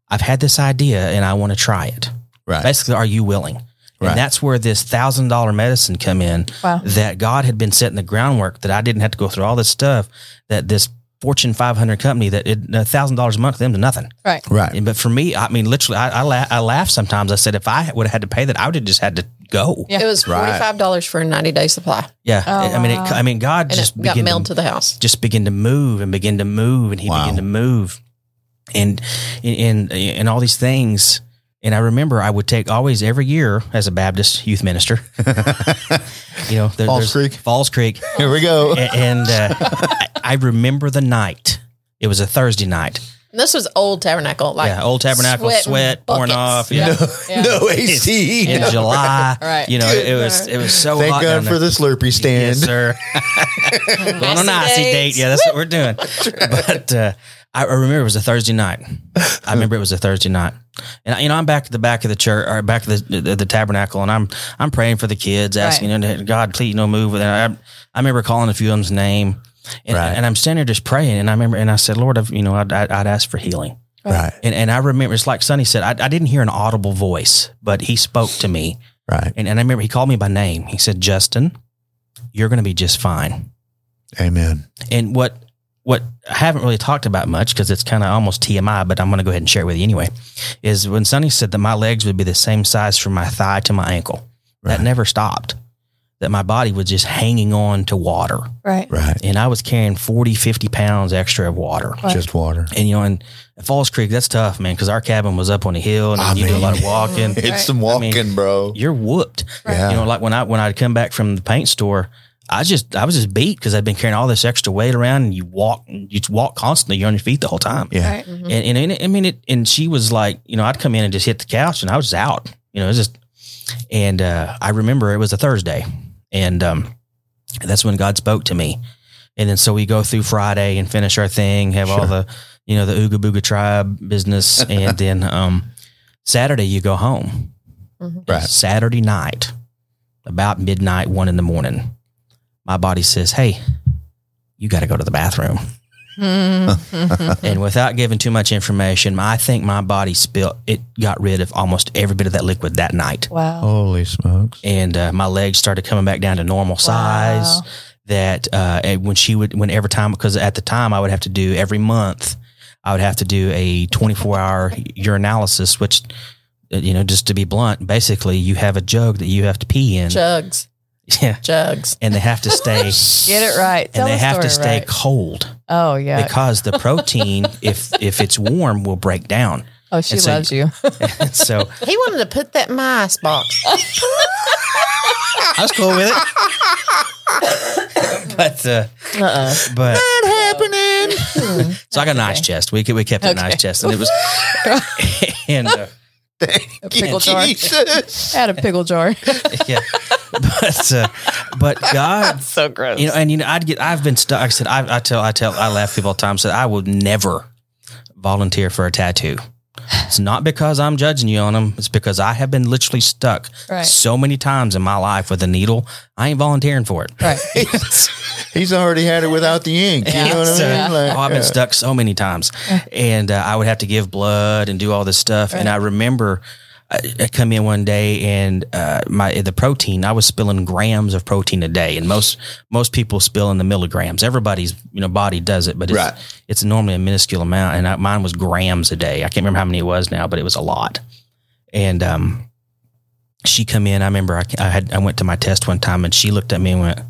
Speaker 3: I've had this idea and I want to try it."
Speaker 1: Right.
Speaker 3: Basically, are you willing?
Speaker 1: Right.
Speaker 3: And that's where this thousand dollar medicine come in.
Speaker 2: Wow.
Speaker 3: That God had been setting the groundwork that I didn't have to go through all this stuff. That this Fortune 500 company that a thousand dollars a month to them to nothing.
Speaker 2: Right.
Speaker 1: Right.
Speaker 3: And- But for me, I mean, literally, I I, la- I laugh sometimes. I said if I would have had to pay that, I would have just had to go.
Speaker 2: Yeah.
Speaker 4: it was
Speaker 1: Right.
Speaker 4: forty five dollars for a ninety day supply,
Speaker 3: Yeah.
Speaker 2: Oh,
Speaker 3: I mean, it,
Speaker 2: wow.
Speaker 3: I mean, God
Speaker 4: and
Speaker 3: just
Speaker 4: it got
Speaker 3: began
Speaker 4: mailed
Speaker 3: to
Speaker 4: to the house.
Speaker 3: just begin to move and begin to move and he
Speaker 1: Wow.
Speaker 3: began to move and and and all these things and i remember i would take always every year as a baptist youth minister you know there-
Speaker 1: Falls
Speaker 3: there's-
Speaker 1: Creek.
Speaker 3: falls creek
Speaker 1: Here we go.
Speaker 3: A- and uh, I, I remember the night it was a thursday night
Speaker 4: And this was old tabernacle, like
Speaker 3: yeah old tabernacle
Speaker 4: sweat
Speaker 3: sweat,
Speaker 4: and
Speaker 3: pouring
Speaker 4: buckets.
Speaker 3: off yeah.
Speaker 2: Yeah.
Speaker 1: No
Speaker 3: It's
Speaker 1: AC.
Speaker 3: in july
Speaker 2: Right.
Speaker 3: you know it was it was so
Speaker 1: Thank
Speaker 3: hot down
Speaker 1: God
Speaker 3: there.
Speaker 1: for the Slurpee stand.
Speaker 3: Yes, sir. Going on an
Speaker 4: Icy
Speaker 3: icy date.
Speaker 4: dates.
Speaker 3: Yeah, that's what we're doing. But uh, I I remember it was a Thursday night. I remember it was a Thursday night, and you know I'm back at the back of the church or back of the the, the tabernacle, and I'm I'm praying for the kids, asking you know, God, please no move. And I I remember calling a few of them's name, and,
Speaker 1: Right.
Speaker 3: and I'm standing there just praying, and I remember and I said, Lord, I've, you know, I'd, I'd I'd ask for healing.
Speaker 1: Right.
Speaker 3: And, and I remember it's like Sonny said, I, I didn't hear an audible voice, but he spoke to me.
Speaker 1: Right.
Speaker 3: And, and I remember he called me by name. He said, Justin, you're going to be just fine.
Speaker 1: Amen.
Speaker 3: And what, what I haven't really talked about much because it's kind of almost TMI, but I'm going to go ahead and share it with you anyway, is when Sonny said that my legs would be the same size from my thigh to my ankle.
Speaker 1: Right.
Speaker 3: That never stopped. that my body was just hanging on to water.
Speaker 2: Right.
Speaker 1: Right.
Speaker 3: And I was carrying 40, 50 pounds extra of water.
Speaker 2: Right.
Speaker 1: Just water.
Speaker 3: And, you know, and Falls Creek, that's tough, man, because our cabin was up on a hill and
Speaker 1: I
Speaker 3: you do a lot of
Speaker 1: mean-
Speaker 3: walking.
Speaker 1: It's
Speaker 2: Right.
Speaker 1: some walking, bro.
Speaker 3: You're whooped.
Speaker 2: Right.
Speaker 1: Yeah.
Speaker 3: You know, like when I when I'd come back from the paint store, I just I was just beat because I'd been carrying all this extra weight around, and you walk you walk constantly. You're on your feet the whole time.
Speaker 1: yeah.
Speaker 2: Right.
Speaker 4: Mhm.
Speaker 3: And, and, and I mean, it, and she was like, you know, I'd come in and just hit the couch, and I was out. You know, it was just. And uh, I remember it was a Thursday, and um, that's when God spoke to me. And then so we go through Friday and finish our thing, have all
Speaker 1: Sure.
Speaker 3: the you know the Ooga Booga tribe business, and then um, Saturday you go home.
Speaker 1: Mm-hmm. Right.
Speaker 3: Saturday night, about midnight, one in the morning, my body says, Hey, you got to go to the bathroom.
Speaker 2: Mm-hmm.
Speaker 4: Mhm.
Speaker 3: and without giving too much information, I think my body spilt, it got rid of almost every bit of that liquid that night.
Speaker 2: Wow.
Speaker 1: Holy smokes.
Speaker 3: And uh, my legs started coming back down to normal size.
Speaker 2: Wow.
Speaker 3: That uh, and when she would, when every time, because at the time I would have to do every month, I would have to do a 24 hour urinalysis, which, uh, you know, just to be blunt, basically you have a jug that you have to pee in.
Speaker 4: Jugs,
Speaker 3: Yeah.
Speaker 4: jugs.
Speaker 3: and they have to stay
Speaker 2: Get it right. Tell
Speaker 3: and they
Speaker 2: the
Speaker 3: have to
Speaker 2: story
Speaker 3: stay
Speaker 2: right.
Speaker 3: cold
Speaker 2: Oh yeah.
Speaker 3: because the protein if if it's warm will break down
Speaker 2: oh, she
Speaker 3: and so-
Speaker 2: loves you.
Speaker 3: And so
Speaker 4: He wanted to put that in my icebox.
Speaker 3: i was cool with it but uh,
Speaker 4: Uh-uh.
Speaker 3: but
Speaker 4: happening.
Speaker 3: so i got an ice chest we, ke- we kept it an ice chest and it was and uh,
Speaker 2: A pickle jar.
Speaker 1: Jesus.
Speaker 2: I had a pickle jar.
Speaker 3: yeah but uh, but god
Speaker 4: so gross.
Speaker 3: you know, and you know, I'd get. I've been stuck. I said, I, I tell, I tell, I laugh people all the time. Said, I would never volunteer for a tattoo. It's not because I'm judging you on them. It's because I have been literally stuck
Speaker 2: Right.
Speaker 3: so many times in my life with a needle. I ain't volunteering for it.
Speaker 2: Right.
Speaker 1: He's already had it without the ink. You know what I mean?
Speaker 3: So-
Speaker 1: Like,
Speaker 3: oh, I've been
Speaker 1: uh,
Speaker 3: stuck so many times, and uh, I would have to give blood and do all this stuff. And I remember I, I come in one day and uh, my the protein I was spilling grams of protein a day, and most most people spill in the milligrams. Everybody's you know body does it, but it's,
Speaker 1: Right.
Speaker 3: it's normally a minuscule amount. And I, mine was grams a day. I can't remember how many it was now, but it was a lot. And um, she come in. I remember I, I had I went to my test one time, and she looked at me and went.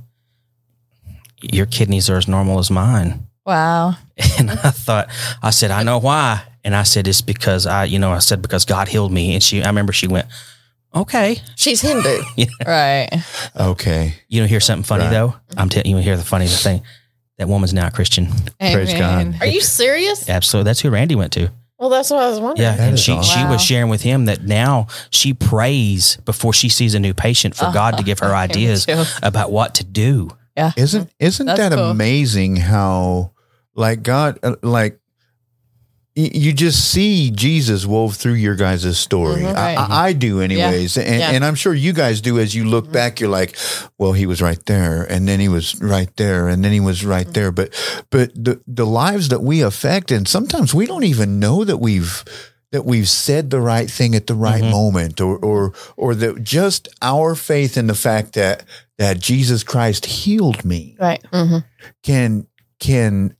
Speaker 3: Your kidneys are as normal as mine.
Speaker 2: Wow.
Speaker 3: And I thought, I said, I know why. And I said, it's because I, you know, I said, because God healed me. And she, I remember she went, okay.
Speaker 4: She's Hindu.
Speaker 2: Right.
Speaker 1: okay.
Speaker 3: You know, hear something funny
Speaker 1: Right.
Speaker 3: though? I'm telling you, hear the funny thing. That woman's now a Christian.
Speaker 1: Praise
Speaker 2: Amen.
Speaker 4: Are you serious?
Speaker 3: Absolutely. That's who Randy went to.
Speaker 4: Well, that's what I was wondering.
Speaker 3: Yeah.
Speaker 1: That
Speaker 3: and
Speaker 1: is
Speaker 3: she,
Speaker 1: awesome.
Speaker 3: she
Speaker 2: Wow.
Speaker 3: was sharing with him that now she prays before she sees a new patient
Speaker 1: Uh-huh.
Speaker 3: for God to give her
Speaker 2: That gave me
Speaker 3: ideas
Speaker 2: chills.
Speaker 3: about what to do.
Speaker 1: Isn't isn't
Speaker 2: That's
Speaker 1: that
Speaker 2: cool.
Speaker 1: amazing? How like God, uh, like y- you just see Jesus wove through your guys' story.
Speaker 4: Mhm.
Speaker 1: I,
Speaker 2: Mm-hmm. Right.
Speaker 1: I, I do, anyways, and,
Speaker 4: Yeah.
Speaker 1: and I'm sure you guys do. As you
Speaker 2: Mm-hmm.
Speaker 1: look back, you're like, well, he was right there, and then he was right there, and then he was right
Speaker 2: Mm-hmm.
Speaker 1: there. But but the the lives that we affect, and sometimes we don't even know that we've. That we've said the right thing at the right
Speaker 2: Mm-hmm.
Speaker 3: Mhm.
Speaker 1: moment, or or or that just our faith in the fact that that Jesus Christ healed me
Speaker 2: Right.
Speaker 4: Mm-hmm.
Speaker 1: can can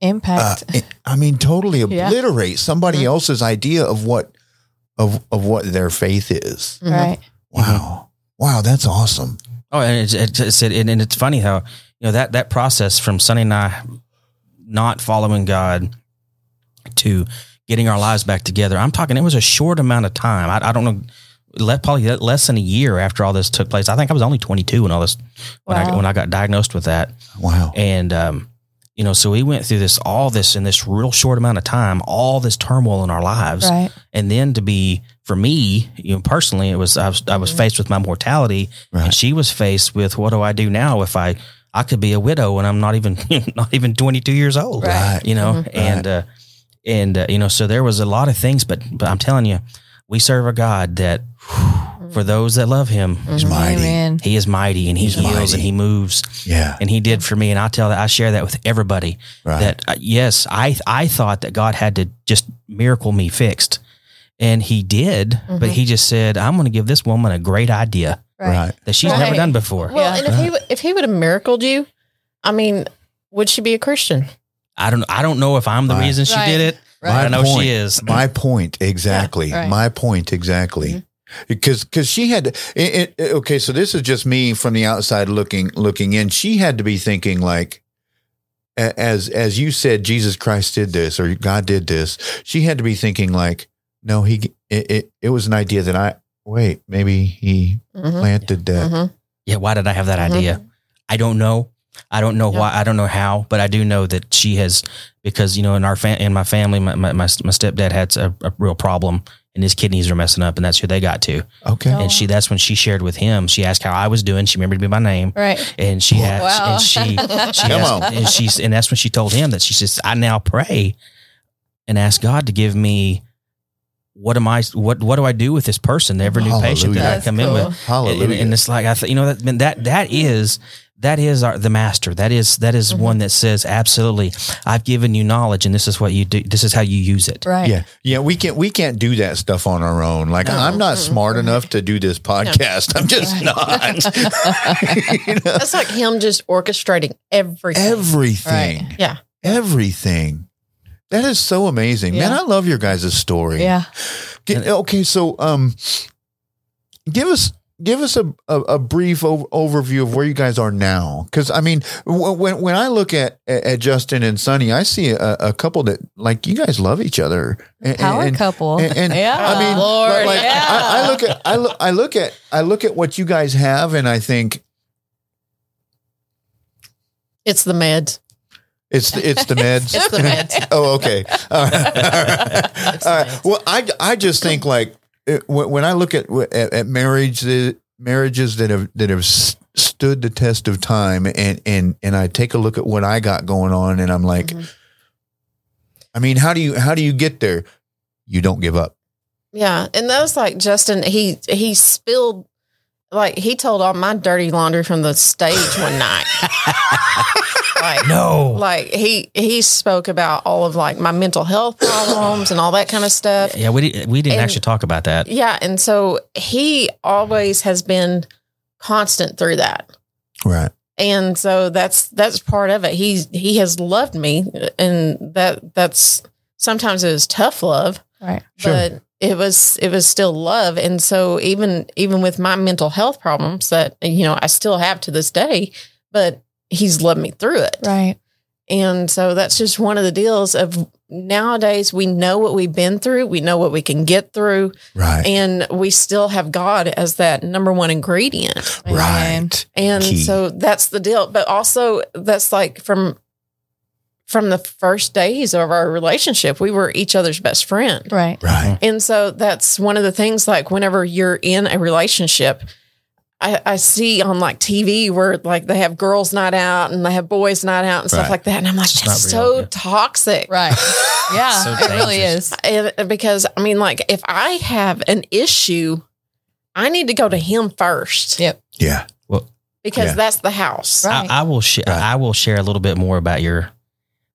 Speaker 1: uh,
Speaker 2: Impact.
Speaker 1: I mean totally
Speaker 2: Yeah.
Speaker 1: obliterate somebody
Speaker 4: Mhm.
Speaker 1: else's idea of what of of what their faith is.
Speaker 4: Uh, Mm-hmm.
Speaker 2: right.
Speaker 1: Wow. Wow, that's awesome.
Speaker 3: Oh, and it's, it's, it's and and it's funny how you know that that process from Sonny and I not following God to getting our lives back together. I'm talking. It was a short amount of time. I, I don't know. le- probably le- less than a year after all this took place. I think I was only 22 when all this when I
Speaker 2: Wow.
Speaker 3: when I got diagnosed with that.
Speaker 1: Wow.
Speaker 3: And um, you know, so we went through this all this in this real short amount of time, all this turmoil in our lives
Speaker 2: Right.
Speaker 3: and then to be for me you know personally it was i was, I was faced with my mortality
Speaker 1: Right.
Speaker 3: and she was faced with what do i do now if i i could be a widow and i'm not even not even 22 years old
Speaker 1: Right.
Speaker 3: you know and uh and uh, you know so there was a lot of things but but i'm telling you we serve a god that
Speaker 1: Mm-hmm.
Speaker 3: whew, for those that love him
Speaker 4: Mm-hmm.
Speaker 1: He's mighty.
Speaker 2: Amen.
Speaker 3: he is mighty and he
Speaker 1: Mm-hmm. He's
Speaker 3: heals
Speaker 1: mighty.
Speaker 3: and he moves
Speaker 1: Yeah.
Speaker 3: and he did for me and i tell that i share that with everybody
Speaker 1: Right.
Speaker 3: that uh, yes, I I thought that God had to just miracle me fixed, and He did.
Speaker 4: Mm-hmm.
Speaker 3: But He just said, "I'm going to give this woman a great idea
Speaker 2: Right.
Speaker 1: right.
Speaker 3: that she's never
Speaker 4: Right.
Speaker 3: done before."
Speaker 4: Well, and if he w- if he would have miracled you, I mean, would she be a Christian?
Speaker 3: I don't I don't know if I'm the
Speaker 1: Right.
Speaker 3: reason she
Speaker 2: Right.
Speaker 3: did it.
Speaker 2: Right.
Speaker 3: I know
Speaker 1: point-
Speaker 3: she is.
Speaker 1: My point exactly.
Speaker 2: Yeah, right. Mm-hmm.
Speaker 1: My point exactly. because because she had to- it, it, okay so this is just me from the outside looking looking in she had to be thinking like a- as as you said jesus christ did this or god did this she had to be thinking like no he it it, it was an idea that i wait maybe he
Speaker 2: Mm-hmm.
Speaker 4: Mhm.
Speaker 1: planted that
Speaker 4: Mhm.
Speaker 3: Yeah, why did I have that
Speaker 4: Mhm.
Speaker 3: idea? I don't know. I don't know
Speaker 4: Yeah.
Speaker 3: why. I don't know how, but I do know that she has because you know in our fam- in my family, my my, my stepdad had a, a real problem and his kidneys were messing up, and that's who they got to.
Speaker 1: okay
Speaker 2: Oh.
Speaker 3: And she that's when she shared with him. She asked how I was doing. She remembered me by name,
Speaker 2: Right.
Speaker 3: and she had
Speaker 2: Wow.
Speaker 3: and she she
Speaker 1: Come
Speaker 3: asked-
Speaker 1: on.
Speaker 3: and she's and that's when she told him that she says, "I now pray and ask God to give me what am I what what do I do with this person, every new patient that I
Speaker 2: Hallelujah.
Speaker 3: come in
Speaker 2: That's
Speaker 3: with?"
Speaker 2: cool.
Speaker 1: hallelujah
Speaker 3: And, and it's like I, th- you know, that man, that that is that is our the master. That is that is
Speaker 2: Mm-hmm.
Speaker 4: Mhm.
Speaker 3: one that says absolutely. I've given you knowledge, and this is what you do. This is how you use it.
Speaker 2: Right.
Speaker 1: yeah yeah we can't we can't do that stuff on our own like
Speaker 4: No.
Speaker 1: i'm not
Speaker 4: Mm-mm.
Speaker 1: smart enough to do this podcast i'm just not You know?
Speaker 4: That's like him just orchestrating everything.
Speaker 1: everything.
Speaker 2: Right.
Speaker 4: Yeah.
Speaker 1: Everything. That is so amazing. Man,
Speaker 2: Yeah.
Speaker 1: I love your guys' story.
Speaker 2: Yeah.
Speaker 1: G- okay, so um give us give us a, a, a brief o- overview of where you guys are now cuz I mean w- when when I look at at Justin and Sonny, I see a, a couple that like you guys love each other. And,
Speaker 2: Power
Speaker 1: and-
Speaker 2: couple.
Speaker 1: and, and
Speaker 2: yeah.
Speaker 1: I mean,
Speaker 4: Oh, Lord,
Speaker 1: like, like,
Speaker 2: yeah.
Speaker 1: I, I look at I look I look at I look at what you guys have, and I think
Speaker 4: It's the meds.
Speaker 1: it's the, it's the meds.
Speaker 4: It's the meds.
Speaker 1: oh, okay. All right. All right.
Speaker 4: It's
Speaker 1: All
Speaker 4: nice.
Speaker 1: right. Well, I, I just think like it, when when I look at at, at marriage the marriages that have that have s- stood the test of time, and and and I take a look at what I got going on, and I'm like,
Speaker 4: Mhm.
Speaker 1: I mean, how do you how do you get there? You don't give up.
Speaker 4: Yeah, and that was like Justin. He he spilled like he told all my dirty laundry from the stage one night. like
Speaker 3: No.
Speaker 4: like he he spoke about all of like my mental health problems and all that kind of stuff.
Speaker 3: Yeah, we didn't. We didn't
Speaker 4: And-
Speaker 3: actually talk about that.
Speaker 4: Yeah, and so he always has been constant through that.
Speaker 1: Right.
Speaker 4: And so that's that's part of it. He he has loved me and that that's sometimes it was tough love,
Speaker 2: right.
Speaker 1: Sure.
Speaker 4: but it was it was still love and so even even with my mental health problems that you know I still have to this day but he's loved me through it
Speaker 2: Right.
Speaker 4: and so that's just one of the deals of nowadays we know what we've been through we know what we can get through
Speaker 1: Right.
Speaker 4: and we still have God as that number one ingredient
Speaker 2: Amen.
Speaker 1: right.
Speaker 4: and
Speaker 1: Key.
Speaker 4: so that's the deal but also that's like from from the first days of our relationship we were each other's best friend
Speaker 2: Right.
Speaker 1: Right.
Speaker 4: and so that's one of the things like whenever you're in a relationship, I, I see on like TV where like they have girls night out and they have boys night out and stuff
Speaker 1: Right.
Speaker 4: like that. And I'm like,
Speaker 3: It's
Speaker 4: that's
Speaker 3: not real,
Speaker 4: so
Speaker 3: yeah.
Speaker 4: toxic.
Speaker 2: Right. Yeah.
Speaker 3: So
Speaker 2: it really
Speaker 3: dangerous.
Speaker 2: is.
Speaker 4: And- uh, because I mean, like if I have an issue, I need to go to him first
Speaker 2: Yeah.
Speaker 1: Yeah.
Speaker 4: because
Speaker 1: Yeah.
Speaker 4: that's the house.
Speaker 2: Right.
Speaker 3: I, I will share.
Speaker 1: Right.
Speaker 3: I will share a little bit more about your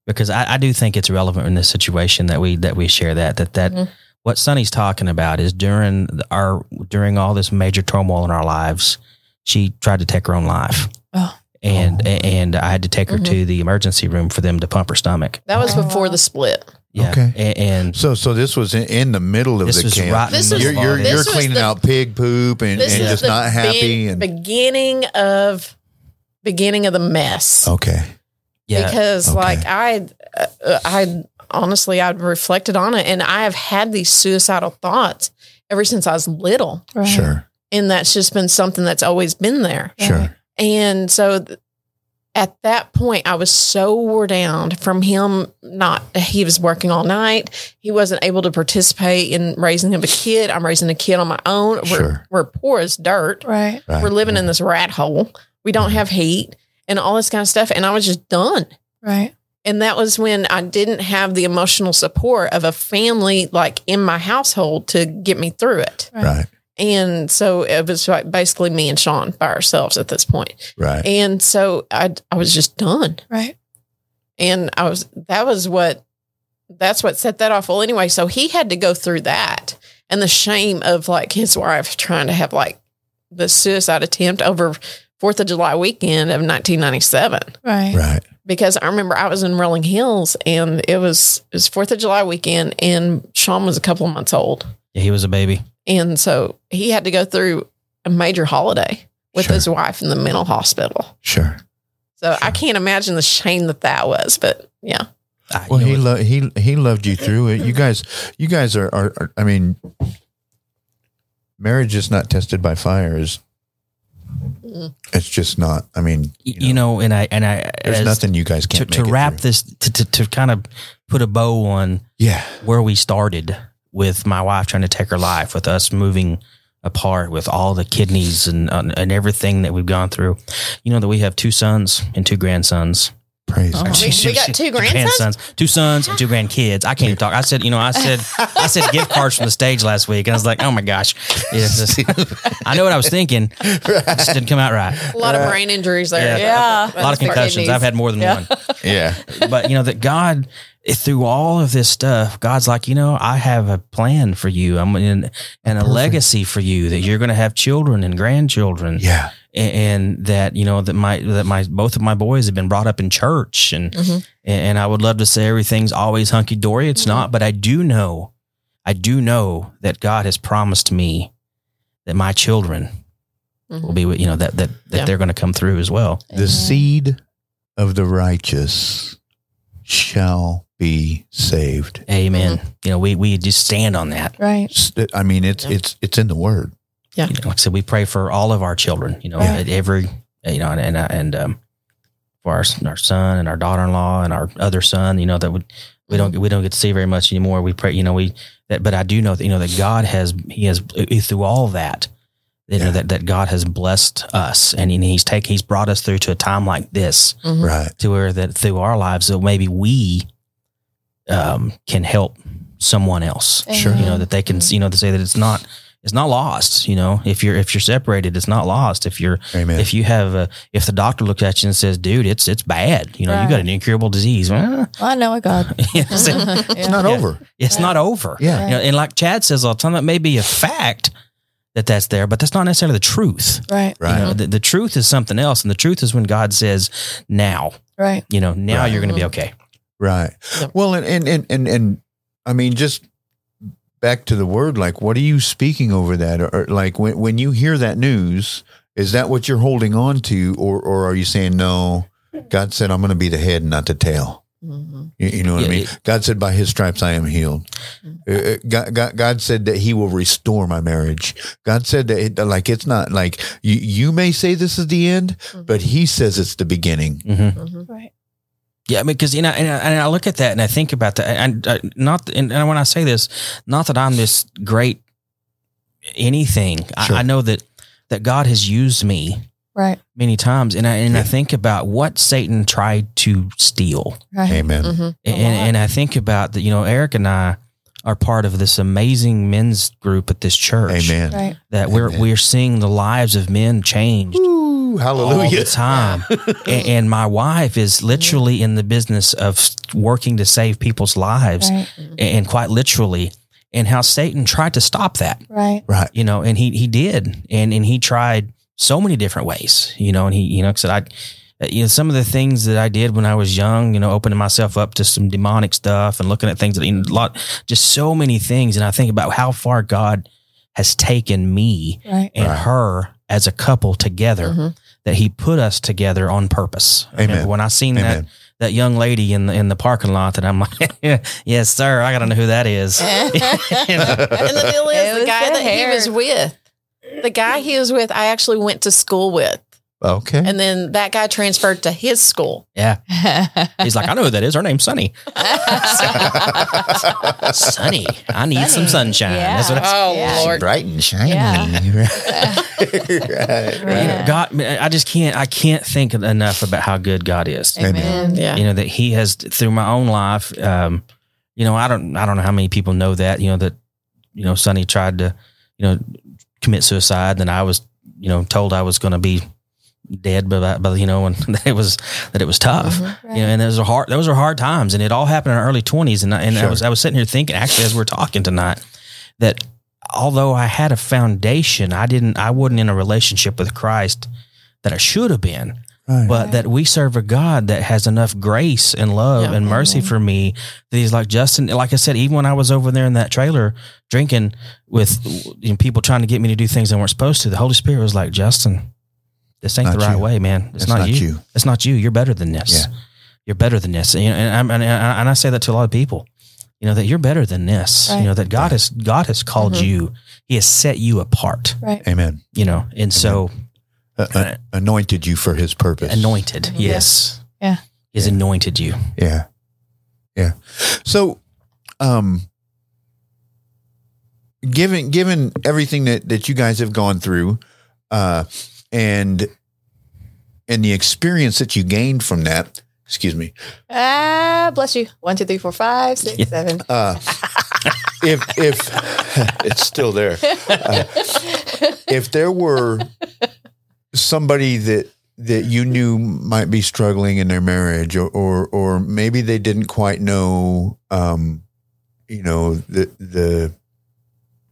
Speaker 3: because I, I do think it's relevant in this situation that we that we share that that that
Speaker 4: Mhm.
Speaker 3: what Sonny's talking about is during the- our during all this major turmoil in our lives, she tried to take her own life.
Speaker 2: Oh.
Speaker 3: And and I had to take her to the emergency room for them to pump her stomach.
Speaker 4: Mm-hmm. That was
Speaker 2: Oh,
Speaker 4: before
Speaker 2: wow.
Speaker 4: the split.
Speaker 3: Yeah.
Speaker 1: Okay.
Speaker 3: A- And,
Speaker 1: So so this was in, in the middle of
Speaker 3: This
Speaker 1: the
Speaker 3: was
Speaker 1: camp.
Speaker 3: right in the This
Speaker 4: middle
Speaker 1: you're
Speaker 4: of
Speaker 1: you're,
Speaker 4: all this.
Speaker 1: you're
Speaker 4: This was
Speaker 1: cleaning
Speaker 4: the-
Speaker 1: out pig poop and,
Speaker 4: This
Speaker 1: and
Speaker 4: is
Speaker 1: just
Speaker 4: the
Speaker 1: not happy
Speaker 4: big-
Speaker 1: and
Speaker 4: beginning of beginning of the mess.
Speaker 1: okay.
Speaker 3: yeah,
Speaker 4: because
Speaker 1: Okay.
Speaker 4: like I, uh, I honestly I reflected on it, and I have had these suicidal thoughts ever since I was little,
Speaker 2: Right.
Speaker 1: Sure.
Speaker 4: and that's just been something that's always been there.
Speaker 2: Yeah.
Speaker 1: Sure.
Speaker 4: And so, th- at that point, I was so wore down from him. Not he was working all night. He wasn't able to participate in raising of a kid. I'm raising a kid on my own. We're,
Speaker 1: Sure.
Speaker 4: we're poor as dirt.
Speaker 2: Right.
Speaker 1: Right.
Speaker 4: We're living in this rat hole. We don't have heat and all this kind of stuff. And I was just done.
Speaker 2: Right.
Speaker 4: And that was when I didn't have the emotional support of a family like in my household to get me through it.
Speaker 1: Right.
Speaker 4: And so it was like basically me and Sean by ourselves at this point.
Speaker 1: Right.
Speaker 4: And so I I was just done.
Speaker 2: Right.
Speaker 4: And I was that was what that's what set that off. Well, anyway, so he had to go through that and the shame of like his wife trying to have like the suicide attempt over Fourth of July weekend of nineteen ninety seven
Speaker 2: Right.
Speaker 1: Right.
Speaker 4: because I remember I was in Rolling Hills and it was it was Fourth of July weekend and Sean was a couple of months old
Speaker 3: yeah, he was a baby.
Speaker 4: And so he had to go through a major holiday with
Speaker 1: Sure.
Speaker 4: his wife in the mental hospital.
Speaker 1: Sure.
Speaker 4: So I can't imagine the shame that that was, but yeah.
Speaker 3: I,
Speaker 1: Well,
Speaker 3: you know,
Speaker 1: he lo- he he loved you through it. You guys, you guys are, are, are- I mean, marriage is not tested by fires.
Speaker 4: Mm.
Speaker 1: It's just not. I mean,
Speaker 3: y- you know, and I and I
Speaker 1: there's
Speaker 3: as-
Speaker 1: nothing you guys
Speaker 3: to,
Speaker 1: can't
Speaker 3: to
Speaker 1: make it
Speaker 3: wrap
Speaker 1: through.
Speaker 3: this to, to to kind of put a bow on
Speaker 1: Yeah,
Speaker 3: where we started with my wife trying to take her life, with us moving apart, with all the kidneys and and everything that we've gone through. You know that we have two sons and two grandsons.
Speaker 1: praise.
Speaker 2: Oh.
Speaker 4: We- we got two grandsons?
Speaker 3: two sons, and two grandkids. I can't even talk. I said, you know, I said, I said gift cards from the stage last week, and I was like, oh my gosh, It's just- I know what I was thinking. It just didn't come out right.
Speaker 4: A lot of brain injuries there.
Speaker 2: Yeah.
Speaker 3: A lot of
Speaker 4: That's for
Speaker 3: concussions.
Speaker 4: kidneys.
Speaker 3: I've had more than
Speaker 2: Yeah.
Speaker 3: one
Speaker 1: Yeah,
Speaker 3: but you know that God through all of this stuff, God's like, you know, I have a plan for you. I'm in and a legacy for you that you're going to have children and grandchildren,
Speaker 1: yeah.
Speaker 3: and, and that you know that my that my both of my boys have been brought up in church, and
Speaker 4: Mhm.
Speaker 3: and I would love to say everything's always hunky dory. It's not, but I do know, I do know that God has promised me that my children will
Speaker 4: Mhm.
Speaker 3: be, with- you know, that that that
Speaker 4: Yeah.
Speaker 3: they're going to come through as well.
Speaker 1: The seed of the righteous shall be saved.
Speaker 3: Amen. You know, we we just stand on that.
Speaker 2: Right.
Speaker 1: S- I mean, it's
Speaker 4: Yeah.
Speaker 1: it's it's in the word.
Speaker 3: you know, like I said, we pray for all of our children, you know,
Speaker 1: Yeah.
Speaker 3: at every, you know, and, and, uh, and um, for our, our son and our daughter-in-law and our other son, you know, that we, we don't, we don't get to see very much anymore. We pray, you know, we, that, but I do know that, you know, that God has, he has through all that, you
Speaker 1: Yeah.
Speaker 3: know, that, that God has blessed us and he's take, he's brought us through to a time like this
Speaker 4: Mhm.
Speaker 1: Right.
Speaker 3: to where that through our lives that maybe we, um, can help someone else
Speaker 1: Sure.
Speaker 3: you know that they can you know to say that it's not it's not lost you know if you're if you're separated it's not lost if you're
Speaker 1: Amen.
Speaker 3: if you have a if the doctor looks at you and says dude it's it's bad you know you got
Speaker 2: Right.
Speaker 3: an incurable disease well,
Speaker 2: I know a God.
Speaker 3: it's,
Speaker 1: it's
Speaker 2: Yeah.
Speaker 1: not
Speaker 3: Yeah.
Speaker 1: over.
Speaker 3: it's not over
Speaker 1: Yeah.
Speaker 3: you know, and like chad says all the time that may be a fact that that's there but that's not necessarily the truth
Speaker 2: Right.
Speaker 1: Right.
Speaker 3: you know the, the truth is something else and the truth is when god says now
Speaker 2: Right.
Speaker 3: you know now
Speaker 1: Right.
Speaker 3: you're going to be okay
Speaker 1: Right.
Speaker 4: Yep.
Speaker 1: Well, and, and and and and I mean, just back to the word, like, what are you speaking over that? Or, or, like, when when you hear that news, is that what you're holding on to, or or are you saying no? God said, "I'm going to be the head, and not the tail."
Speaker 4: Mhm.
Speaker 1: You, you know what
Speaker 3: Yeah,
Speaker 1: I mean?
Speaker 3: yeah.
Speaker 1: God said, "By His stripes, I am healed." Uh, uh, God, God, God said that He will restore my marriage. God said that, it, like, it's not like you, you may say this is the end, but He says it's the beginning.
Speaker 3: mm-hmm.
Speaker 4: Mhm.
Speaker 2: Right.
Speaker 3: Yeah, I mean, because you know, and I, and I look at that and I think about that, and I, not, and, and when I say this, not that I'm this great anything.
Speaker 1: Sure.
Speaker 3: I, I know that that God has used me
Speaker 2: Right.
Speaker 3: many times, and I and I
Speaker 1: Yeah.
Speaker 3: think about what Satan tried to steal,
Speaker 2: Right.
Speaker 1: Amen.
Speaker 4: Mhm.
Speaker 2: A
Speaker 3: and
Speaker 2: lot.
Speaker 3: and I think about that. You know, Eric and I are part of this amazing men's group at this Mm-hmm. church.
Speaker 1: Amen.
Speaker 2: Right.
Speaker 3: That we're
Speaker 1: Amen.
Speaker 3: we're seeing the lives of men changed
Speaker 1: Ooh,
Speaker 3: all the
Speaker 1: hallelujah.
Speaker 3: time. A- and, my wife is literally in the business of s- working to save people's lives,
Speaker 2: Right.
Speaker 3: a- and quite literally, and how Satan tried to stop that,
Speaker 2: Right.
Speaker 1: Right.
Speaker 3: you know, and he he did, and and he tried so many different ways, you know, and he you know said I. You know, some of the things that I did when I was young, you know, opening myself up to some demonic stuff and looking at things that, you know, a lot, just so many things. And I think about how far God has taken me
Speaker 2: Right.
Speaker 3: and
Speaker 1: Right.
Speaker 3: her as a couple together
Speaker 4: Mhm.
Speaker 3: that he put us together on purpose. I remember
Speaker 1: Amen.
Speaker 3: When I seen
Speaker 1: Amen.
Speaker 3: that that young lady in the in the parking lot, that I'm like, yes, sir, I gotta know who that is.
Speaker 4: And the deal is,
Speaker 2: It
Speaker 4: the
Speaker 2: was
Speaker 4: guy
Speaker 2: the
Speaker 4: that
Speaker 2: hair.
Speaker 4: he was with, the guy he was with, I actually went to school with.
Speaker 1: Okay.
Speaker 4: And then that guy transferred to his school.
Speaker 3: yeah, he's like, I know who that is. Her name's Sunny. Sunny, I need
Speaker 2: Sunny.
Speaker 3: some sunshine.
Speaker 2: Yeah.
Speaker 3: That's what I,
Speaker 4: Oh,
Speaker 2: Yeah.
Speaker 4: Lord.
Speaker 1: bright and shiny.
Speaker 2: Yeah.
Speaker 1: right,
Speaker 2: Oh,
Speaker 3: you
Speaker 1: right.
Speaker 3: know, God, I just can't. I can't think enough about how good God is.
Speaker 2: Amen.
Speaker 4: Yeah.
Speaker 3: you know that he has through my own life um you know i don't i don't know how many people know that you know that you know sonny tried to you know commit suicide and i was you know told i was going to be dead but but you know and that it was that it was tough
Speaker 4: Mhm.
Speaker 3: you know and those are hard those are hard times and it all happened in our early 20s and I, and I
Speaker 1: Sure.
Speaker 3: was i was sitting here thinking actually as we're talking tonight that although i had a foundation i didn't i wasn't in a relationship with christ that i should have been
Speaker 1: Right.
Speaker 3: but
Speaker 4: Right.
Speaker 3: that we serve a God that has enough grace and love
Speaker 4: Yeah.
Speaker 3: and mercy
Speaker 4: Mhm.
Speaker 3: for me that he's like Justin. Like I said, even when I was over there in that trailer drinking with you know, people trying to get me to do things I weren't supposed to, the Holy Spirit was like, Justin, this ain't
Speaker 1: Not
Speaker 3: the right
Speaker 1: you.
Speaker 3: way, man. It's
Speaker 1: That's
Speaker 3: not, you. It's not you. You're better than this. You're better than this. And, you know, and, I'm- and, I- and I say that to a lot of people, you know, that you're better than this,
Speaker 2: Right. Mm-hmm.
Speaker 3: you know, that God has, God has called
Speaker 4: Mhm.
Speaker 3: you. He has set you apart,
Speaker 2: Right.
Speaker 1: Amen.
Speaker 3: you know? And so
Speaker 1: Uh, uh, anointed you for his purpose.
Speaker 3: anointed.
Speaker 2: Yeah.
Speaker 3: Yes.
Speaker 2: Yeah.
Speaker 3: He's anointed you.
Speaker 1: Yeah. Yeah. So, um, given, given everything that, that you guys have gone through, uh, and, and the experience that you gained from that, excuse me,
Speaker 2: Ah, bless you. One, two, three, four, five, six,
Speaker 3: Yeah.
Speaker 2: seven.
Speaker 1: uh, if, if it's still there, Uh, if there were somebody that that you knew might be struggling in their marriage or or, or maybe they didn't quite know um you know the the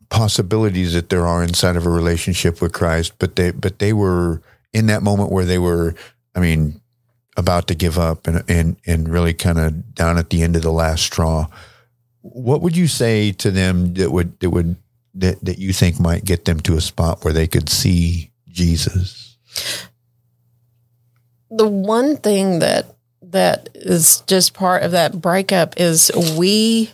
Speaker 1: possibilities that there are inside of a relationship with Christ but they but they were in that moment where they were I mean about to give up and and and really kind of down at the end of the last straw what would you say to them that would that would that, that you think might get them to a spot where they could see Jesus?
Speaker 4: the one thing that that is just part of that breakup is we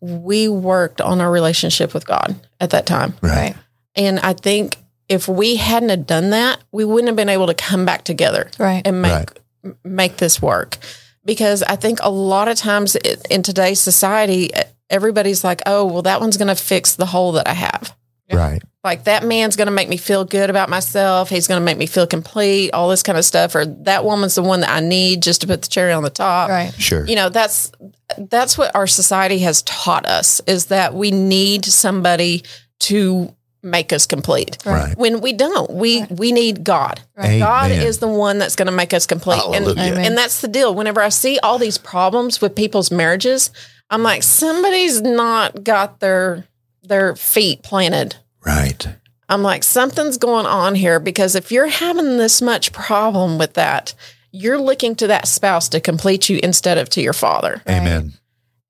Speaker 4: we worked on our relationship with God at that time.
Speaker 2: Right.
Speaker 4: And I think if we hadn't have done that, we wouldn't have been able to come back together
Speaker 2: Right.
Speaker 4: and make
Speaker 1: Right.
Speaker 4: m- make this work because i think a lot of times i- in today's society e- everybody's like oh well that one's going to fix the hole that i have
Speaker 1: Right.
Speaker 4: like that man's going to make me feel good about myself he's going to make me feel complete all this kind of stuff or that woman's the one that i need just to put the cherry on the top
Speaker 2: Right.
Speaker 1: Sure.
Speaker 4: you know that's that's what our society has taught us is that we need somebody to make us complete
Speaker 1: right.
Speaker 4: when we don't we
Speaker 2: Right.
Speaker 4: we need god
Speaker 2: Right.
Speaker 4: God
Speaker 1: Amen.
Speaker 4: is the one that's going to make us complete. And,
Speaker 1: Hallelujah.
Speaker 2: Amen.
Speaker 4: and that's the deal. Whenever I see all these problems with people's marriages, I'm like, somebody's not got their their feet planted.
Speaker 1: Right.
Speaker 4: I'm like, something's going on here because if you're having this much problem with that, you're looking to that spouse to complete you instead of to your father.
Speaker 1: Amen.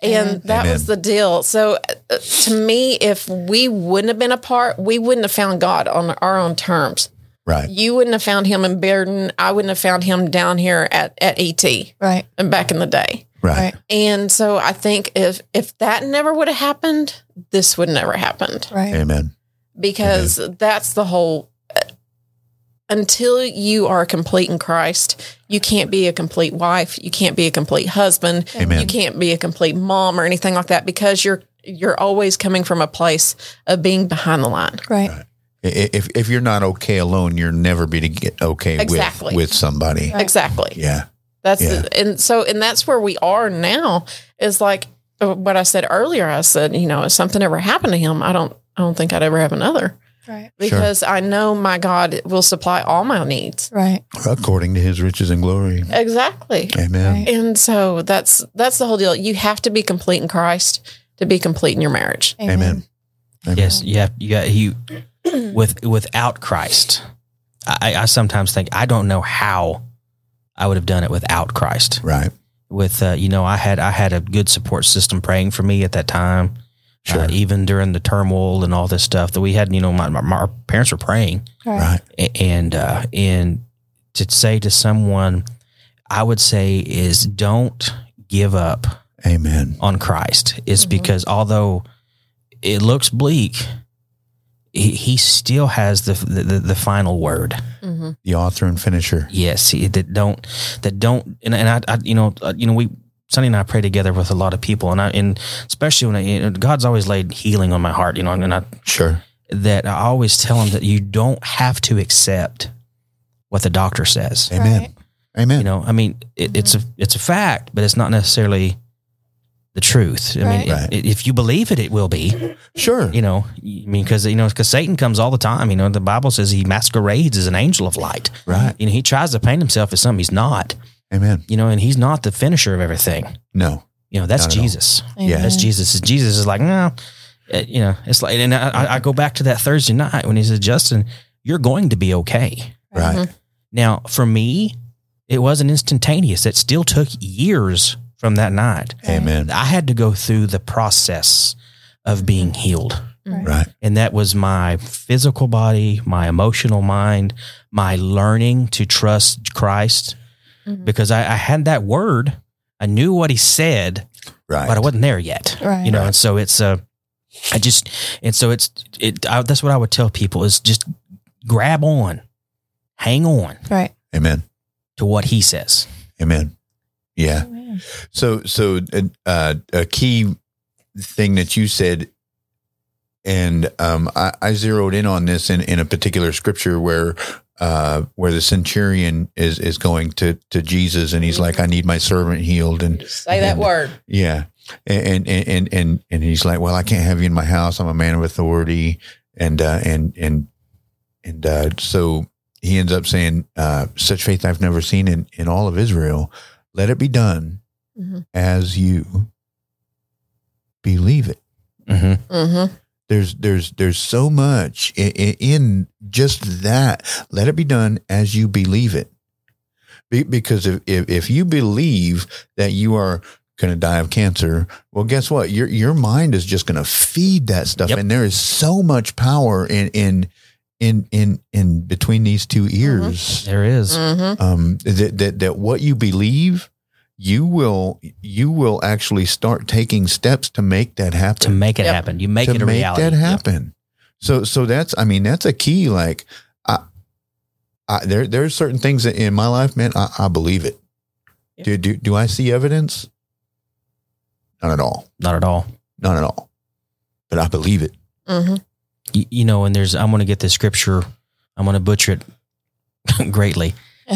Speaker 4: And that
Speaker 1: Amen.
Speaker 4: was the deal. So uh, to me, if we wouldn't have been apart, we wouldn't have found God on our own terms
Speaker 1: Right.
Speaker 4: you wouldn't have found him in Bearden. I wouldn't have found him down here at, at ET
Speaker 2: Right.
Speaker 4: and back in the day.
Speaker 1: Right.
Speaker 4: And so I think if if that never would have happened, this would never happened
Speaker 2: Right.
Speaker 1: Amen.
Speaker 4: because
Speaker 1: Mm-hmm.
Speaker 4: that's the whole. uh, Until you are complete in Christ, you can't be a complete wife. You can't be a complete husband.
Speaker 1: Amen.
Speaker 4: You can't be a complete mom or anything like that because you're you're always coming from a place of being behind the line.
Speaker 2: Right.
Speaker 1: I- i- If if you're not okay alone, you're never be to get okay
Speaker 4: Exactly.
Speaker 1: with with somebody.
Speaker 2: Right.
Speaker 4: Exactly.
Speaker 1: Yeah.
Speaker 4: That's
Speaker 1: Yeah.
Speaker 4: the, and so and that's where we are now is like uh, what I said earlier. I said, you know, if something ever happened to him, I don't I don't think I'd ever have another
Speaker 2: Right.
Speaker 4: because I know my God will supply all my needs.
Speaker 2: Right.
Speaker 1: According to His riches and glory.
Speaker 4: Exactly.
Speaker 1: Amen.
Speaker 2: Right.
Speaker 4: And so that's that's the whole deal. You have to be complete in Christ to be complete in your marriage.
Speaker 1: Amen. Amen.
Speaker 3: Yes, yeah, yeah. You with without Christ, I, I sometimes think I don't know how I would have done it without Christ.
Speaker 1: Right.
Speaker 3: With uh, you know, I had I had a good support system praying for me at that time.
Speaker 1: Sure.
Speaker 3: Uh, even during the turmoil and all this stuff that we had, you know, my, my, my parents were praying,
Speaker 1: Right.
Speaker 3: A- and uh, and to say to someone, I would say is don't give up
Speaker 1: Amen.
Speaker 3: on Christ is
Speaker 4: Mhm.
Speaker 3: because although it looks bleak, he, he still has the, the the- the final word.
Speaker 4: Mm-hmm.
Speaker 1: The author and finisher.
Speaker 3: Yes, he, that don't that don't and, and I, I you know uh, you know we Sonny and I pray together with a lot of people and I and especially when I, you know, God's always laid healing on my heart you know and I
Speaker 1: Sure.
Speaker 3: that I always tell him that you don't have to accept what the doctor says.
Speaker 1: Amen.
Speaker 2: Right.
Speaker 1: Amen.
Speaker 3: You know, I mean, it, it's a it's a fact, but it's not necessarily the truth. I mean,
Speaker 1: Right.
Speaker 3: i- if you believe it, it will be.
Speaker 1: sure.
Speaker 3: you know, I mean, because you know, because Satan comes all the time. You know, the Bible says he masquerades as an angel of light.
Speaker 1: Right.
Speaker 3: You know, he tries to paint himself as something he's not.
Speaker 1: Amen.
Speaker 3: You know, and he's not the finisher of everything.
Speaker 1: No.
Speaker 3: You know, that's
Speaker 1: Not at all.
Speaker 3: Jesus.
Speaker 1: Yeah.
Speaker 3: That's Jesus. Jesus is like, no, Uh, you know, it's like, and I, I- I go back to that Thursday night when he said, Justin, you're going to be okay.
Speaker 1: Right.
Speaker 3: Now, for me, it wasn't instantaneous. It still took years from that night.
Speaker 1: Amen.
Speaker 3: I had to go through the process of being healed.
Speaker 1: Right.
Speaker 3: And that was my physical body, my emotional mind, my learning to trust Christ
Speaker 2: Mhm.
Speaker 3: because I, I had that word. I knew what he said,
Speaker 1: Right.
Speaker 3: but I wasn't there yet.
Speaker 2: Right.
Speaker 3: You know, and so it's uh, I just, and so it's, it, I, that's what I would tell people is just grab on, hang on
Speaker 2: Right.
Speaker 1: Amen.
Speaker 3: to what he says.
Speaker 1: Amen. Yeah. So, so uh, uh, a key thing that you said, and um, I, I zeroed in on this in, in a particular scripture where uh, where the centurion is is going to to Jesus, and he's like, "I need my servant healed," and
Speaker 4: Say that word.
Speaker 1: yeah, and and and and and he's like, "Well, I can't have you in my house. I'm a man of authority," and uh, and and and uh, so he ends up saying, uh, "Such faith I've never seen in in all of Israel. Let it be done
Speaker 4: Mhm.
Speaker 1: as you believe it."
Speaker 3: Mm-hmm.
Speaker 4: Mm-hmm.
Speaker 1: There's there's there's so much in, in just that. Let it be done as you believe it, be, because if, if if you believe that you are going to die of cancer, well, guess what? Your your mind is just going to feed that stuff,
Speaker 3: Yep.
Speaker 1: and there is so much power in in in in in between these two ears.
Speaker 3: There is.
Speaker 4: Mm-hmm.
Speaker 1: Um, that that that what you believe, you will you will actually start taking steps to make that happen
Speaker 3: to make it
Speaker 4: Yep.
Speaker 3: happen. You make
Speaker 1: to
Speaker 3: it a
Speaker 1: make
Speaker 3: reality.
Speaker 1: that
Speaker 3: Yep.
Speaker 1: happen. So so that's I mean that's a key. Like I, I there there are certain things that in my life, man, I, I believe it. Do, do do I see evidence? Not at all.
Speaker 3: Not at all.
Speaker 1: Not at all. But I believe it.
Speaker 4: Mm-hmm.
Speaker 3: You, you know, and there's, I'm going to get this scripture, I'm going to butcher it greatly,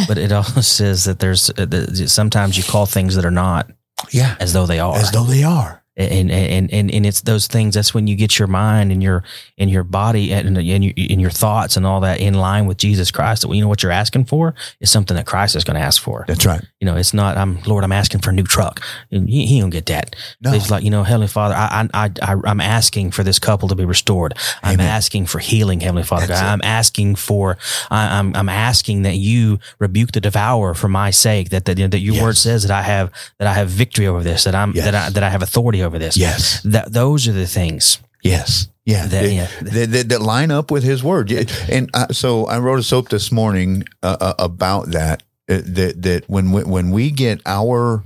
Speaker 3: but it also says that there's, uh, that sometimes you call things that are not
Speaker 1: Yeah,
Speaker 3: as though they are.
Speaker 1: as though they are.
Speaker 3: and, and, and, and it's those things, that's when you get your mind and your, and your body and, and, your, and your thoughts and all that in line with Jesus Christ. That, well, you know what you're asking for is something that Christ is going to ask for.
Speaker 1: That's right.
Speaker 3: You know, it's not, I'm, Lord, I'm asking for a new truck. And he, he don't get that.
Speaker 1: No,
Speaker 3: He's like, you know, Heavenly Father, I, I, I, I'm asking for this couple to be restored. I'm
Speaker 1: Amen.
Speaker 3: asking for healing, Heavenly Father.
Speaker 1: That's
Speaker 3: God. I'm asking for, I, I'm, I'm asking that you rebuke the devourer for my sake. That that, that your
Speaker 1: Yes.
Speaker 3: word says that I have that I have victory over this. That I'm
Speaker 1: Yes.
Speaker 3: that I that I have authority over this.
Speaker 1: yes,
Speaker 3: That those are the things
Speaker 1: yes, yeah.
Speaker 3: that
Speaker 1: It-
Speaker 3: yeah.
Speaker 1: that, that, that line up with his word. Yeah, And uh, so I wrote a soap this morning uh, uh, about that. uh, That that when we, when we get our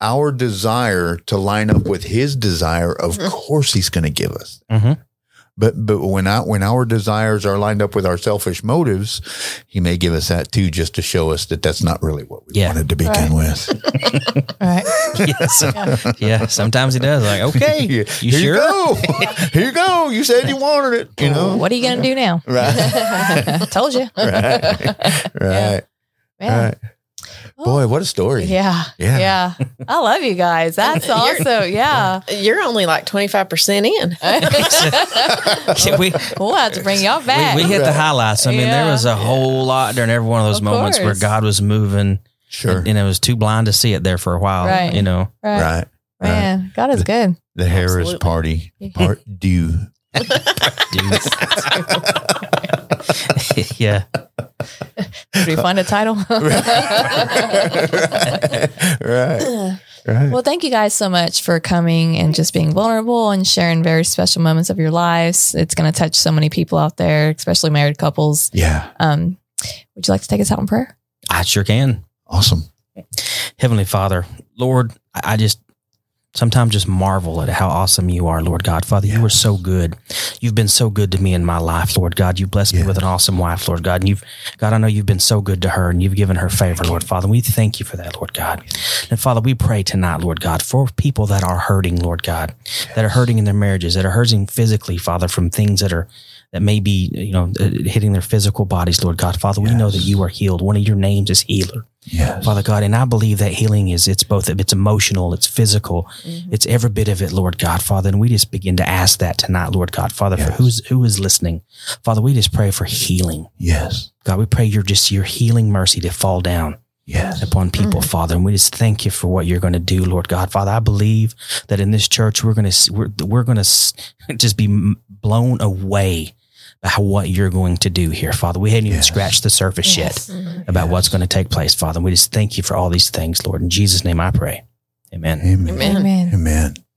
Speaker 1: our desire to line up with his desire, of
Speaker 4: Mhm.
Speaker 1: course he's going to give us.
Speaker 3: Mhm.
Speaker 1: But but when I, when our desires are lined up with our selfish motives, he may give us that too, just to show us that that's not really what we
Speaker 3: Yeah.
Speaker 1: wanted to
Speaker 2: Right.
Speaker 1: begin with.
Speaker 2: Right.
Speaker 3: yes. Yeah. Sometimes he does. Like, okay,
Speaker 1: Yeah.
Speaker 3: you
Speaker 1: Here
Speaker 3: sure?
Speaker 1: go. Here you go. You said you wanted it. You know.
Speaker 2: What are you gonna do now?
Speaker 1: Right.
Speaker 2: Told you.
Speaker 1: right. Right.
Speaker 2: Man.
Speaker 1: Right. Boy, what a story.
Speaker 2: Yeah.
Speaker 1: Yeah.
Speaker 2: Yeah. I love you guys. That's
Speaker 4: You're-
Speaker 2: also yeah.
Speaker 4: You're only like 25% in.
Speaker 3: Can we,
Speaker 2: we'll have to bring y'all back.
Speaker 3: we we hit the highlights. I mean, there
Speaker 2: Yeah.
Speaker 3: was a whole lot during every one of those
Speaker 2: Of
Speaker 3: moments where
Speaker 2: course.
Speaker 3: God was moving.
Speaker 1: Sure.
Speaker 3: and I was too blind to see it there for a while.
Speaker 2: Right.
Speaker 3: You know,
Speaker 2: right.
Speaker 1: right.
Speaker 2: Man, God is good.
Speaker 1: The Harris
Speaker 4: Absolutely.
Speaker 1: party. Part due.
Speaker 3: Dude. yeah,
Speaker 2: Did we find a title?
Speaker 1: right. Right. Right.
Speaker 2: Well, thank you guys so much for coming and just being vulnerable and sharing very special moments of your lives. It's going to touch so many people out there, especially married couples.
Speaker 1: Yeah.
Speaker 2: Um, would you like to take us out in prayer?
Speaker 3: I sure can.
Speaker 1: Awesome.
Speaker 3: Heavenly Father, Lord, I I just sometimes just marvel at how awesome you are, Lord God. Father, you are so good. You've been so good to me in my life, Lord God. You blessed
Speaker 1: Yes.
Speaker 3: me with an awesome wife, Lord God. And you've, God, I know you've been so good to her and you've given her favor, Lord Father. We thank you for that, Lord God. And Father, we pray tonight, Lord God, for people that are hurting, Lord God, that are hurting in their marriages, that are hurting physically, Father, from things that are. That may be, you know, uh, hitting their physical bodies, Lord God. Father, we know that
Speaker 1: Yes.
Speaker 3: you are healed. One of your names is healer.
Speaker 1: Yes.
Speaker 3: Father God, and I believe that healing is it's both it's emotional, it's physical, it's every bit of it, Lord God, Father. And we just begin to ask that tonight, Lord God, Father, for
Speaker 1: Yes.
Speaker 3: who's who is listening. Father, we just pray for healing.
Speaker 1: Yes.
Speaker 3: God, we pray your just your healing mercy to fall down
Speaker 1: Yes.
Speaker 3: upon people, Father. And we just thank you for what you're going to do, Lord God. Father, I believe that in this church, we're going to, we're, we're going to just be m- blown away by how- what you're going to do here, Father. We hadn't even
Speaker 1: Yes.
Speaker 3: scratched the surface
Speaker 2: Yes.
Speaker 4: Mm-hmm.
Speaker 3: yet. about what's going to take place, Father. And we just thank you for all these things, Lord. In Jesus' name I pray. Amen.
Speaker 1: Amen.
Speaker 4: Amen.
Speaker 2: Amen.
Speaker 1: Amen.